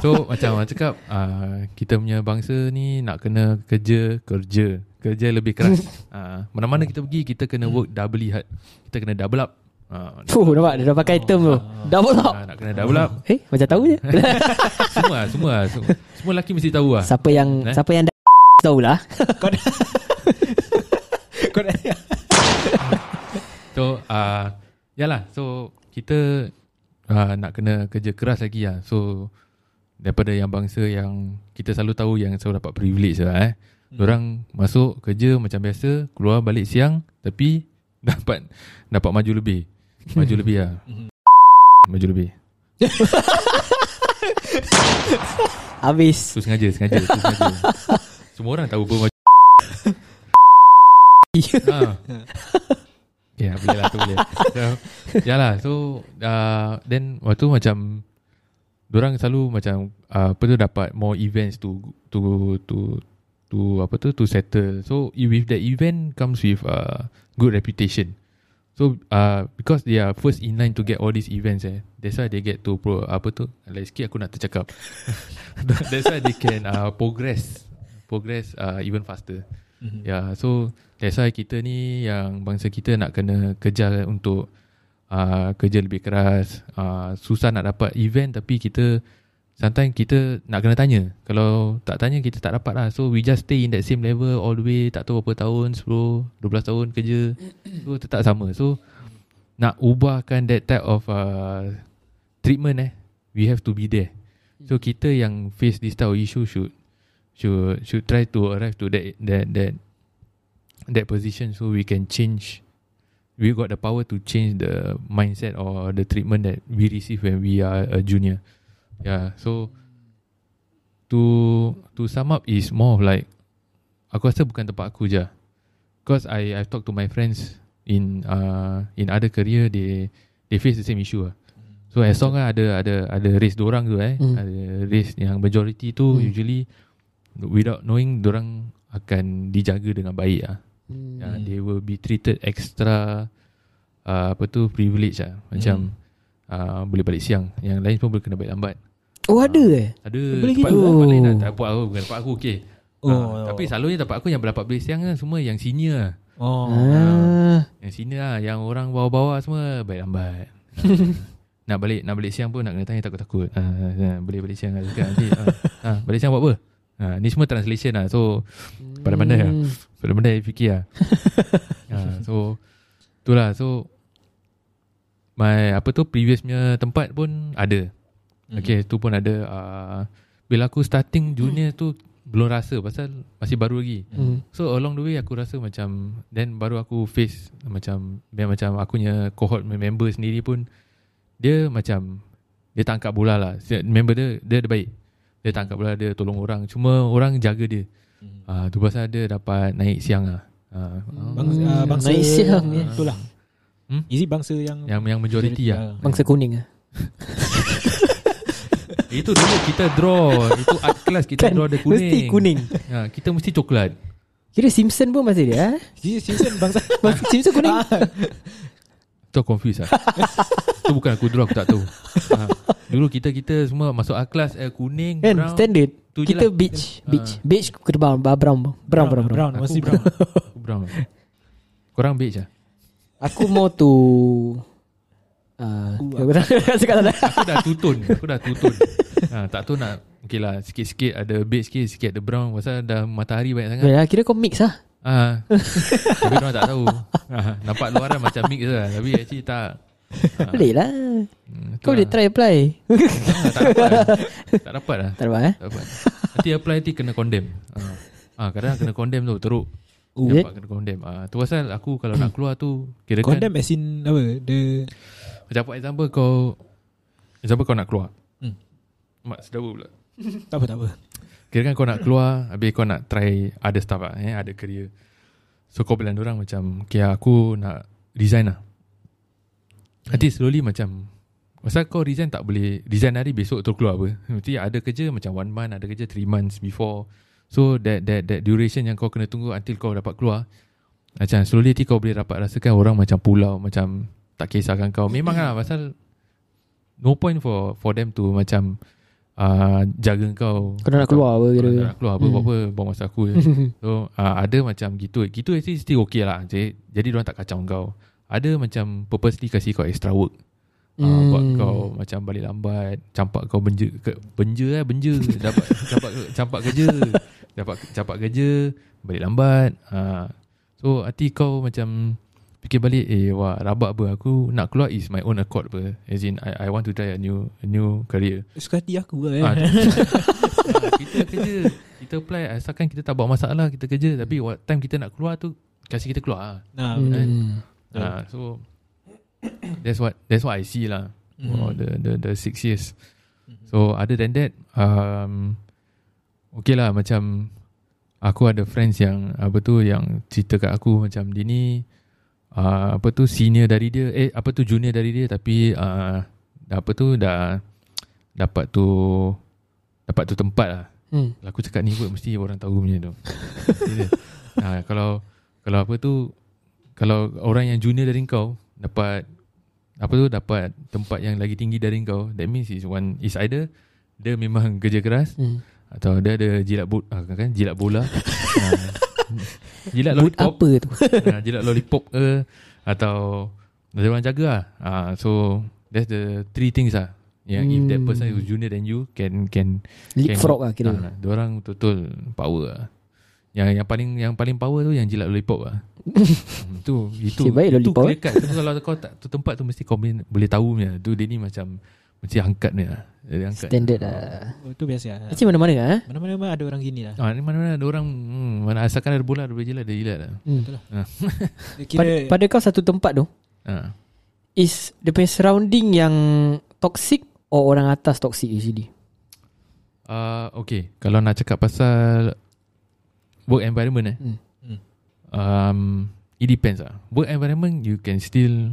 Speaker 1: So macam orang cakap uh, Kita punya bangsa ni Nak kena kerja Kerja Kerja lebih keras uh, Mana-mana kita pergi Kita kena work doubly hard Kita kena double up uh,
Speaker 2: Fuh nampak Dia dah pakai term
Speaker 1: Ha.
Speaker 2: tu Double up
Speaker 1: nak kena double up
Speaker 2: Eh macam tahu je
Speaker 1: Semua lah, semua lah, semua, semua lelaki mesti tahu lah
Speaker 2: Siapa yang
Speaker 1: Eh?
Speaker 2: Siapa yang dah Tahu lah
Speaker 3: Kau dah Kau dah
Speaker 1: So uh, Yalah So Kita uh, Nak kena kerja keras lagi lah So Daripada yang bangsa yang Kita selalu tahu yang Selalu dapat privilege lah eh Orang masuk kerja macam biasa Keluar balik siang Tapi Dapat Dapat maju lebih Maju lebih lah Maju lebih
Speaker 2: Habis
Speaker 1: So sengaja Sengaja, so, sengaja. Semua orang tahu pun maju ha. Ya boleh lah tu boleh so, Yalah so uh, Then Waktu tu macam Diorang selalu macam uh, Apa tu dapat More events to To To To apa tu To settle So i- with that event Comes with uh, Good reputation So uh, Because they are first in line To get all these events eh That's why they get to pro, Apa tu Like sikit aku nak tercakap That's why they can uh, Progress Progress uh, Even faster
Speaker 3: Mhm.
Speaker 1: Yeah Ya, so That's why kita ni yang bangsa kita nak kena kejar untuk uh, kerja lebih keras. Uh, susah nak dapat event tapi kita sometimes kita nak kena tanya. Kalau tak tanya kita tak dapat lah. So we just stay in that same level all the way tak tahu berapa tahun, 10, 12 tahun kerja. So tetap sama. So nak ubahkan that type of uh, treatment eh we have to be there. So kita yang face this type of issue should should should try to arrive to that that that that position so we can change we got the power to change the mindset or the treatment that we receive when we are a junior. Yeah, so to to sum up is more of like aku rasa bukan tempat aku je. Because I I've talked to my friends in uh in other career they they face the same issue lah. So as long as ada ada ada race dorang tu eh,
Speaker 2: Mm.
Speaker 1: ada race yang majority tu
Speaker 2: Mm.
Speaker 1: Hmm. usually without knowing dorang akan dijaga dengan baik ah.
Speaker 2: Hmm.
Speaker 1: Yeah, they will be treated extra uh, apa tu privilege lah. Macam hmm. uh, boleh balik siang. Yang lain pun boleh kena balik lambat.
Speaker 2: Oh ada eh
Speaker 1: Ada
Speaker 3: Boleh
Speaker 1: tempat,
Speaker 2: gitu?
Speaker 1: tempat lain lah.
Speaker 2: Oh.
Speaker 1: Tak dapat aku, bukan dapat aku okay. Oh,
Speaker 3: Oh,
Speaker 1: uh, tapi selalunya dapat aku yang berdapat balik siang kan semua yang senior lah.
Speaker 3: Oh
Speaker 2: ah.
Speaker 1: Yang senior lah. Yang orang bawah-bawah semua balik lambat. nak balik nak balik siang pun nak kena tanya takut-takut. Uh, boleh balik siang lah cakap nanti. Uh, uh, balik siang buat apa? Uh, ni semua translation lah. So Pada mana ya?
Speaker 2: Hmm.
Speaker 1: Pada benda yang fikir lah ha, So Itulah so My apa tu Previous punya tempat pun Ada Okay tu pun ada uh, Bila aku starting junior tu Belum rasa Pasal masih baru lagi
Speaker 2: Hmm.
Speaker 1: So along the way aku rasa macam Then baru aku face Macam biar Macam akunya cohort member sendiri pun Dia macam Dia tak angkat bola lah Si- Member dia Dia, dia baik Dia tak angkat bola Dia tolong orang Cuma orang jaga dia Ah tu pasal dia dapat naik siang lah Ah, ah.
Speaker 3: Bangsa,
Speaker 2: ya. Hmm,
Speaker 3: ah, bangsa
Speaker 2: Nice siang,
Speaker 3: ah,
Speaker 2: yes.
Speaker 3: Itulah
Speaker 1: Hmm?
Speaker 3: Is it bangsa yang
Speaker 1: Yang yang majority lah
Speaker 2: Bangsa kuning ah.
Speaker 1: Itu dulu kita draw Itu art class kita
Speaker 2: Kan,
Speaker 1: draw dia kuning
Speaker 2: Mesti kuning
Speaker 1: Ah, Kita mesti coklat
Speaker 2: Kira Simpson pun masih dia eh?
Speaker 3: Is it Simpson bangsa Ah.
Speaker 2: Bangsa Simpson kuning
Speaker 1: Tu aku confused lah Itu bukan aku draw aku tak tahu Ah, Dulu kita-kita semua masuk art class eh, Kuning
Speaker 2: Kan
Speaker 1: brown
Speaker 2: standard
Speaker 1: Tu je
Speaker 2: Kita
Speaker 1: lah.
Speaker 2: beach Beach Beach kena brown ba- Brown bang. brown, brown, brown.
Speaker 3: Brown
Speaker 1: Aku
Speaker 3: Masih
Speaker 1: brown
Speaker 3: brown
Speaker 1: Aku brown Korang beige lah
Speaker 2: Aku more to uh, Aku tak cakap tak ada
Speaker 1: Aku dah tutun Aku dah tutun Ah, Tak tahu nak Okay lah Sikit-sikit ada beige sikit Sikit ada brown Pasal dah matahari banyak sangat
Speaker 2: Ya, Kira kau mix lah
Speaker 1: Ah. Tapi orang tak tahu. Ah, nampak luaran macam mix lah tapi actually tak. Ah,
Speaker 2: Boleh lah
Speaker 1: hmm, tu
Speaker 2: Kau boleh
Speaker 1: lah.
Speaker 2: try apply
Speaker 1: Ah, tak dapat lah. Tak dapat lah
Speaker 2: Tak dapat eh
Speaker 1: Tak dapat Nanti apply nanti kena condemn ah. ah, Kadang kena condemn tu Teruk
Speaker 2: Oh.
Speaker 1: Dapat kena condemn ah, Tu pasal aku Kalau nak keluar tu Kira kan
Speaker 3: Condemn as in apa? The
Speaker 1: Macam for example kau Example kau nak keluar
Speaker 3: Hmm.
Speaker 1: Mak sedawa pula
Speaker 3: tak apa tak apa.
Speaker 1: Kira kan kau nak keluar Habis kau nak try Ada stuff lah eh, Ada career So kau bilang orang macam Okay aku nak Resign lah
Speaker 2: Hmm.
Speaker 1: Nanti slowly macam Pasal kau resign tak boleh Resign hari besok tu keluar apa Nanti ada kerja macam one month Ada kerja three months before So that that that duration yang kau kena tunggu Until kau dapat keluar Macam slowly nanti kau boleh dapat rasakan Orang macam pulau Macam tak kisahkan kau Memang lah pasal No point for for them to macam uh, Jaga kau
Speaker 2: Kau nak keluar apa
Speaker 1: Kira.
Speaker 2: kira
Speaker 1: Nak keluar apa
Speaker 2: Hmm.
Speaker 1: apa buang masa aku je. So uh, ada macam gitu. Gitu actually still okay lah. Jadi, jadi orang tak kacau kau. Ada macam purposely kasih kau extra work. Uh,
Speaker 2: Hmm.
Speaker 1: Buat kau macam balik lambat Campak kau benja ke, Benja lah benja Dapat campak, campak kerja Dapat campak kerja Balik lambat uh, So hati kau macam Fikir balik Eh wah rabak apa Aku nak keluar is my own accord apa As in I, I want to try a new a new career
Speaker 3: Suka hati aku lah eh.
Speaker 1: Ah, tu. Ah, kita kerja Kita apply Asalkan kita tak bawa masalah Kita kerja Tapi what time kita nak keluar tu Kasih kita keluar lah.
Speaker 3: Nah,
Speaker 2: Hmm.
Speaker 1: Ah, So That's what That's what I see lah
Speaker 3: Mm.
Speaker 1: For the, the the six years So other than that um, Okay lah macam Aku ada friends yang Apa tu Yang cerita kat aku Macam dia ni uh, Apa tu Senior dari dia Eh apa tu junior dari dia Tapi uh, Apa tu Dah Dapat tu Dapat tu tempat lah
Speaker 2: Hmm.
Speaker 1: kalau aku cakap ni word mesti orang tahu punya tu. Serius. ha, kalau kalau apa tu kalau orang yang junior dari kau dapat apa tu dapat tempat yang lagi tinggi dari kau that means is one is either dia memang kerja keras
Speaker 2: Hmm.
Speaker 1: atau dia ada jilat boot ah, kan jilat bola. ha, jilat
Speaker 2: Boot
Speaker 1: lollipop
Speaker 2: apa tu
Speaker 1: ha, jilat lollipop ke atau ada orang jaga lah. Ha, so that's the three things lah. Yang if that
Speaker 2: Hmm.
Speaker 1: person who's junior than you can can
Speaker 2: Leapfrog lah kira
Speaker 1: Ah, orang betul power lah. Yang yang paling yang paling power tu yang jilat lollipop lah. hmm, tu itu
Speaker 2: Nasib baik
Speaker 1: itu
Speaker 2: lollipop, eh?
Speaker 1: clear cut. Tapi kalau kau tak tu tempat tu mesti kau boleh, boleh tahu punya. Tu dia ni macam mesti angkat ni lah. Dia angkat.
Speaker 2: Standard lah
Speaker 1: Ha.
Speaker 3: Oh, tu biasa lah.
Speaker 2: Macam mana-mana lah eh?
Speaker 3: Mana-mana ada orang gini lah.
Speaker 1: Ah, ni mana-mana ada orang hmm, mana asalkan ada bola ada boleh jilat ada jilat lah.
Speaker 2: Hmm.
Speaker 3: Dia
Speaker 2: Pada,
Speaker 3: Kira
Speaker 2: pada kau satu tempat tu
Speaker 1: Ah.
Speaker 2: Is Dia punya surrounding yang Toxic Or orang atas toxic usually
Speaker 1: Uh, okay, kalau nak cakap pasal work environment eh.
Speaker 2: Hmm.
Speaker 3: Hmm.
Speaker 1: Um, it depends lah. Work environment you can still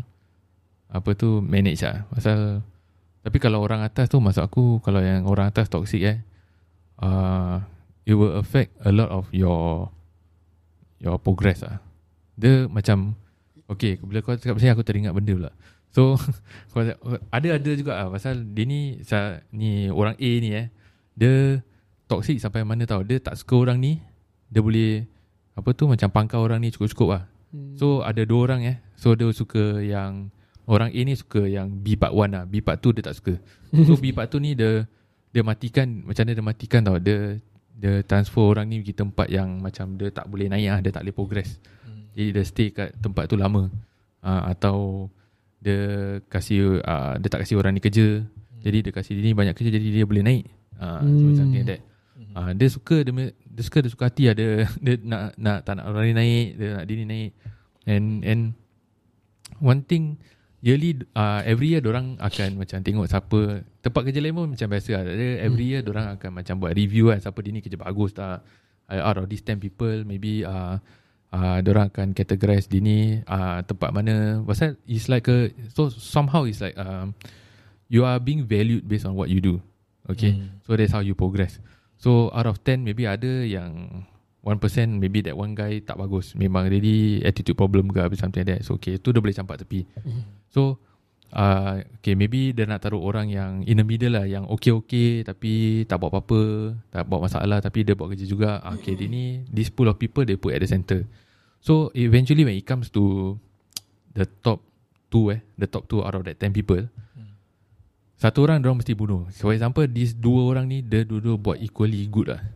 Speaker 1: apa tu manage lah. Pasal tapi kalau orang atas tu maksud aku kalau yang orang atas toxic eh uh, it will affect a lot of your your progress lah. Dia macam okay bila kau cakap pasal ni, aku teringat benda pula. So kau- ada ada juga lah pasal dia ni sa- ni orang A ni eh dia toxic sampai mana tahu dia tak suka orang ni dia boleh apa tu macam pangkau orang ni cukup-cukup lah
Speaker 2: Hmm.
Speaker 1: so ada dua orang eh so dia suka yang orang A ni suka yang B part 1 lah B part 2 dia tak suka so B part 2 ni dia dia matikan macam mana dia matikan tau dia dia transfer orang ni pergi tempat yang macam dia tak boleh naik lah dia tak boleh progress
Speaker 3: Hmm.
Speaker 1: jadi dia stay kat tempat tu lama uh, Atau Dia kasih uh, Dia tak kasih orang ni kerja Jadi dia kasih dia ni banyak kerja Jadi dia boleh naik uh, so
Speaker 2: Hmm.
Speaker 1: Macam like that uh, Dia suka dia, punya- dia suka dia suka hati lah Dia, dia nak, nak tak nak orang ni naik Dia nak dia ni naik And and One thing Yearly uh, Every year orang akan macam tengok siapa Tempat kerja lain pun macam biasa lah dia, Every year orang akan macam buat review kan Siapa dia ni kerja bagus tak uh, Out of these 10 people Maybe uh, uh, Diorang akan categorize dia ni uh, Tempat mana Pasal it's like a So somehow it's like um, You are being valued based on what you do Okay
Speaker 3: Hmm.
Speaker 1: So that's how you progress So out of 10 maybe ada yang 1% maybe that one guy tak bagus Memang really attitude problem ke Habis something like that So okay tu dia boleh campak tepi So uh, Okay maybe dia nak taruh orang yang In the middle lah Yang okay-okay Tapi tak buat apa-apa Tak buat masalah Tapi dia buat kerja juga Ah, Okay dia ni This pool of people They put at the center So eventually when it comes to The top two eh The top two out of that 10 people satu orang dia mesti bunuh. So, for example, these dua orang ni dia dua-dua buat equally good lah.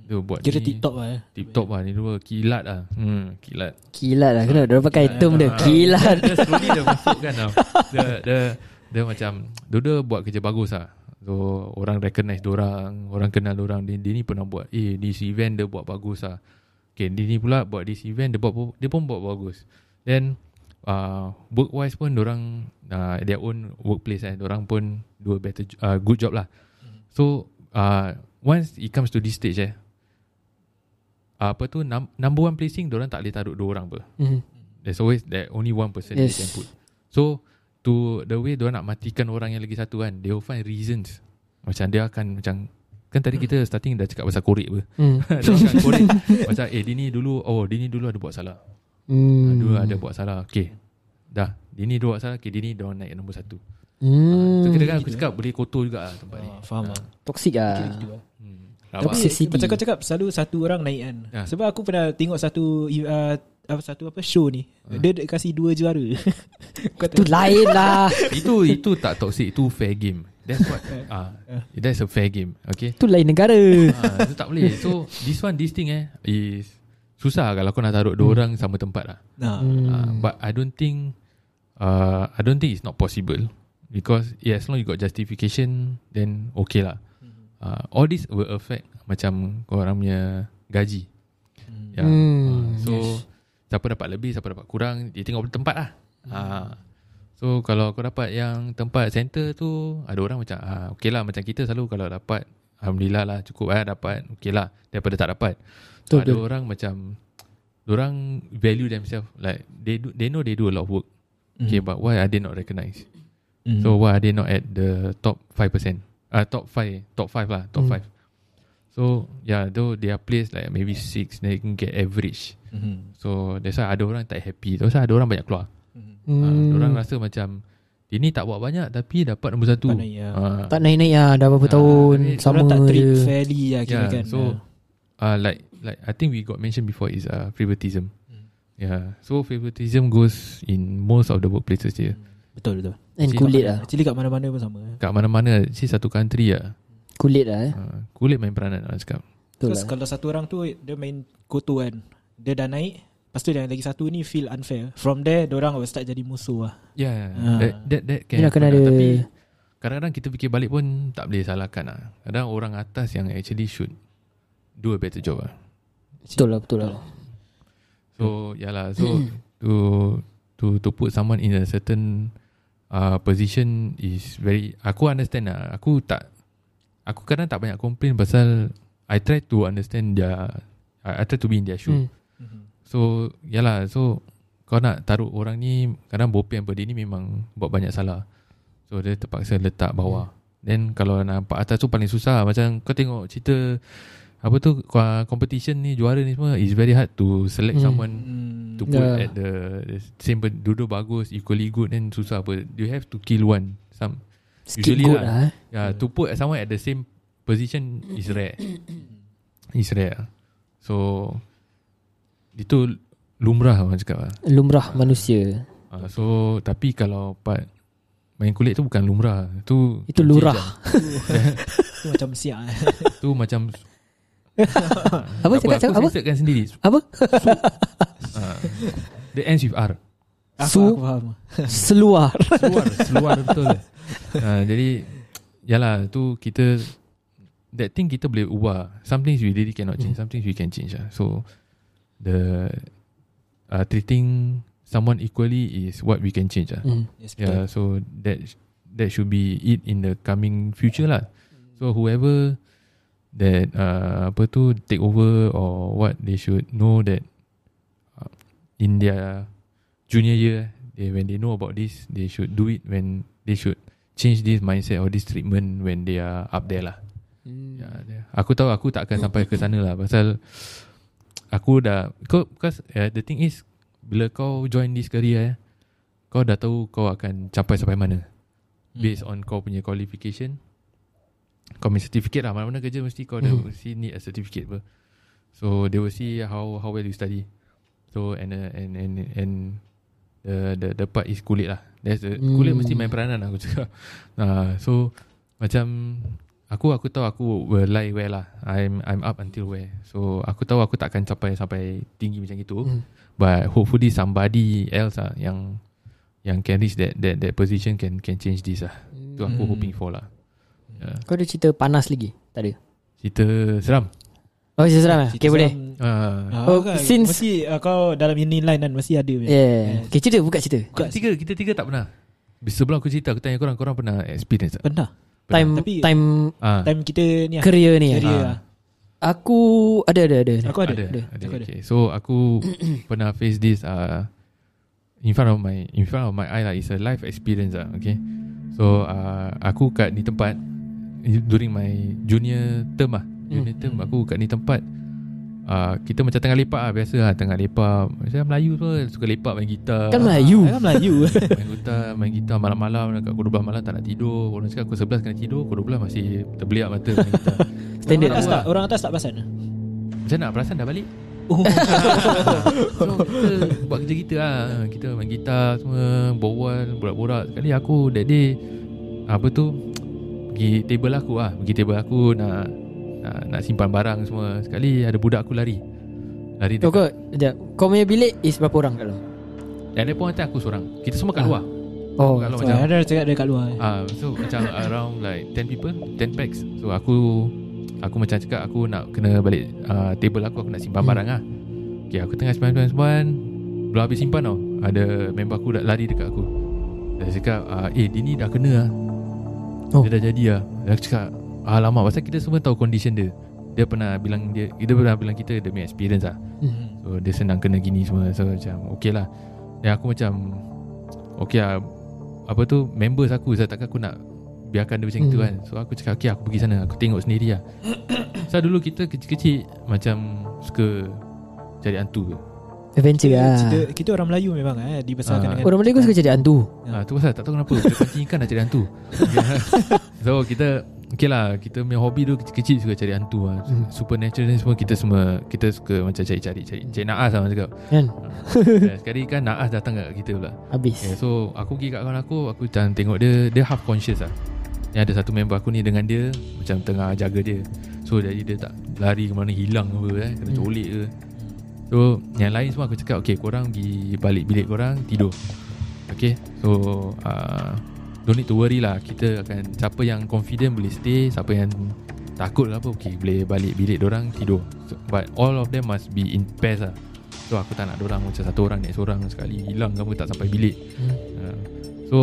Speaker 1: Dia buat
Speaker 3: Kira
Speaker 1: ni,
Speaker 3: TikTok lah eh.
Speaker 1: TikTok lah Ni dua kilat lah hmm, Kilat
Speaker 2: Kilat lah Kenapa dia pakai term
Speaker 1: Ah.
Speaker 2: dia Kilat
Speaker 1: Dia slowly dia masuk kan tau. Dia, dia, dia macam Dia, dia buat kerja bagus lah So orang recognize orang, Orang kenal orang dia, dia ni pernah buat Eh this event dia buat bagus lah Okay dia ni pula buat this event Dia, buat, dia pun buat bagus Then uh, Work wise pun orang uh, Their own workplace eh, orang pun Do a better jo- uh, Good job lah So uh, Once it comes to this stage eh uh, Apa tu num- Number one placing orang tak boleh taruh dua orang apa
Speaker 2: Mhm.
Speaker 1: There's always that only one person yes.
Speaker 2: Yes.
Speaker 1: they can put. So to the way dia nak matikan orang yang lagi satu kan, they will find reasons. Macam dia akan macam kan tadi kita starting dah cakap pasal korek apa.
Speaker 2: Hmm.
Speaker 1: dia akan korek macam eh dia ni dulu oh dia ni dulu ada buat salah. Hmm.
Speaker 2: Hmm.
Speaker 1: Dulu ada buat salah. Okay. Dah. Dia ni dulu buat salah. Okay dia ni dia orang naik nombor satu. Hmm.
Speaker 2: Hmm.
Speaker 1: So kira kan aku cakap boleh kotor juga lah tempat ni.
Speaker 3: Ah, faham lah.
Speaker 2: Toxic lah
Speaker 3: Kira gitu lah.
Speaker 1: Hmm.
Speaker 3: Tapi
Speaker 1: Rabak.
Speaker 2: Toxicity.
Speaker 3: macam kau cakap selalu satu orang naik kan.
Speaker 1: Ya.
Speaker 3: Sebab aku pernah tengok satu uh, apa satu apa show ni.
Speaker 1: Ah.
Speaker 3: Dia dia kasi dua juara. kau
Speaker 2: Tu
Speaker 3: tengok.
Speaker 2: lain lah
Speaker 1: itu itu tak toxic. Itu fair game. That's what. ah, that's a fair game. Okay.
Speaker 2: Tu lain negara
Speaker 1: ha, so tak boleh So this one This thing eh Is Susah lah kalau kau nak taruh Dua orang sama tempat lah
Speaker 3: Nah.
Speaker 1: hmm. uh, But I don't think uh, I don't think it's not possible Because yeah, As long you got justification Then okay lah uh, All this will affect Macam Korang punya Gaji yeah. uh,
Speaker 2: Hmm.
Speaker 1: So Siapa dapat lebih Siapa dapat kurang Dia tengok tempat lah
Speaker 2: Hmm.
Speaker 1: uh, So kalau kau dapat yang tempat center tu Ada orang macam ah, Okay lah macam kita selalu kalau dapat Alhamdulillah lah cukup lah dapat Okay lah daripada tak dapat
Speaker 2: Betul,
Speaker 1: Ada
Speaker 2: betul.
Speaker 1: orang macam orang value themselves Like they do, they know they do a lot of work Okay
Speaker 2: Hmm.
Speaker 1: but why are they not recognised
Speaker 3: Mm.
Speaker 1: So why are they not at the top 5% uh, Top 5 Top 5 lah Top
Speaker 2: Mm.
Speaker 1: 5 So yeah though they are placed like maybe 6 They can get average
Speaker 3: Mhm.
Speaker 1: So that's why ada orang tak happy That's why ada orang banyak keluar
Speaker 3: Mhm.
Speaker 1: Hmm.
Speaker 2: Hmm.
Speaker 1: orang rasa macam dia ni tak buat banyak tapi dapat nombor satu.
Speaker 3: Pandai, ya.
Speaker 1: Ah,
Speaker 2: Tak naik-naik lah Dah berapa
Speaker 1: Ah,
Speaker 2: tahun
Speaker 1: tapi
Speaker 2: Sama
Speaker 3: Orang tak treat
Speaker 2: je
Speaker 3: fairly lah kira
Speaker 1: yeah,
Speaker 3: kan.
Speaker 1: Ya, so uh, like like I think we got mentioned before is uh, favoritism.
Speaker 3: Hmm.
Speaker 1: Yeah, so favoritism goes in most of the workplaces here.
Speaker 3: betul betul.
Speaker 2: And
Speaker 1: Cik-
Speaker 2: kulit lah
Speaker 3: Actually kat mana-mana pun sama. eh.
Speaker 1: Kat mana-mana, si satu country lah.
Speaker 2: Kulit lah eh
Speaker 1: Uh, kulit main peranan orang cakap.
Speaker 2: Betul
Speaker 3: Terus
Speaker 2: lah
Speaker 3: kalau satu orang tu dia main kotor kan. Dia dah naik Lepas tu yang lagi satu ni feel unfair From there Diorang will start jadi musuh lah
Speaker 1: Yeah,
Speaker 3: Ah.
Speaker 1: that, that, that can
Speaker 2: Yelah, kena
Speaker 1: happen lah.
Speaker 2: ada-
Speaker 1: Tapi kadang-kadang kita fikir balik pun tak boleh salahkan lah. Kadang orang atas yang actually should do a better job lah.
Speaker 2: Betul lah Betul lah
Speaker 1: So yeah lah. So to to to put someone in a certain uh, position is very. Aku understand lah. Aku tak. Aku kadang tak banyak complain pasal I try to understand their. I, I try to be in their shoe.
Speaker 2: Hmm.
Speaker 1: Mm.
Speaker 3: Mm-hmm.
Speaker 1: So yeah lah. So kau nak taruh orang ni kadang bopian apa dia ni memang buat banyak salah. So dia terpaksa letak bawah.
Speaker 2: Hmm.
Speaker 1: Then kalau nampak atas tu paling susah Macam kau tengok cerita Apa tu uh, Competition ni Juara ni semua It's very hard to select
Speaker 2: Hmm.
Speaker 1: someone
Speaker 3: Hmm.
Speaker 1: To put
Speaker 2: Yeah.
Speaker 1: at the, the Same pen- duduk bagus Equally good Then susah apa You have to kill one Some
Speaker 2: Sikit
Speaker 1: Usually
Speaker 2: good
Speaker 1: lah.
Speaker 2: lah eh.
Speaker 1: yeah, To put someone at the same Position Is rare Is rare So Itu Lumrah orang cakap lah.
Speaker 2: Lumrah manusia
Speaker 1: uh, So Tapi kalau part Main kulit tu bukan lumrah Tu
Speaker 2: Itu lurah.
Speaker 3: Tu macam siap eh.
Speaker 1: Tu macam Ah,
Speaker 2: Apa cakap cakap apa?
Speaker 1: Aku censorkan sendiri
Speaker 2: Apa?
Speaker 1: uh, The ends with R
Speaker 3: Aku,
Speaker 2: Su-
Speaker 3: aku faham
Speaker 2: Seluar
Speaker 1: Seluar Seluar betul uh, Jadi Yalah tu kita That thing kita boleh ubah Some things we really cannot change Some things we can change lah So The uh, Treating Someone equally Is what we can change lah
Speaker 2: Hmm.
Speaker 3: Yes betul
Speaker 1: Yeah so That That should be it In the coming future lah
Speaker 3: Mm.
Speaker 1: So whoever That uh, Apa tu Take over Or what They should know that uh, In their Junior year they, When they know about this They should do it When They should Change this mindset Or this treatment When they are Up there lah Ya, dia. Aku tahu aku tak akan sampai ke sana lah pasal aku dah kau because uh, the thing is bila kau join this career eh, kau dah tahu kau akan capai sampai mana
Speaker 2: Hmm.
Speaker 1: based on kau punya qualification kau punya certificate lah mana-mana kerja mesti kau dah
Speaker 2: Hmm.
Speaker 1: mesti need a certificate apa so they will see how how well you study so and uh, and and and the the the part is kulit lah that's the, kulit
Speaker 2: Hmm.
Speaker 1: mesti main peranan lah aku cakap uh, so macam Aku aku tahu aku will lie where lah. I'm I'm up until where. So aku tahu aku takkan capai sampai tinggi macam itu.
Speaker 2: Hmm.
Speaker 1: Mm. But hopefully somebody else lah yang yang can reach that that that position can can change this lah. Tu aku
Speaker 3: Hmm.
Speaker 1: hoping for lah. Yeah.
Speaker 2: Kau ada cerita panas lagi? Tak ada.
Speaker 1: Cerita seram.
Speaker 2: Oh, cerita
Speaker 3: Mm.
Speaker 2: seram eh? Okay, boleh.
Speaker 1: Ah.
Speaker 3: Ah,
Speaker 2: Oh,
Speaker 3: kan?
Speaker 2: since-
Speaker 3: Mesti ah, kau dalam inline kan Mesti ada punya.
Speaker 2: Yeah. Okay, cerita buka cerita.
Speaker 1: Kita tiga, kita tiga tak pernah. Sebelum aku cerita, aku tanya korang, korang pernah experience tak?
Speaker 3: Pernah
Speaker 2: Time
Speaker 3: Tapi-
Speaker 2: time
Speaker 1: Ah,
Speaker 3: Time kita ni lah
Speaker 2: career ni. eh?
Speaker 3: Career
Speaker 1: Ah.
Speaker 3: lah
Speaker 2: Aku ada ada ada.
Speaker 3: Aku ada,
Speaker 1: ada, ada,
Speaker 3: Aku ada.
Speaker 1: Okay. So aku pernah face this uh, in front of my in front of my eye lah. It's a life experience lah. Okay. So uh, aku kat ni tempat during my junior term lah. Junior
Speaker 2: Hmm.
Speaker 1: term aku kat ni tempat. Uh, kita macam tengah lepak lah Biasa lah tengah lepak Saya Melayu tu kan. Suka lepak main gitar
Speaker 2: Kan Melayu.
Speaker 3: Kan Melayu
Speaker 1: Main gitar Main gitar malam-malam Dekat pukul 12 malam tak nak tidur Orang cakap pukul 11 kena tidur Pukul 12 masih terbeliak mata main gitar
Speaker 2: Standard
Speaker 3: Orang atas
Speaker 2: lah.
Speaker 3: tak Orang atas tak perasan
Speaker 1: Macam nak perasan dah balik
Speaker 3: Oh.
Speaker 1: So kita buat kerja kita lah Kita main gitar semua Bawal Borak-borak Sekali aku that day Apa tu Pergi table aku lah Pergi table aku Nak Nak, nak simpan barang semua Sekali ada budak aku lari Lari
Speaker 2: Oh, kau,
Speaker 1: dekat
Speaker 2: sekejap. Kau punya bilik is berapa orang kat dalam?
Speaker 1: Dan dia pun hantar aku seorang Kita semua kat
Speaker 2: Ah.
Speaker 1: luar
Speaker 2: Oh,
Speaker 1: Kat luar
Speaker 3: So,
Speaker 1: macam
Speaker 3: Ada orang cakap dia kat luar
Speaker 1: Ah, so macam around like 10 people 10 packs So aku Aku macam cakap Aku nak kena balik uh, Table aku Aku nak simpan
Speaker 2: Hmm.
Speaker 1: hmm. barang lah Okay aku tengah simpan simpan Belum habis simpan tau Ada member aku dah lari dekat aku Dia cakap uh, Eh dia ni dah kena lah
Speaker 2: Oh.
Speaker 1: oh. Dia dah jadi lah Dia cakap Alamak Pasal kita semua tahu condition dia Dia pernah bilang dia Dia pernah bilang kita Dia punya experience lah
Speaker 3: Hmm.
Speaker 1: So dia senang kena gini semua So macam okay lah Dan aku macam Okay lah Apa tu Members aku Saya takkan aku nak Biarkan dia macam
Speaker 2: Hmm.
Speaker 1: hmm. tu kan So aku cakap Okay aku pergi sana Aku tengok sendiri lah So dulu kita kecil-kecil Macam Suka Cari hantu ke
Speaker 2: adventure lah.
Speaker 3: Cerita, kita orang Melayu memang eh dibesarkan
Speaker 1: Ah.
Speaker 3: dengan
Speaker 2: Orang Melayu kau suka jadi hantu.
Speaker 1: ha, Tu pasal tak tahu kenapa Bila pancing ikan nak cari hantu So kita Okay lah Kita punya hobi tu Kecil-kecil suka cari hantu lah
Speaker 2: Hmm.
Speaker 1: Supernatural ni semua Kita semua Kita suka macam cari-cari Cari, cari naas lah orang cakap
Speaker 2: Kan?
Speaker 1: Dan Sekali kan naas datang kat kita pula Okay,
Speaker 2: Habis.
Speaker 1: so aku pergi kat kawan aku Aku macam tengok dia Dia half conscious lah Yang ada satu member aku ni dengan dia Macam tengah jaga dia So jadi dia tak lari ke mana Hilang ke apa eh Kena
Speaker 2: Hmm.
Speaker 1: colik ke So yang lain semua aku cakap Okay korang pergi balik bilik korang Tidur Okay So uh, Don't need to worry lah Kita akan Siapa yang confident boleh stay Siapa yang takut ke apa Okay boleh balik bilik dorang Tidur so, But all of them must be in pairs lah So aku tak nak dorang Macam satu orang naik seorang Sekali hilang ke apa Tak sampai bilik
Speaker 2: Hmm.
Speaker 1: uh, So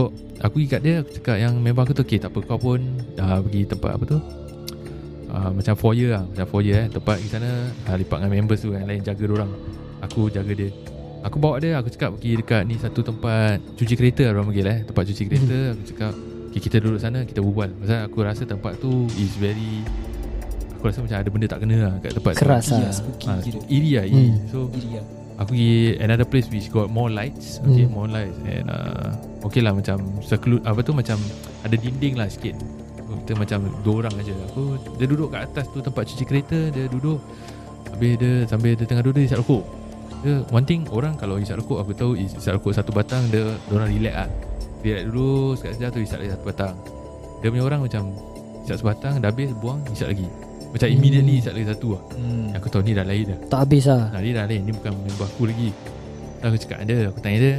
Speaker 1: aku pergi kat dia Aku cakap yang member aku tu Okay tak apa kau pun Dah pergi tempat apa tu uh, Macam foyer lah Macam foyer eh Tempat di sana uh, Lipat dengan members tu Yang lain jaga dorang Aku jaga dia Aku bawa dia Aku cakap pergi dekat ni Satu tempat Cuci kereta lah Orang panggil eh Tempat cuci kereta Aku cakap okay, Kita duduk sana Kita berbual Pasal aku rasa tempat tu Is very Aku rasa macam ada benda tak kena lah Kat tempat
Speaker 2: Keras
Speaker 3: Spooky
Speaker 2: lah.
Speaker 3: lah, spooky
Speaker 1: tu Ah,
Speaker 3: kira
Speaker 1: Iri lah iri.
Speaker 2: Hmm.
Speaker 1: So
Speaker 3: Iri lah
Speaker 1: Aku pergi another place which got more lights Okay
Speaker 2: Hmm.
Speaker 1: more lights And uh, okay lah macam seclude Apa tu macam ada dinding lah sikit So, Kita macam dua orang aja Aku dia duduk kat atas tu tempat cuci kereta Dia duduk Habis dia sambil dia tengah duduk dia isap rokok dia, One thing orang kalau isap rokok aku tahu is- Isap rokok satu batang dia orang relax lah Relax dulu sekat sekejap tu isap lagi satu batang Dia punya orang macam Isap sebatang dah habis buang isap lagi Macam
Speaker 2: Hmm.
Speaker 1: immediately isap lagi satu lah
Speaker 3: Hmm.
Speaker 1: Aku tahu ni dah lain dah
Speaker 2: Tak habis lah.
Speaker 1: Nah dia dah lain Dia bukan member aku lagi So, Aku cakap dengan dia Aku tanya dia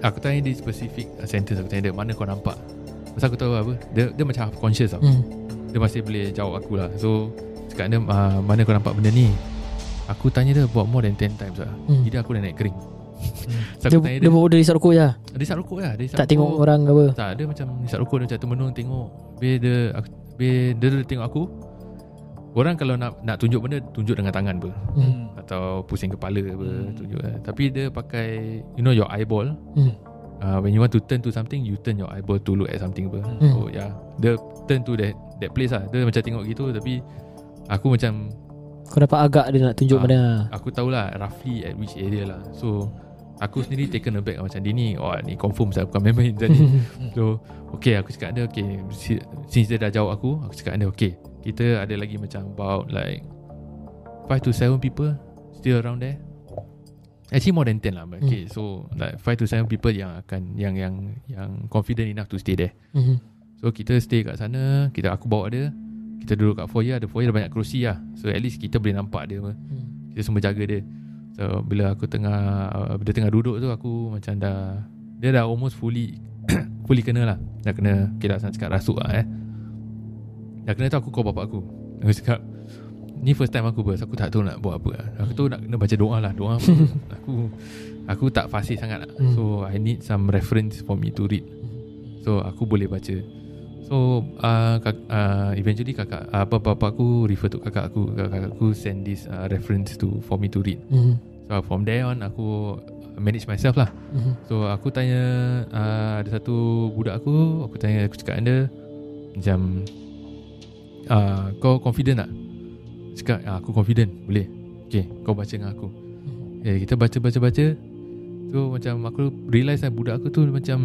Speaker 1: Aku tanya dia specific uh, sentence Aku tanya dia Mana kau nampak Pasal aku tahu apa Dia, dia macam half conscious tau
Speaker 2: Hmm.
Speaker 1: Dia masih boleh jawab aku lah So Cakap dengan dia uh, Mana kau nampak benda ni Aku tanya dia Buat more than 10 times lah
Speaker 2: Hmm.
Speaker 1: Lidah aku dah naik kering So
Speaker 2: Dia,
Speaker 1: aku tanya
Speaker 2: dia,
Speaker 1: dia
Speaker 2: dia order isap rokok je lah.
Speaker 1: Dia isap rokok lah Dia isap
Speaker 2: Tak tengok
Speaker 1: rokok.
Speaker 2: orang ke apa.
Speaker 1: Tak dia macam Isap rokok dia macam termenung Tengok Habis dia aku, Habis dia, dia tengok aku Orang kalau nak nak tunjuk benda Tunjuk dengan tangan pun
Speaker 2: Hmm.
Speaker 3: Hmm.
Speaker 1: atau pusing kepala apa
Speaker 3: Hmm.
Speaker 1: tunjuk lah. tapi dia pakai you know your eyeball
Speaker 2: Hmm.
Speaker 1: uh, when you want to turn to something you turn your eyeball to look at something apa
Speaker 2: Hmm.
Speaker 1: oh yeah dia turn to that that place lah dia macam tengok gitu tapi aku macam
Speaker 2: Kau dapat agak dia nak tunjuk lah.
Speaker 1: Ah.
Speaker 2: mana.
Speaker 1: aku tahulah roughly at which area lah so aku sendiri taken aback lah macam dia ni oh ni confirm saya bukan member tadi
Speaker 2: Hmm,
Speaker 1: So Okay aku cakap dia Okay si- Since dia dah jawab aku Aku cakap dia Okay Kita ada lagi macam About like 5 to 7 people Still around there Actually more than 10 lah but Okay so Like 5 to 7 people yang akan Yang yang Yang confident enough to stay there
Speaker 2: Mhm.
Speaker 1: So kita stay kat sana kita Aku bawa dia Kita duduk kat foyer Ada foyer ada banyak kerusi lah So at least kita boleh nampak dia
Speaker 2: Hmm.
Speaker 1: Kita semua jaga dia So bila aku tengah uh, Dia tengah duduk tu Aku macam dah Dia dah almost fully Fully kena lah Dah kena Kira nak cakap rasuk lah eh Dah kena tu aku call bapak aku Aku cakap Ni first time aku bers Aku tak tahu nak buat apa lah. Aku tu nak kena baca doa lah Doa apa Aku Aku tak fasih sangat lah.
Speaker 2: Hmm.
Speaker 1: So I need some reference For me to read So aku boleh baca So uh, kak, uh, Eventually kakak uh, Apa bapa aku Refer to kakak aku Kakak aku send this uh, Reference to For me to read
Speaker 2: Hmm.
Speaker 1: So from there on Aku Manage myself lah
Speaker 2: Hmm.
Speaker 1: So aku tanya uh, Ada satu budak aku Aku tanya Aku cakap dengan dia Macam uh, Kau confident tak? Cakap ah, Aku confident Boleh Okay Kau baca dengan aku eh, Kita baca-baca-baca So macam Aku realise lah Budak aku tu dia macam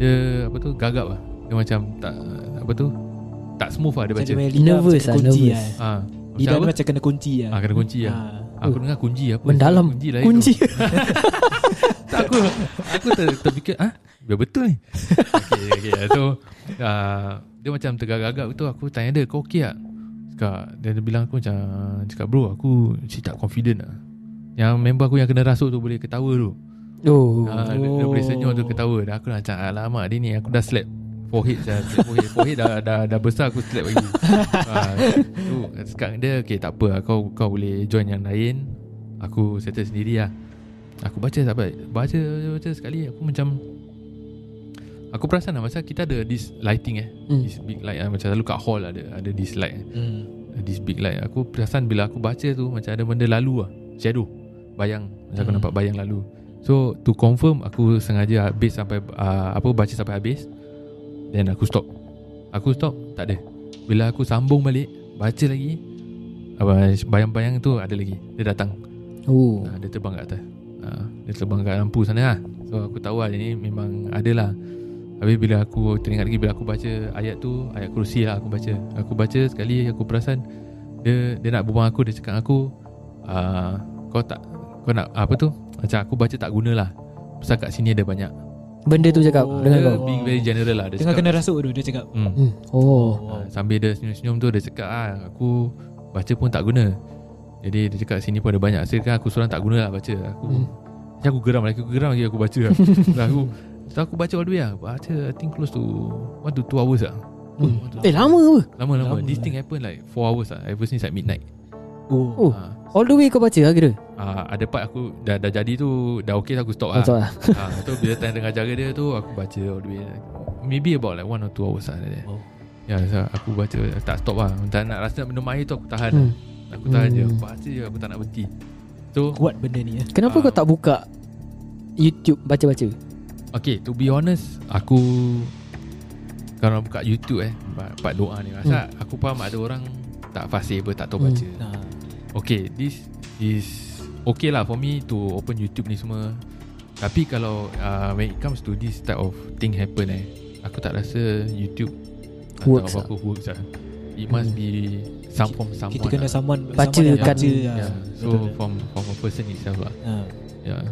Speaker 1: Dia Apa tu Gagap lah Dia macam Tak Apa tu Tak smooth lah dia
Speaker 3: Macam
Speaker 1: baca
Speaker 3: dia punya lidah
Speaker 2: Nervous
Speaker 3: macam
Speaker 2: lah,
Speaker 3: kunci
Speaker 2: nervous.
Speaker 3: lah.
Speaker 1: ha,
Speaker 3: Lidah
Speaker 1: Macam
Speaker 3: dia
Speaker 1: apa?
Speaker 3: macam kena kunci lah
Speaker 1: Ah, kena kunci lah
Speaker 3: Ah.
Speaker 1: Aku dengar kunci apa
Speaker 2: Mendalam.
Speaker 1: Kunci lah
Speaker 2: Kunci.
Speaker 1: tak, aku aku ter, terfikir ah biar betul ni. Okey okey. So uh, dia macam tergagap-gagap tu aku tanya dia kau okey tak? Cakap dia, dia bilang aku macam cakap bro aku actually tak confident lah. Yang member aku yang kena rasuk tu boleh ketawa tu. Oh.
Speaker 2: Oh.
Speaker 1: Uh, dia, dia boleh senyum tu ketawa. Dan aku macam alamak dia ni aku dah slap forehead saya slap forehead. forehead dah, dah, dah besar aku slap lagi. uh, tu sekarang dia okey tak apa lah. kau kau boleh join yang lain. Aku settle sendiri lah. Aku baca tak baik. Baca baca, baca sekali aku macam Aku perasan lah Masa kita ada this lighting eh
Speaker 2: Hmm.
Speaker 1: This big light lah. Macam selalu kat hall ada Ada this light eh.
Speaker 3: Hmm.
Speaker 1: This big light Aku perasan bila aku baca tu Macam ada benda lalu lah Shadow Bayang Macam aku
Speaker 3: Hmm.
Speaker 1: nampak bayang lalu So to confirm Aku sengaja habis sampai uh, Apa baca sampai habis Then aku stop Aku stop Tak ada Bila aku sambung balik Baca lagi apa, Bayang-bayang tu ada lagi Dia datang
Speaker 2: Oh.
Speaker 1: ha, Dia terbang kat atas ha, Dia terbang kat lampu sana lah So aku tahu lah dia ni memang ada lah Habis bila aku teringat lagi Bila aku baca ayat tu Ayat kursi lah aku baca Aku baca sekali aku perasan Dia dia nak berbual aku Dia cakap aku uh, Kau tak Kau nak apa tu Macam aku baca tak gunalah Pasal kat sini ada banyak
Speaker 2: Benda tu cakap
Speaker 3: Oh.
Speaker 2: dengan
Speaker 1: Dia
Speaker 2: kau.
Speaker 1: being very general lah Dia
Speaker 3: Tengah
Speaker 1: cakap
Speaker 3: kena rasuk tu Dia cakap
Speaker 1: hmm.
Speaker 2: Hmm. Oh.
Speaker 1: Ha, sambil dia senyum-senyum tu dia cakap ah aku baca pun tak guna. Jadi dia cakap sini pun ada banyak. Saya kan aku seorang tak guna lah baca. Aku
Speaker 2: Hmm.
Speaker 1: hmm. aku geram lagi aku geram lagi aku baca. lah. Dah aku so aku baca all the way lah. Baca I think close to one to two hours lah.
Speaker 2: Hmm.
Speaker 1: One to two
Speaker 2: Eh lama apa?
Speaker 1: Lama-lama.
Speaker 3: Lama
Speaker 1: This
Speaker 3: lah.
Speaker 1: thing happen like four hours lah. Ever since like midnight.
Speaker 3: Oh,
Speaker 2: Oh.
Speaker 1: Ha.
Speaker 2: All the way kau baca lah kira?
Speaker 1: Ah, ada part aku dah, dah jadi tu Dah okay lah aku stop lah
Speaker 2: Macam lah.
Speaker 1: ah, tu bila time tengah jaga dia tu aku baca all the way lah. maybe about like one or two hours lah dia.
Speaker 3: Oh.
Speaker 1: Ya, so aku baca tak stop lah. Tak nak rasa nak minum air tu aku tahan.
Speaker 2: Hmm.
Speaker 1: Hmm. Aku tahan
Speaker 2: Hmm.
Speaker 1: hmm. je, aku baca je aku tak nak berhenti. So,
Speaker 3: Kuat benda ni eh.
Speaker 2: Kenapa
Speaker 1: Ah.
Speaker 2: kau tak buka YouTube baca-baca?
Speaker 1: okay, to be honest, aku kalau buka YouTube eh, part- part doa ni rasa hmm. aku faham ada orang tak fasih apa, tak tahu
Speaker 2: Hmm.
Speaker 1: baca.
Speaker 3: Nah.
Speaker 1: Okay This is Okay lah for me To open YouTube ni semua Tapi kalau uh, When it comes to this type of Thing happen eh Aku tak rasa YouTube
Speaker 2: Works
Speaker 1: Atau apa-apa works lah It must
Speaker 2: Hmm.
Speaker 1: be Some from someone
Speaker 3: Kita kena
Speaker 1: lah.
Speaker 3: saman
Speaker 2: Baca
Speaker 1: kan.
Speaker 3: lah.
Speaker 1: yeah. So
Speaker 3: Betul.
Speaker 1: from from a person itself lah
Speaker 3: Ah.
Speaker 1: Yeah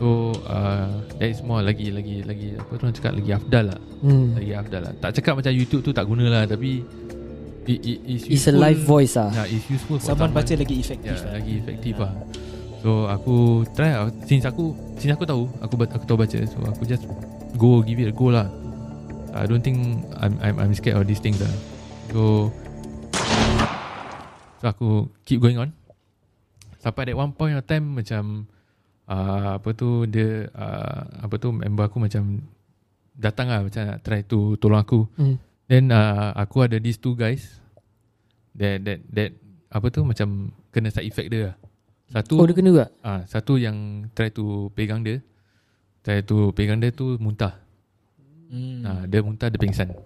Speaker 1: So uh, That is more lagi Lagi lagi Apa tu orang cakap Lagi afdal lah
Speaker 2: Hmm.
Speaker 1: Lagi afdal lah Tak cakap macam YouTube tu tak guna lah Tapi it, it, it's,
Speaker 2: It's a
Speaker 1: useful.
Speaker 2: live voice ah.
Speaker 1: yeah, It's useful for
Speaker 3: Saman
Speaker 1: someone.
Speaker 3: baca lagi
Speaker 1: Ya
Speaker 3: efektif lah.
Speaker 1: lagi efektif
Speaker 3: Ah.
Speaker 1: lah So aku try lah Since aku Since aku tahu Aku ba- aku tahu baca So aku just Go give it a go lah I don't think I'm I'm, I'm scared of these things lah So So aku keep going on Sampai at one point of time Macam uh, Apa tu Dia uh, Apa tu Member aku macam Datang lah Macam nak try to Tolong aku
Speaker 2: Hmm.
Speaker 1: Then uh, aku ada these two guys that that that apa tu macam kena side effect dia. lah. Satu
Speaker 2: Oh dia kena juga?
Speaker 1: ah satu yang try to pegang dia. Try to pegang dia tu muntah.
Speaker 3: Hmm.
Speaker 1: Hmm. dia muntah dia pingsan.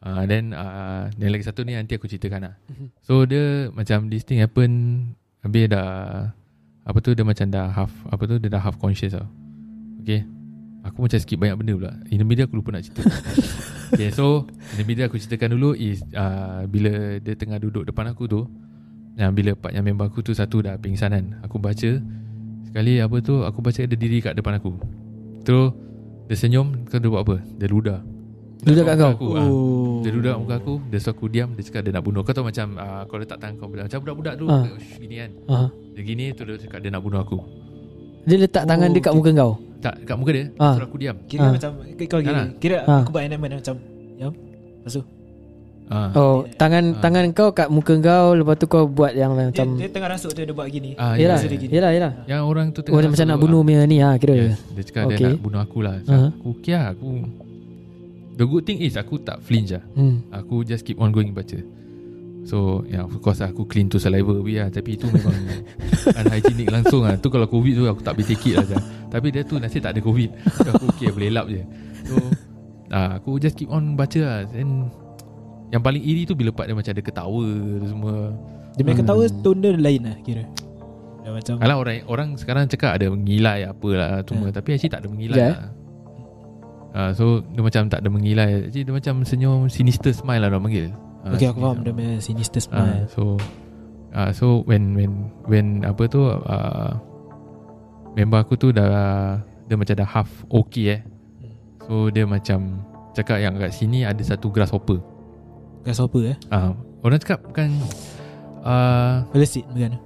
Speaker 1: Ah then ah dan lagi satu ni nanti aku ceritakan lah. So dia macam this thing happen habis dah apa tu dia macam dah half apa tu dia dah half conscious tau. Okay. Aku macam skip banyak benda pula. In the middle aku lupa nak cerita. okay so in the middle aku ceritakan dulu is ah bila dia tengah duduk depan aku tu yang bila part yang member aku tu satu dah pingsan kan. Aku baca sekali apa tu aku baca dia diri kat depan aku. Terus dia senyum kau dia buat apa? Dia ludah.
Speaker 2: Dia dekat kau Oh.
Speaker 1: Aku, ah.
Speaker 3: Oh.
Speaker 1: Dia duduk kat muka aku Dia suruh aku diam Dia cakap dia nak bunuh Kau tahu macam uh, Kau letak tangan kau bilang, Macam budak-budak tu
Speaker 2: Ah.
Speaker 1: Shh, Gini kan
Speaker 2: Ah.
Speaker 1: Dia gini tu dia cakap dia nak bunuh aku
Speaker 2: Dia letak tangan
Speaker 3: Oh,
Speaker 2: dekat
Speaker 3: okay.
Speaker 2: muka kau
Speaker 1: Tak kat muka dia
Speaker 2: Ah.
Speaker 1: Suruh aku diam
Speaker 3: Kira
Speaker 2: Ah.
Speaker 3: macam Kau kira
Speaker 1: Ha. Yalah.
Speaker 3: Kira
Speaker 2: Ah.
Speaker 3: aku buat enactment macam Yang Lepas tu
Speaker 1: Ah.
Speaker 2: Oh
Speaker 3: dia-
Speaker 2: Tangan
Speaker 1: ah.
Speaker 2: tangan kau kat muka kau Lepas tu kau buat yang
Speaker 3: dia,
Speaker 2: macam
Speaker 3: dia tengah rasuk dia Dia buat gini
Speaker 1: Ah,
Speaker 2: Yelah
Speaker 1: ya, ya, ya.
Speaker 2: Yelah yelah
Speaker 1: Yang orang tu
Speaker 2: Oh dia macam nak bunuh punya ni
Speaker 1: dia
Speaker 2: ha, Kira
Speaker 1: yes, Dia cakap
Speaker 2: Okay.
Speaker 1: dia nak bunuh aku lah
Speaker 2: Ah.
Speaker 1: uh-huh. Aku okay lah aku The good thing is Aku tak flinch lah
Speaker 2: hmm.
Speaker 1: Aku just keep on going baca So yeah, Of course lah, aku clean tu saliva we lah Tapi itu memang Unhygienic langsung lah Tu kalau covid tu Aku tak boleh take it lah Zah. Tapi dia tu Nasib tak ada covid so, Aku okay boleh lap je So ah, Aku just keep on baca lah And Yang paling iri tu Bila part dia macam Ada ketawa tu semua
Speaker 3: Dia punya ketawa
Speaker 2: Hmm.
Speaker 3: Tone dia lain lah Kira Dia macam
Speaker 1: Alah orang orang sekarang cakap Ada mengilai apalah Cuma Tapi actually tak ada mengilai
Speaker 2: Ya.
Speaker 1: yeah. lah Ah, so dia macam tak ada mengilai Actually dia macam senyum Sinister smile lah orang panggil Ah,
Speaker 3: Okay
Speaker 1: sinister.
Speaker 3: aku faham Dia punya sinister
Speaker 1: Ah,
Speaker 3: smile
Speaker 1: so ah, so when when when apa tu ah, member aku tu dah dia macam dah half okay eh. So dia macam cakap yang kat sini ada satu grasshopper.
Speaker 3: Grasshopper eh
Speaker 1: Ah, orang cakap bukan ah
Speaker 3: Lesit bukan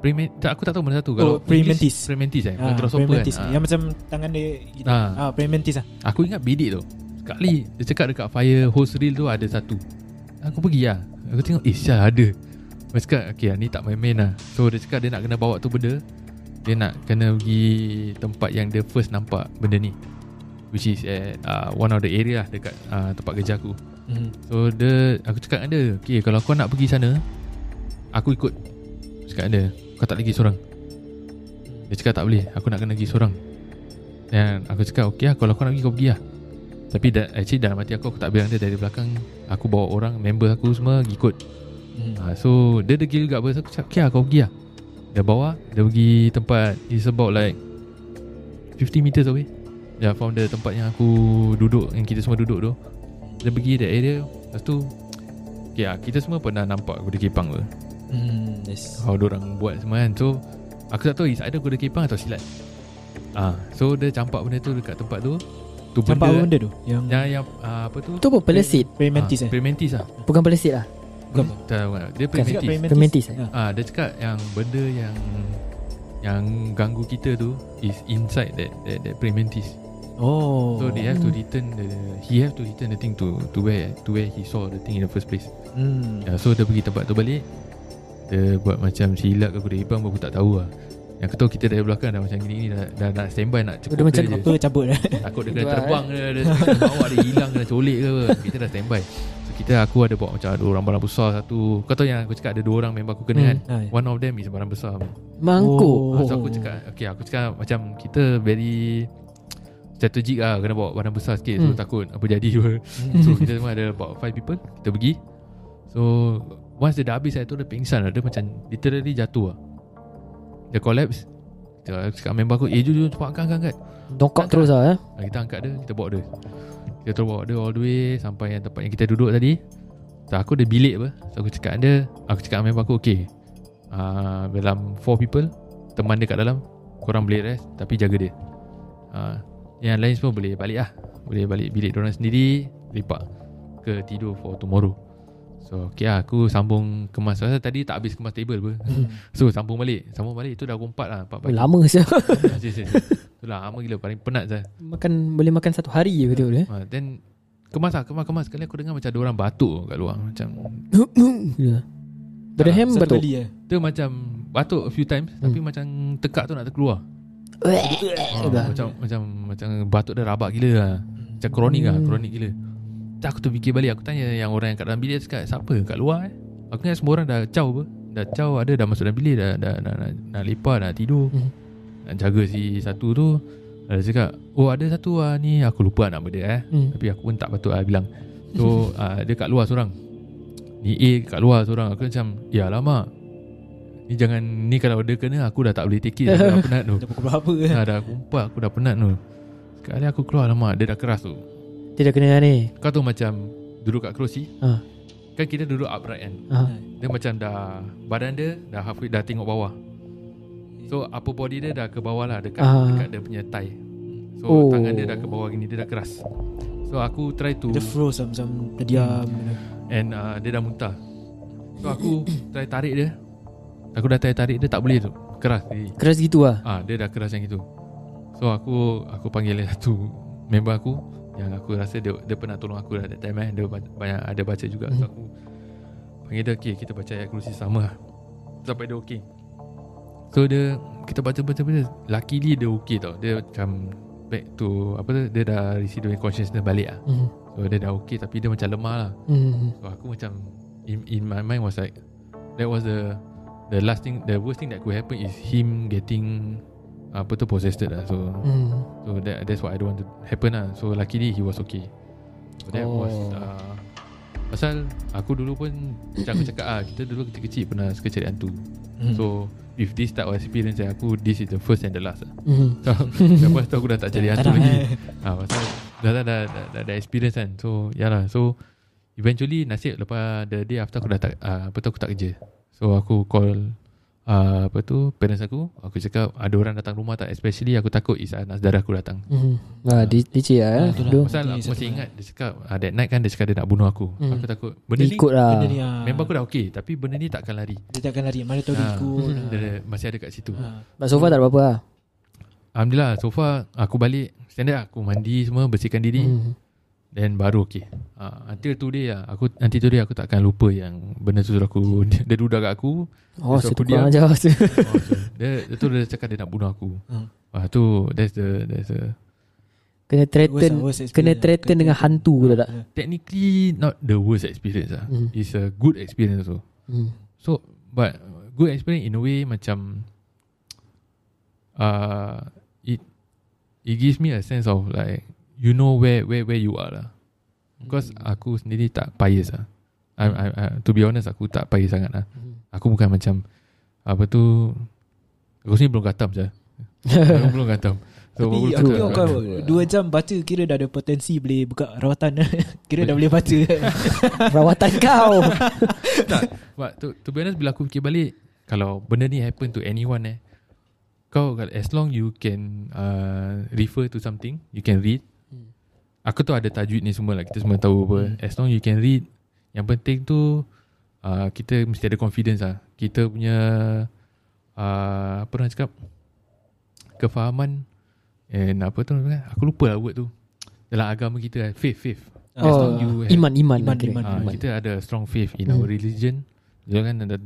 Speaker 1: primate tak, aku tak tahu mana satu
Speaker 3: Oh,
Speaker 1: kalau English,
Speaker 3: primates.
Speaker 1: primates eh, bukan
Speaker 3: Ah,
Speaker 1: grasshopper
Speaker 3: Praymantis
Speaker 1: kan. Ah.
Speaker 3: Yang macam tangan dia gini.
Speaker 1: Ah.
Speaker 3: Ah, Praymantis lah
Speaker 1: Aku ingat bidik tu Sekali Dia cakap dekat fire hose reel tu Ada satu Aku pergi lah Aku tengok Eh sial ada Aku cakap Okay ni tak main-main lah So dia cakap dia nak kena bawa tu benda Dia nak kena pergi Tempat yang dia first nampak Benda ni Which is at uh, One of the area lah Dekat uh, tempat kerja aku
Speaker 3: Mhm.
Speaker 1: So dia Aku cakap dengan dia Okay kalau kau nak pergi sana Aku ikut Aku Cakap dengan dia Kau tak lagi seorang Dia cakap tak boleh Aku nak kena pergi seorang Dan aku cakap Okay lah kalau kau nak pergi kau pergi lah Tapi da, actually dalam hati aku Aku tak bilang dia dari belakang Aku bawa orang Member aku semua Ikut
Speaker 3: Mhm.
Speaker 1: ha, So dia degil juga Aku cakap Okay lah kau pergi lah Dia bawa Dia pergi tempat It's about like 50 meters away Ya from the tempat yang aku Duduk Yang kita semua duduk tu Dia pergi that area Lepas tu Okay lah Kita semua pernah nampak Kuda kepang tu
Speaker 3: Mhm, Yes
Speaker 1: How orang buat semua kan So Aku tak tahu It's either kuda kepang atau silat Ah, So dia campak benda tu Dekat tempat tu Tu
Speaker 3: Campak apa
Speaker 1: benda
Speaker 3: benda tu Yang
Speaker 1: Yang, yang ah, apa tu
Speaker 2: Tu apa pelesit
Speaker 3: Praymantis
Speaker 1: ah,
Speaker 3: eh
Speaker 1: Perimentis lah
Speaker 2: Bukan pelesit lah
Speaker 3: Bukan apa?
Speaker 1: Tak tahu kan. Dia
Speaker 3: Bukan, cakap
Speaker 1: perimentis
Speaker 2: Praymantis eh?
Speaker 3: Ah.
Speaker 1: Ah, dia cakap yang benda yang yang ganggu kita tu is inside that that, that praymantis.
Speaker 3: Oh
Speaker 1: So they have to return the he have to return the thing to to where to where he saw the thing in the first place.
Speaker 3: Hmm.
Speaker 1: Yeah, Ya, so dia pergi tempat tu balik. Dia buat macam silat ke kuda hitam aku tak tahu lah. Yang aku tahu kita dari belakang dah macam gini ni dah, dah nak standby nak cekuk
Speaker 2: Dia macam
Speaker 1: je.
Speaker 3: Apa cabut eh
Speaker 1: Takut dia
Speaker 2: Itu
Speaker 1: kena
Speaker 2: lah,
Speaker 1: terbang ke Dia bawa dia hilang Kena colik ke apa. Kita dah standby So kita aku ada bawa macam Ada orang barang besar satu Kau tahu yang aku cakap Ada dua orang member aku kena
Speaker 2: Hmm.
Speaker 1: kan
Speaker 3: Ah, ya.
Speaker 1: One of them is barang besar
Speaker 2: Mangkuk
Speaker 1: oh. So aku cakap Okay aku cakap Macam kita very Strategik lah Kena bawa barang besar sikit So
Speaker 2: Hmm.
Speaker 1: takut Apa jadi apa Hmm. So kita semua ada About five people Kita pergi So Once dia dah habis Saya tu dia pingsan lah Dia macam Literally jatuh lah Dia collapse Dia cakap member aku Eh jom jom cepat angkat angkat, angkat
Speaker 2: Dongkak terus lah eh?
Speaker 1: Ah, Kita angkat dia Kita bawa dia Kita terus bawa dia all the way Sampai yang tempat yang kita duduk tadi So aku ada bilik apa So aku cakap dengan dia Aku cakap dengan member aku Okay uh, Dalam 4 people Teman dia kat dalam Korang boleh rest Tapi jaga dia uh, Yang lain semua boleh balik lah Boleh balik bilik dorang sendiri Lepak Ke tidur for tomorrow So okay lah Aku sambung kemas Pasal tadi tak habis kemas table apa So sambung balik Sambung balik Itu dah pukul 4 lah 4
Speaker 2: Oh,
Speaker 1: pagi Ah,
Speaker 2: Lama siapa
Speaker 1: Yes, yes, yes. Itulah lama gila Paling penat saya
Speaker 2: Makan Boleh makan satu hari je betul eh?
Speaker 1: Ha, then kemas lah, kemas, kemas. Sekali aku dengar macam ada orang batuk kat luar. Macam,
Speaker 2: Ya. Berdehem
Speaker 3: Satu
Speaker 2: betul
Speaker 3: kali eh
Speaker 1: dia macam batuk a few times tapi macam tekak tu nak terkeluar. Ha,
Speaker 2: Hmm. Ah, Dah.
Speaker 1: macam, macam macam batuk dia rabak gila lah. Macam kronik
Speaker 2: Hmm.
Speaker 1: lah, kronik gila. Tak aku terfikir balik, aku tanya yang orang yang kat dalam bilik dia cakap, siapa kat luar eh? Aku ingat semua orang dah caw apa. Dah caw ada, dah masuk dalam bilik, dah, dah, dah, nak, nak lepak, nak tidur.
Speaker 2: Hmm.
Speaker 1: Nak jaga si satu tu. Dia cakap, oh ada satu lah ni, aku lupa nak dia eh.
Speaker 2: Hmm.
Speaker 1: Tapi aku pun tak patut lah bilang So uh, dia kat luar seorang Ni A kat luar seorang Aku macam Ya lama Ni jangan Ni kalau dia kena Aku dah tak boleh take it Aku dah penat tu
Speaker 3: Dah pukul berapa eh
Speaker 2: Ah.
Speaker 1: ha, Dah aku umpat Aku dah penat tu Sekali aku keluar lama Dia dah keras tu
Speaker 2: Tidak kena ni
Speaker 1: Kau tu macam Duduk kat kerusi
Speaker 2: Ah.
Speaker 1: Kan kita duduk upright kan
Speaker 2: Ah.
Speaker 1: Dia macam dah Badan dia Dah halfway Dah tengok bawah So upper body dia dah ke bawah lah Dekat,
Speaker 2: Ah.
Speaker 1: dekat dia punya thigh So
Speaker 2: Oh.
Speaker 1: tangan dia dah ke bawah gini Dia dah keras So aku try to
Speaker 3: Dia froze lah, macam Dia diam
Speaker 2: Hmm.
Speaker 1: And uh, dia dah muntah So aku try tarik dia Aku dah try tarik dia tak boleh tu Keras dia
Speaker 2: Keras gitu lah
Speaker 1: Ah dia dah keras yang itu. So aku aku panggil satu member aku yang aku rasa dia dia pernah tolong aku lah that time eh dia ba- banyak ada baca juga so aku panggil dia okay kita baca ayat kursi sama lah." sampai dia okay. So dia kita baca baca baca luckily dia okay tau. Dia macam back to apa tu dia dah residual consciousness balik lah.
Speaker 3: Hmm.
Speaker 2: mm.
Speaker 1: So dia dah okay tapi dia macam lemah lah.
Speaker 2: Mm.
Speaker 1: So aku macam in, in my mind was like that was the the last thing the worst thing that could happen is him getting apa tu possessed lah. So
Speaker 2: Mm.
Speaker 3: Hmm.
Speaker 1: so that that's what I don't want to happen lah. So luckily he was okay. So that
Speaker 2: Oh.
Speaker 1: was uh, pasal aku dulu pun macam aku cakap ah kita dulu kecil-kecil pernah suka cari hantu.
Speaker 3: Hmm.
Speaker 1: Hmm. So with this type of experience yang aku this is the first and the last lah.
Speaker 2: Mm.
Speaker 3: Hmm.
Speaker 1: So lepas tu aku dah tak jadi hantu lagi.
Speaker 3: eh.
Speaker 2: lah.
Speaker 1: Ah pasal dah dah dah dah, dah, dah experience kan. So yalah so eventually nasib lepas the day after aku dah tak uh, apa tu aku tak kerja. So aku call uh, apa tu parents aku, aku cakap ada orang datang rumah tak especially aku takut is anak saudara aku datang.
Speaker 2: Mm. Ah, di, licik lah eh.
Speaker 3: Hmm. itulah.
Speaker 2: Dong.
Speaker 1: Pasal
Speaker 3: Ni
Speaker 1: aku
Speaker 3: satu
Speaker 1: masih
Speaker 3: lah.
Speaker 1: ingat dia cakap uh, that night kan dia cakap dia nak bunuh aku.
Speaker 2: Hmm.
Speaker 1: Aku takut
Speaker 2: Dia
Speaker 1: benda ni
Speaker 2: ikut lah
Speaker 3: Benda ni ah,
Speaker 1: member aku dah okey tapi benda ni takkan lari.
Speaker 3: Dia takkan lari Mana tahu dia
Speaker 1: Ah,
Speaker 3: ikut
Speaker 2: Hmm.
Speaker 1: Dia, dia masih ada kat situ.
Speaker 3: Ah.
Speaker 2: But so far tak ada apa-apa lah
Speaker 1: Alhamdulillah so far aku balik standard lah. aku mandi semua bersihkan diri.
Speaker 2: mm.
Speaker 1: Then baru okay uh, Until today lah aku, Until today aku takkan lupa yang Benda tu suruh aku Dia, dia duda kat aku
Speaker 2: Oh
Speaker 1: So,
Speaker 2: situ
Speaker 1: aku diam.
Speaker 2: kurang ajar tu.
Speaker 1: oh, so, dia, dia tu dia cakap dia nak bunuh aku
Speaker 3: Hmm.
Speaker 1: Wah tu That's the That's the
Speaker 2: Kena threaten
Speaker 3: Worst- worst experience Ah.
Speaker 2: Kena
Speaker 3: lah.
Speaker 2: threaten dengan hantu tu tak
Speaker 1: Technically Not the worst experience lah
Speaker 2: Hmm.
Speaker 1: It's a good experience also
Speaker 2: mm.
Speaker 1: So But Good experience in a way Macam uh, It It gives me a sense of like You know where Where where you are lah Because aku sendiri tak pious lah I, I, I, To be honest Aku tak pious sangat lah
Speaker 2: Hmm.
Speaker 1: Aku bukan macam Apa tu Aku sini belum khatam je Aku belum khatam so,
Speaker 3: Tapi
Speaker 1: baru
Speaker 3: aku
Speaker 1: khatam.
Speaker 3: tengok kau Dua jam baca Kira dah ada potensi Boleh buka rawatan Kira dah boleh baca
Speaker 2: Rawatan kau
Speaker 1: Ah, tak, but to, to be honest Bila aku fikir balik Kalau benda ni happen to anyone eh Kau kalau- as long you can uh, Refer to something You can read Aku tu ada tajwid ni semua lah Kita semua tahu apa As long you can read Yang penting tu uh, Kita mesti ada confidence lah Kita punya uh, Apa nak cakap Kefahaman And apa tu namanya? Aku lupa lah word tu Dalam agama kita eh, Faith Faith As
Speaker 2: oh,
Speaker 1: long you have-
Speaker 2: Iman Iman
Speaker 3: Iman,
Speaker 2: okay.
Speaker 3: iman.
Speaker 1: Ah, kita ada strong faith in our religion. Jangan ada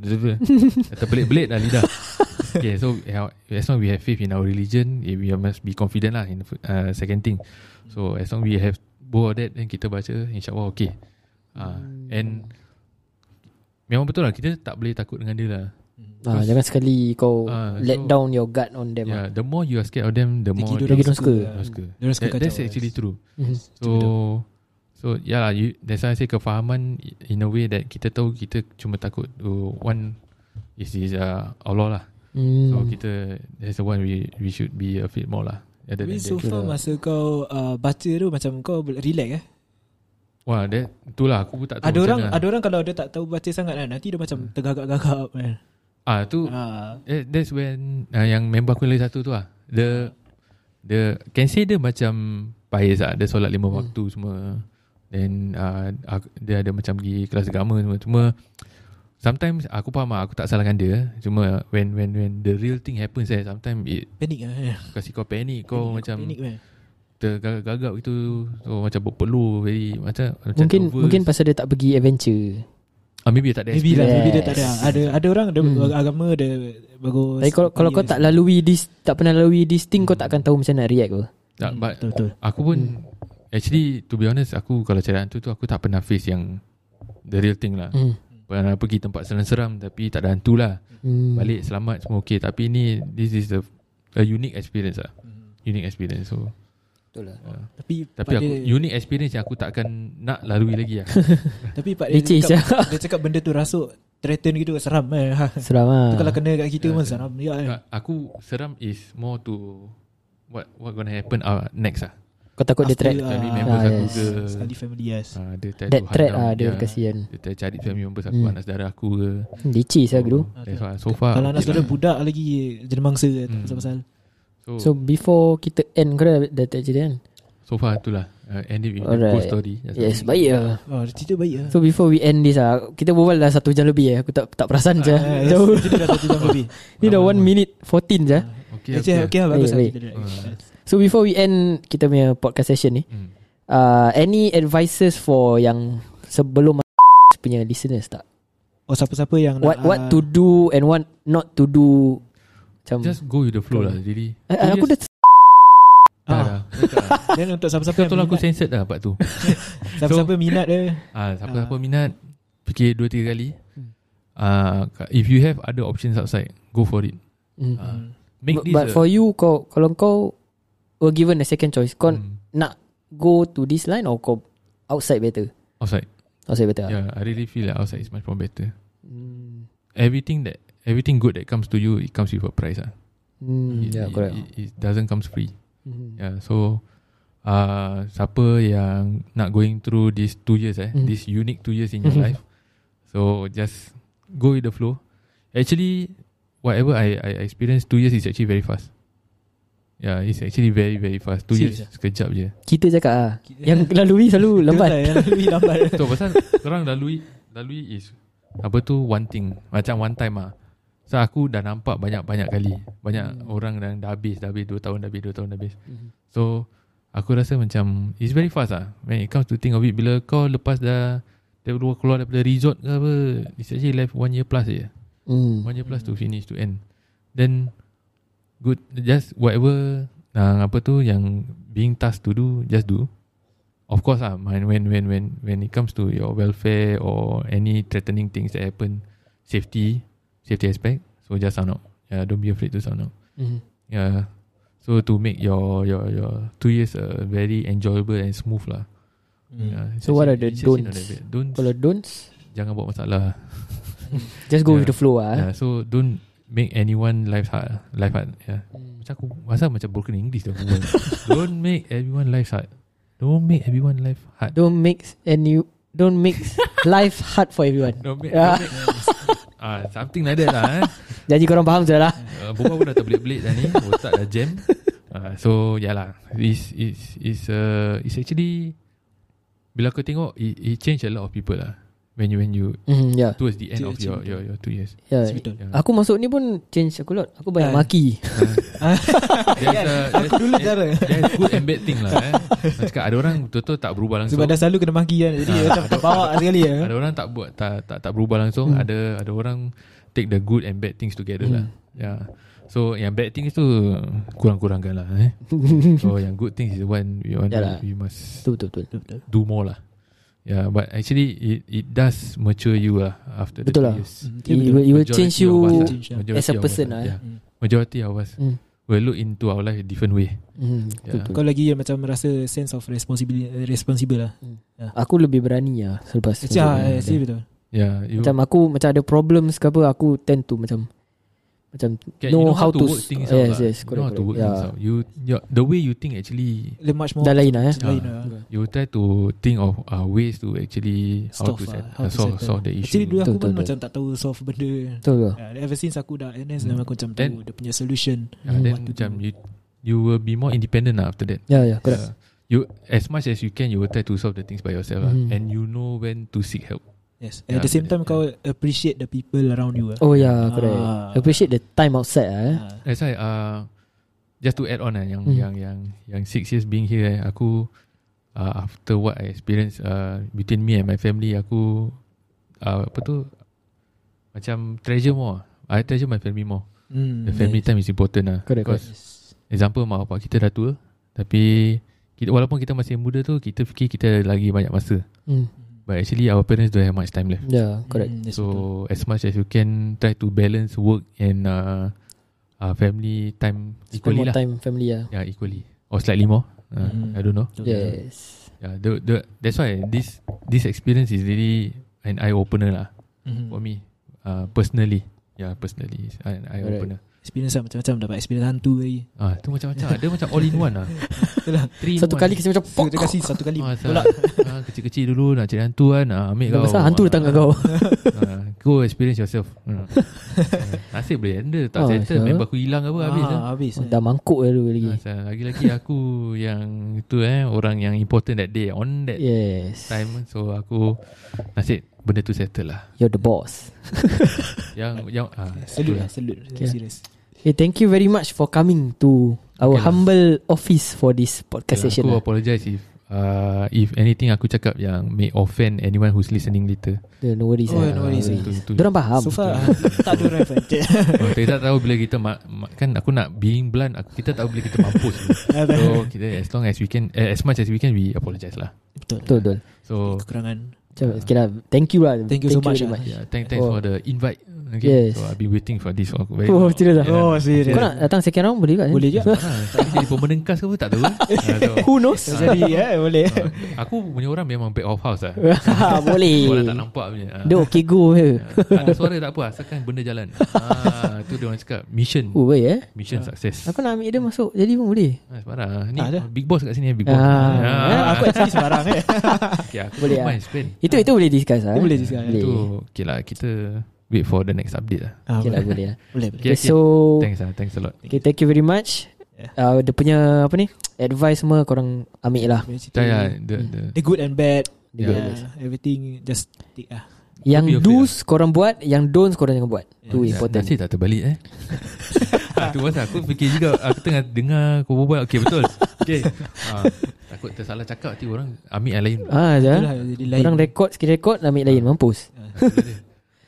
Speaker 1: terbelit-belit dah lidah. okay, so yeah, as long we have faith in our religion, eh, we must be confident lah in the fir- uh, second thing. So as long we have both of that then kita baca insyaallah okay. Ah, and memang betul lah kita tak boleh takut dengan dia lah.
Speaker 2: Ah, jangan sekali kau
Speaker 1: Ah,
Speaker 2: let
Speaker 1: so- Ya.
Speaker 2: down your gut on them.
Speaker 1: Yeah,
Speaker 2: ah.
Speaker 1: the more you are scared of them, the more
Speaker 2: dia orang suka.
Speaker 1: dia orang suka.
Speaker 3: Dia orang suka
Speaker 1: That,
Speaker 3: kacau
Speaker 1: that's actually true.
Speaker 3: Hmm.
Speaker 2: Mhm.
Speaker 1: So So yeah lah you, That's why I say kefahaman In a way that Kita tahu kita cuma takut to One Is, is uh, Allah lah
Speaker 2: Mm.
Speaker 3: Hmm.
Speaker 1: So kita That's the one we We should be a bit more lah Other
Speaker 3: Tapi
Speaker 1: than
Speaker 3: so
Speaker 1: that
Speaker 3: far Masa kau uh, Baca tu Macam kau boleh relax eh
Speaker 1: Wah that Itulah aku pun tak tahu
Speaker 3: Ada
Speaker 1: macam
Speaker 3: orang
Speaker 1: mana.
Speaker 3: Ada orang kalau dia tak tahu Baca sangat kan Nanti dia macam Tergagap-gagap kan
Speaker 1: Ah tu
Speaker 3: Ah.
Speaker 1: that, That's when uh, Yang member aku lagi satu tu lah The The Can say dia macam Pais lah Dia solat lima waktu semua Then uh, aku, Dia ada macam pergi Kelas agama semua Cuma Sometimes aku faham lah Aku tak salahkan dia Cuma When when when the real thing happens eh, Sometimes it
Speaker 3: Panik lah
Speaker 1: Kasi kau panic Kau macam
Speaker 3: Panik kan
Speaker 1: Tergagap-gagap gitu So macam berpeluh very, Macam macam
Speaker 2: mungkin
Speaker 1: nervous.
Speaker 2: mungkin pasal dia tak pergi adventure.
Speaker 1: ah, Maybe tak ada
Speaker 3: Maybe lah
Speaker 1: experience.
Speaker 3: Maybe dia tak ada Ada ada orang dia
Speaker 2: Hmm.
Speaker 3: Agama dia Bagus
Speaker 2: Tapi kalau kalau kau tak lalui this tak pernah lalui this thing
Speaker 1: Hmm.
Speaker 2: kau tak akan tahu macam nak react kau.
Speaker 1: tak, but
Speaker 3: Betul-betul
Speaker 1: Aku pun
Speaker 2: Hmm.
Speaker 1: Actually to be honest Aku kalau cari hantu tu Aku tak pernah face yang The real thing lah
Speaker 2: Hmm.
Speaker 1: Pernah pergi tempat seram-seram Tapi tak ada hantu lah
Speaker 2: Hmm.
Speaker 1: Balik selamat semua okay Tapi ni This is the A unique experience lah Unique experience so
Speaker 2: Betul lah.
Speaker 3: Tapi
Speaker 1: Tapi
Speaker 3: pada-
Speaker 1: aku Unique experience yang aku takkan Nak lalui lagi lah
Speaker 3: Tapi Pak dia,
Speaker 2: Leceh
Speaker 3: cakap,
Speaker 2: sia.
Speaker 3: dia cakap benda tu rasuk Threaten gitu Seram eh. ha.
Speaker 2: Seram
Speaker 3: Tu kalau
Speaker 2: ah.
Speaker 3: kena kat kita pun seram ya, eh.
Speaker 1: But Aku seram is more to What what gonna happen uh, next lah
Speaker 2: Kau takut dia
Speaker 3: After,
Speaker 2: threat.
Speaker 3: ah,
Speaker 1: Family members
Speaker 2: ah,
Speaker 1: aku
Speaker 2: yes.
Speaker 1: ke
Speaker 3: Sekali family yes
Speaker 1: uh, Dia try
Speaker 2: That
Speaker 1: to
Speaker 2: threat
Speaker 1: hunt
Speaker 2: ah
Speaker 1: down
Speaker 2: dia
Speaker 1: dia.
Speaker 2: kesian.
Speaker 1: Dia try cari family members aku
Speaker 2: Hmm.
Speaker 1: Anak saudara aku ke
Speaker 2: Licik sah bro.
Speaker 1: That's why so far
Speaker 3: Kalau anak
Speaker 1: okay
Speaker 3: saudara
Speaker 1: lah.
Speaker 3: budak lagi Jadi mangsa
Speaker 1: Hmm.
Speaker 3: Pasal-pasal
Speaker 1: So,
Speaker 2: So before kita end kau dah dah tak jadi kan.
Speaker 1: so far itulah uh, end it with the
Speaker 2: Alright.
Speaker 1: cool story. Just
Speaker 2: Yes baik lah
Speaker 3: Oh cerita baik lah
Speaker 2: So before we end this ah, Kita berbual dah satu jam lebih eh. Aku tak tak perasan je
Speaker 3: Ah, yes,
Speaker 2: Jauh
Speaker 3: Cerita dah satu jam lebih
Speaker 2: Ni dah 1 minute 14
Speaker 1: Okay,
Speaker 2: je
Speaker 3: Okay,
Speaker 1: okay.
Speaker 3: okay, okay Eh, lah bagus lah
Speaker 2: Baik,
Speaker 3: cerita dia.
Speaker 1: Ah.
Speaker 2: So before we end Kita punya podcast session ni
Speaker 1: Hmm.
Speaker 2: uh, Any advices for yang Sebelum punya listeners tak
Speaker 3: Oh siapa-siapa yang
Speaker 2: What
Speaker 3: nak,
Speaker 2: what
Speaker 3: ah,
Speaker 2: to do And what not to do Macam
Speaker 1: Just go with the flow lah Jadi
Speaker 2: Eh, eh, Aku dah
Speaker 1: Tak
Speaker 3: ah,
Speaker 1: dah
Speaker 3: Then untuk siapa-siapa
Speaker 1: Kau
Speaker 3: yang
Speaker 1: tolong aku
Speaker 3: minat
Speaker 1: censored lah part tu
Speaker 3: Siapa-siapa minat dia
Speaker 1: Ah, Hmm. siapa-siapa minat fikir dua tiga kali. Ah, if you have other options outside, go for it.
Speaker 2: mm.
Speaker 3: Hmm.
Speaker 1: Ah, make
Speaker 2: But,
Speaker 1: this
Speaker 2: but
Speaker 1: a-
Speaker 2: for you kau, Kalau kau Were given a second choice Kau
Speaker 1: Hmm,
Speaker 2: nak Go to this line Or kau Outside better
Speaker 1: outside.
Speaker 2: Outside better ah?
Speaker 1: Yeah, I really feel like outside is much more better.
Speaker 2: Hmm.
Speaker 1: Everything that everything good that comes to you, it comes with a price. Ah,
Speaker 2: Hmm,
Speaker 1: it,
Speaker 2: yeah,
Speaker 1: it-
Speaker 2: correct.
Speaker 1: It, it, doesn't comes free.
Speaker 2: Mhm.
Speaker 1: Yeah, so uh, siapa yang nak going through these two years, eh,
Speaker 2: Mm.
Speaker 1: this unique two years in your
Speaker 2: Mhm.
Speaker 1: life, so just go with the flow. Actually, whatever I, I experienced two years is actually very fast. Yeah, it's actually very very fast. Two
Speaker 3: Serious
Speaker 1: years sekejap je.
Speaker 2: Kita cakap ah. Yang lalui selalu
Speaker 3: Betul
Speaker 2: lambat.
Speaker 3: lah, Yang lebih lambat
Speaker 1: So pasal orang lalui lalui is apa tu one thing macam one time ah. So aku dah nampak banyak-banyak kali Banyak
Speaker 2: Hmm.
Speaker 1: orang yang dah habis Dah habis 2 tahun Dah habis 2 tahun Dah habis
Speaker 2: Mhm.
Speaker 1: So Aku rasa macam It's very fast lah When it comes to think of it Bila kau lepas dah Daripada keluar daripada resort ke apa It's actually left one year plus je
Speaker 2: Hmm.
Speaker 1: One year plus to finish to end Then Good Just whatever uh, Apa tu Yang being tasked to do Just do Of course lah When when when when when it comes to your welfare Or any threatening things that happen Safety Safety aspect So just sound out yeah, Don't be afraid to sound out
Speaker 2: Mhm.
Speaker 1: Yeah. So to make your your your two years uh, very enjoyable and smooth lah.
Speaker 3: Hmm.
Speaker 1: Yeah, it's
Speaker 2: So what
Speaker 1: actually-
Speaker 2: are the
Speaker 1: it's actually not
Speaker 2: don'ts?
Speaker 1: that bad. Don't
Speaker 2: Kalau don't
Speaker 1: jangan buat masalah.
Speaker 2: just go
Speaker 1: Yeah.
Speaker 2: with the flow ah.
Speaker 1: Yeah, so don't make anyone life hard. Life hard. ya. Yeah.
Speaker 2: Hmm.
Speaker 1: Macam aku masa macam broken English tu aku buat. don't make everyone life hard. Don't make everyone life hard.
Speaker 2: Don't mix any don't mix life hard for everyone.
Speaker 1: Don't make,
Speaker 2: Yeah.
Speaker 1: don't make Ah, something like that lah eh.
Speaker 2: Jadi korang faham je lah.
Speaker 1: Uh, Boba pun dah terbelit-belit dah ni Otak dah jam uh, So yalah It's, it's, it's, uh, it's actually Bila aku tengok it, it change a lot of people lah When you when you
Speaker 2: Hmm, yeah.
Speaker 1: Towards the end
Speaker 3: Change-
Speaker 1: of your,
Speaker 3: change.
Speaker 1: your your two years
Speaker 2: yeah.
Speaker 3: Betul
Speaker 1: yeah.
Speaker 2: Aku masuk ni pun change aku lot. Aku banyak
Speaker 3: Ah.
Speaker 2: maki.
Speaker 1: Ah. There's, uh,
Speaker 3: Aku dulu jarang
Speaker 1: there's good and bad thing lah eh. Aku Cakap ada orang betul-betul tak berubah langsung
Speaker 3: Sebab dah selalu kena maki kan Jadi macam terbawa sekali ya.
Speaker 1: Ah. Ada orang tak buat tak tak, tak berubah langsung,
Speaker 2: Hmm.
Speaker 1: hmm. ada ada orang take the good and bad things together hmm. lah.
Speaker 2: Hmm.
Speaker 1: Yeah. So yang bad things tu kurang-kurangkan lah eh. so yang good things is the one we want
Speaker 2: Yalah.
Speaker 1: we must
Speaker 2: Betul betul betul.
Speaker 3: Betul
Speaker 1: do more lah. Yeah, but actually it it does mature you lah after the
Speaker 2: Betul lah.
Speaker 1: two years.
Speaker 3: Hmm,
Speaker 2: It will, it will
Speaker 1: Majority
Speaker 2: change
Speaker 1: of us
Speaker 2: you.
Speaker 1: lah.
Speaker 3: Change, yeah.
Speaker 1: Majority
Speaker 2: as a
Speaker 1: of us
Speaker 2: person lah, eh.
Speaker 1: Yeah.
Speaker 3: Hmm.
Speaker 1: Majority of us
Speaker 2: Hmm.
Speaker 1: will look into our life a different way.
Speaker 2: Hmm. Betul,
Speaker 1: Yeah.
Speaker 2: betul.
Speaker 3: Kau lagi yang macam rasa sense of responsibility responsible lah.
Speaker 2: Aku lebih berani lah selepas.
Speaker 3: Actually,
Speaker 2: masuk
Speaker 3: ah,
Speaker 2: ni.
Speaker 3: actually betul.
Speaker 1: Yeah, Ya, you
Speaker 2: Macam aku macam ada problems ke apa aku tend to macam macam
Speaker 1: get- you
Speaker 2: know how to
Speaker 1: work
Speaker 2: s-
Speaker 1: things
Speaker 2: yes,
Speaker 1: out. lah.
Speaker 2: yes,
Speaker 1: you know
Speaker 2: correct,
Speaker 1: how to work
Speaker 2: correct.
Speaker 1: things
Speaker 2: Yeah.
Speaker 1: out. You your, the way you think actually
Speaker 3: Dia much more
Speaker 2: dah lain lah eh.
Speaker 3: macam lain lah.
Speaker 1: you try to think of uh, ways to actually how
Speaker 3: Solve
Speaker 1: to,
Speaker 3: lah,
Speaker 1: set,
Speaker 3: how
Speaker 1: uh,
Speaker 3: to
Speaker 1: solve,
Speaker 3: settle.
Speaker 1: solve the issue.
Speaker 3: Actually dulu aku
Speaker 2: Betul,
Speaker 3: pun
Speaker 2: betul,
Speaker 3: macam tak tahu solve benda.
Speaker 2: Betul ke?
Speaker 3: Yeah, ever since aku dah NS
Speaker 1: Hmm.
Speaker 3: hmm. aku macam
Speaker 1: Then-
Speaker 3: tahu dia punya solution.
Speaker 1: yeah, then
Speaker 3: what to
Speaker 1: macam
Speaker 3: do.
Speaker 1: you you will be more independent lah after that.
Speaker 2: Ya ya correct.
Speaker 1: Yeah. You as much as you can, you will try to solve the things by yourself lah,
Speaker 3: Mm-hmm.
Speaker 2: Mhm.
Speaker 1: and you know when to seek help.
Speaker 3: Yes.
Speaker 1: Yeah,
Speaker 3: At the same
Speaker 1: betul,
Speaker 3: time kau appreciate the people around you. eh?
Speaker 2: Oh ya yeah, correct.
Speaker 3: Ah.
Speaker 2: Appreciate the time outside lah eh.
Speaker 3: Ah.
Speaker 1: That's why uh, just to add on lah, yang
Speaker 2: Mm.
Speaker 1: yang yang yang six years being here, eh, aku uh, after what I experience uh, between me and my family, aku uh, apa tu macam treasure more. I treasure my family more.
Speaker 3: Hmm.
Speaker 1: The family
Speaker 3: nice.
Speaker 1: time is important lah.
Speaker 2: Correct,
Speaker 1: Because Example mak bapak kita dah tua Tapi kita, Walaupun kita masih muda tu Kita fikir kita lagi banyak masa
Speaker 2: Hmm.
Speaker 1: But actually our parents don't have much time left
Speaker 2: Ya yeah, correct.
Speaker 3: Hmm, yes, betul.
Speaker 1: So as much as you can Try to balance work and uh, uh, Family time
Speaker 2: Spend
Speaker 1: Equally
Speaker 2: more
Speaker 1: lah
Speaker 2: time Hmm. family lah.
Speaker 1: Yeah equally Or slightly more uh,
Speaker 3: Mm.
Speaker 1: I don't know
Speaker 3: Betul, betul.
Speaker 2: Yes.
Speaker 1: yeah, the, the, That's why this This experience is really An eye-opener lah
Speaker 3: Hmm.
Speaker 1: For me uh, Personally Yeah personally it's An eye-opener
Speaker 3: Experience lah macam-macam dapat experience hantu eh. lagi.
Speaker 1: Ah, tu macam-macam Dia macam all in one lah
Speaker 3: Itulah.
Speaker 1: Three in
Speaker 2: Satu
Speaker 1: one.
Speaker 2: kali kasi macam
Speaker 3: So,
Speaker 2: pok.
Speaker 3: dia kasi satu
Speaker 1: Oh,
Speaker 3: kali. lah.
Speaker 1: Ah, salah. Ah, kecil-kecil dulu nak cari hantu kan. Ah, ambil
Speaker 2: Dah
Speaker 1: kau.
Speaker 2: besar hantu datang kat kau.
Speaker 1: Ah, Go experience yourself hmm. Nasib boleh handle Tak
Speaker 2: Ah,
Speaker 1: settle
Speaker 2: sure.
Speaker 1: Member aku hilang ke apa Habis lah
Speaker 3: ah, habis.
Speaker 2: Oh, dah mangkuk dah dulu lagi.
Speaker 1: Ah, saya- Lagi-lagi aku yang itu eh orang yang important that day on that yeah.
Speaker 2: Yes.
Speaker 1: time so aku nasib benda tu settle lah.
Speaker 2: You're the boss.
Speaker 1: Yang yang ah
Speaker 3: Salute
Speaker 1: itulah.
Speaker 3: lah, salute.
Speaker 2: Okay.
Speaker 3: Serius.
Speaker 2: Okay, thank you very much for coming to
Speaker 1: Okay
Speaker 2: our
Speaker 1: lah.
Speaker 2: humble office for this
Speaker 1: Okay lah,
Speaker 2: podcast session.
Speaker 1: Aku
Speaker 2: lah.
Speaker 1: apologize if uh, if anything aku cakap yang may offend anyone who's listening later.
Speaker 2: Yeah, no worries.
Speaker 3: Oh,
Speaker 2: lah.
Speaker 3: no worries,
Speaker 1: Itu itu.
Speaker 2: Diorang faham.
Speaker 3: So far ah, tak ada orang fight.
Speaker 1: Oh, kita tak tahu bila kita ma- ma- kan aku nak being blunt aku, kita tak tahu bila kita mampus. so kita as long as we can eh, as much as we can we apologize lah.
Speaker 3: Betul.
Speaker 2: Betul, betul.
Speaker 1: So
Speaker 3: Kekurangan.
Speaker 2: Macam, okay lah. Thank you lah.
Speaker 3: Ya. Thank you so much,
Speaker 2: very
Speaker 3: ah.
Speaker 1: yeah, thank thanks
Speaker 2: Oh.
Speaker 1: for the invite. Okay.
Speaker 2: Yes.
Speaker 1: So I've been waiting for this for very
Speaker 2: Oh,
Speaker 1: long.
Speaker 2: serious ah?
Speaker 1: Yeah.
Speaker 3: serius.
Speaker 2: Kau nak datang second round boleh juga? eh?
Speaker 3: Boleh je.
Speaker 1: Ah, tapi jadi permanent cast ke apa tak tahu. Ah, so,
Speaker 2: Who knows?
Speaker 3: Jadi eh boleh.
Speaker 1: ah, aku punya orang memang back of house lah. Orang
Speaker 2: Ah, boleh.
Speaker 1: tak nampak punya. Ah.
Speaker 2: Dia okay go je.
Speaker 1: Ah, tak ada suara tak apa asalkan benda jalan. Ah, tu dia orang cakap mission.
Speaker 2: Oh, weh eh.
Speaker 1: Mission success.
Speaker 2: Aku nak ambil dia masuk Jadi pun boleh
Speaker 1: Ah, sebarang. ah. Ni
Speaker 3: Tak ada.
Speaker 1: big boss kat sini eh, big boss.
Speaker 2: Ah.
Speaker 1: Ah,
Speaker 3: Aku actually sebarang eh.
Speaker 1: okay, aku boleh
Speaker 2: Boleh ah.
Speaker 1: main spend.
Speaker 2: Itu itu boleh discuss lah eh?
Speaker 3: Boleh discuss,
Speaker 2: Boleh
Speaker 1: Tu okay lah kita wait for the next update lah.
Speaker 3: Ah,
Speaker 2: Okay lah boleh lah
Speaker 3: Boleh boleh.
Speaker 1: Okay,
Speaker 2: okay,
Speaker 1: okay.
Speaker 2: So
Speaker 1: Thanks lah, thanks a lot.
Speaker 2: okay, Thank you very much
Speaker 3: Yeah.
Speaker 2: uh, Dia punya Apa ni Advice semua korang Ambil lah
Speaker 3: Macam cerita
Speaker 1: Tak ya,
Speaker 3: ni.
Speaker 1: the, the,
Speaker 3: The good and bad.
Speaker 1: Yeah.
Speaker 3: Yeah. Everything just take ah.
Speaker 2: Yang
Speaker 1: be afraid
Speaker 2: do's korang buat Yang don'ts korang jangan buat Tu
Speaker 1: Nasib-
Speaker 2: important
Speaker 1: Nasib tak terbalik eh ah, Tu pasal aku fikir juga Aku tengah dengar Kau berbual Okay betul Okay ah, Takut tersalah cakap Nanti orang ambil yang lain
Speaker 2: Ah,
Speaker 3: Itulah
Speaker 2: jangan
Speaker 3: jadi lain.
Speaker 2: Korang record Sekiranya record Ambil lain
Speaker 1: Ah.
Speaker 2: Mampus
Speaker 1: Okay,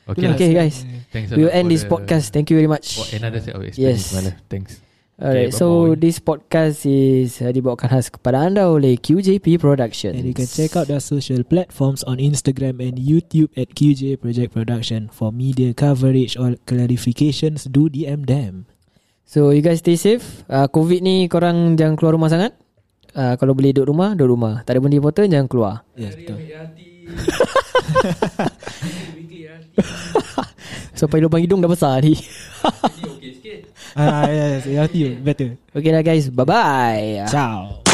Speaker 2: Okay,
Speaker 1: lah.
Speaker 2: okay guys
Speaker 1: Thanks a
Speaker 2: We will
Speaker 1: lot
Speaker 2: end
Speaker 1: for
Speaker 2: this
Speaker 1: the-
Speaker 2: podcast Thank you very much
Speaker 1: For another set of
Speaker 2: Yes.
Speaker 1: experience malah. Thanks Okay,
Speaker 2: Alright, so
Speaker 1: bye-bye.
Speaker 2: this podcast is uh, dibawakan khas kepada anda oleh QJP Productions.
Speaker 3: And you can check out their social platforms on Instagram and YouTube at QJ Project Production for media coverage or clarifications. Do DM them.
Speaker 2: So you guys stay safe uh, COVID ni korang jangan keluar rumah sangat uh, Kalau boleh duduk rumah Duduk rumah Tak ada benda important Jangan keluar
Speaker 3: Yes, betul.
Speaker 2: Sampai lubang hidung dah besar ni
Speaker 3: ah, yes, yes, you better.
Speaker 2: Okay lah guys Bye bye
Speaker 3: Ciao.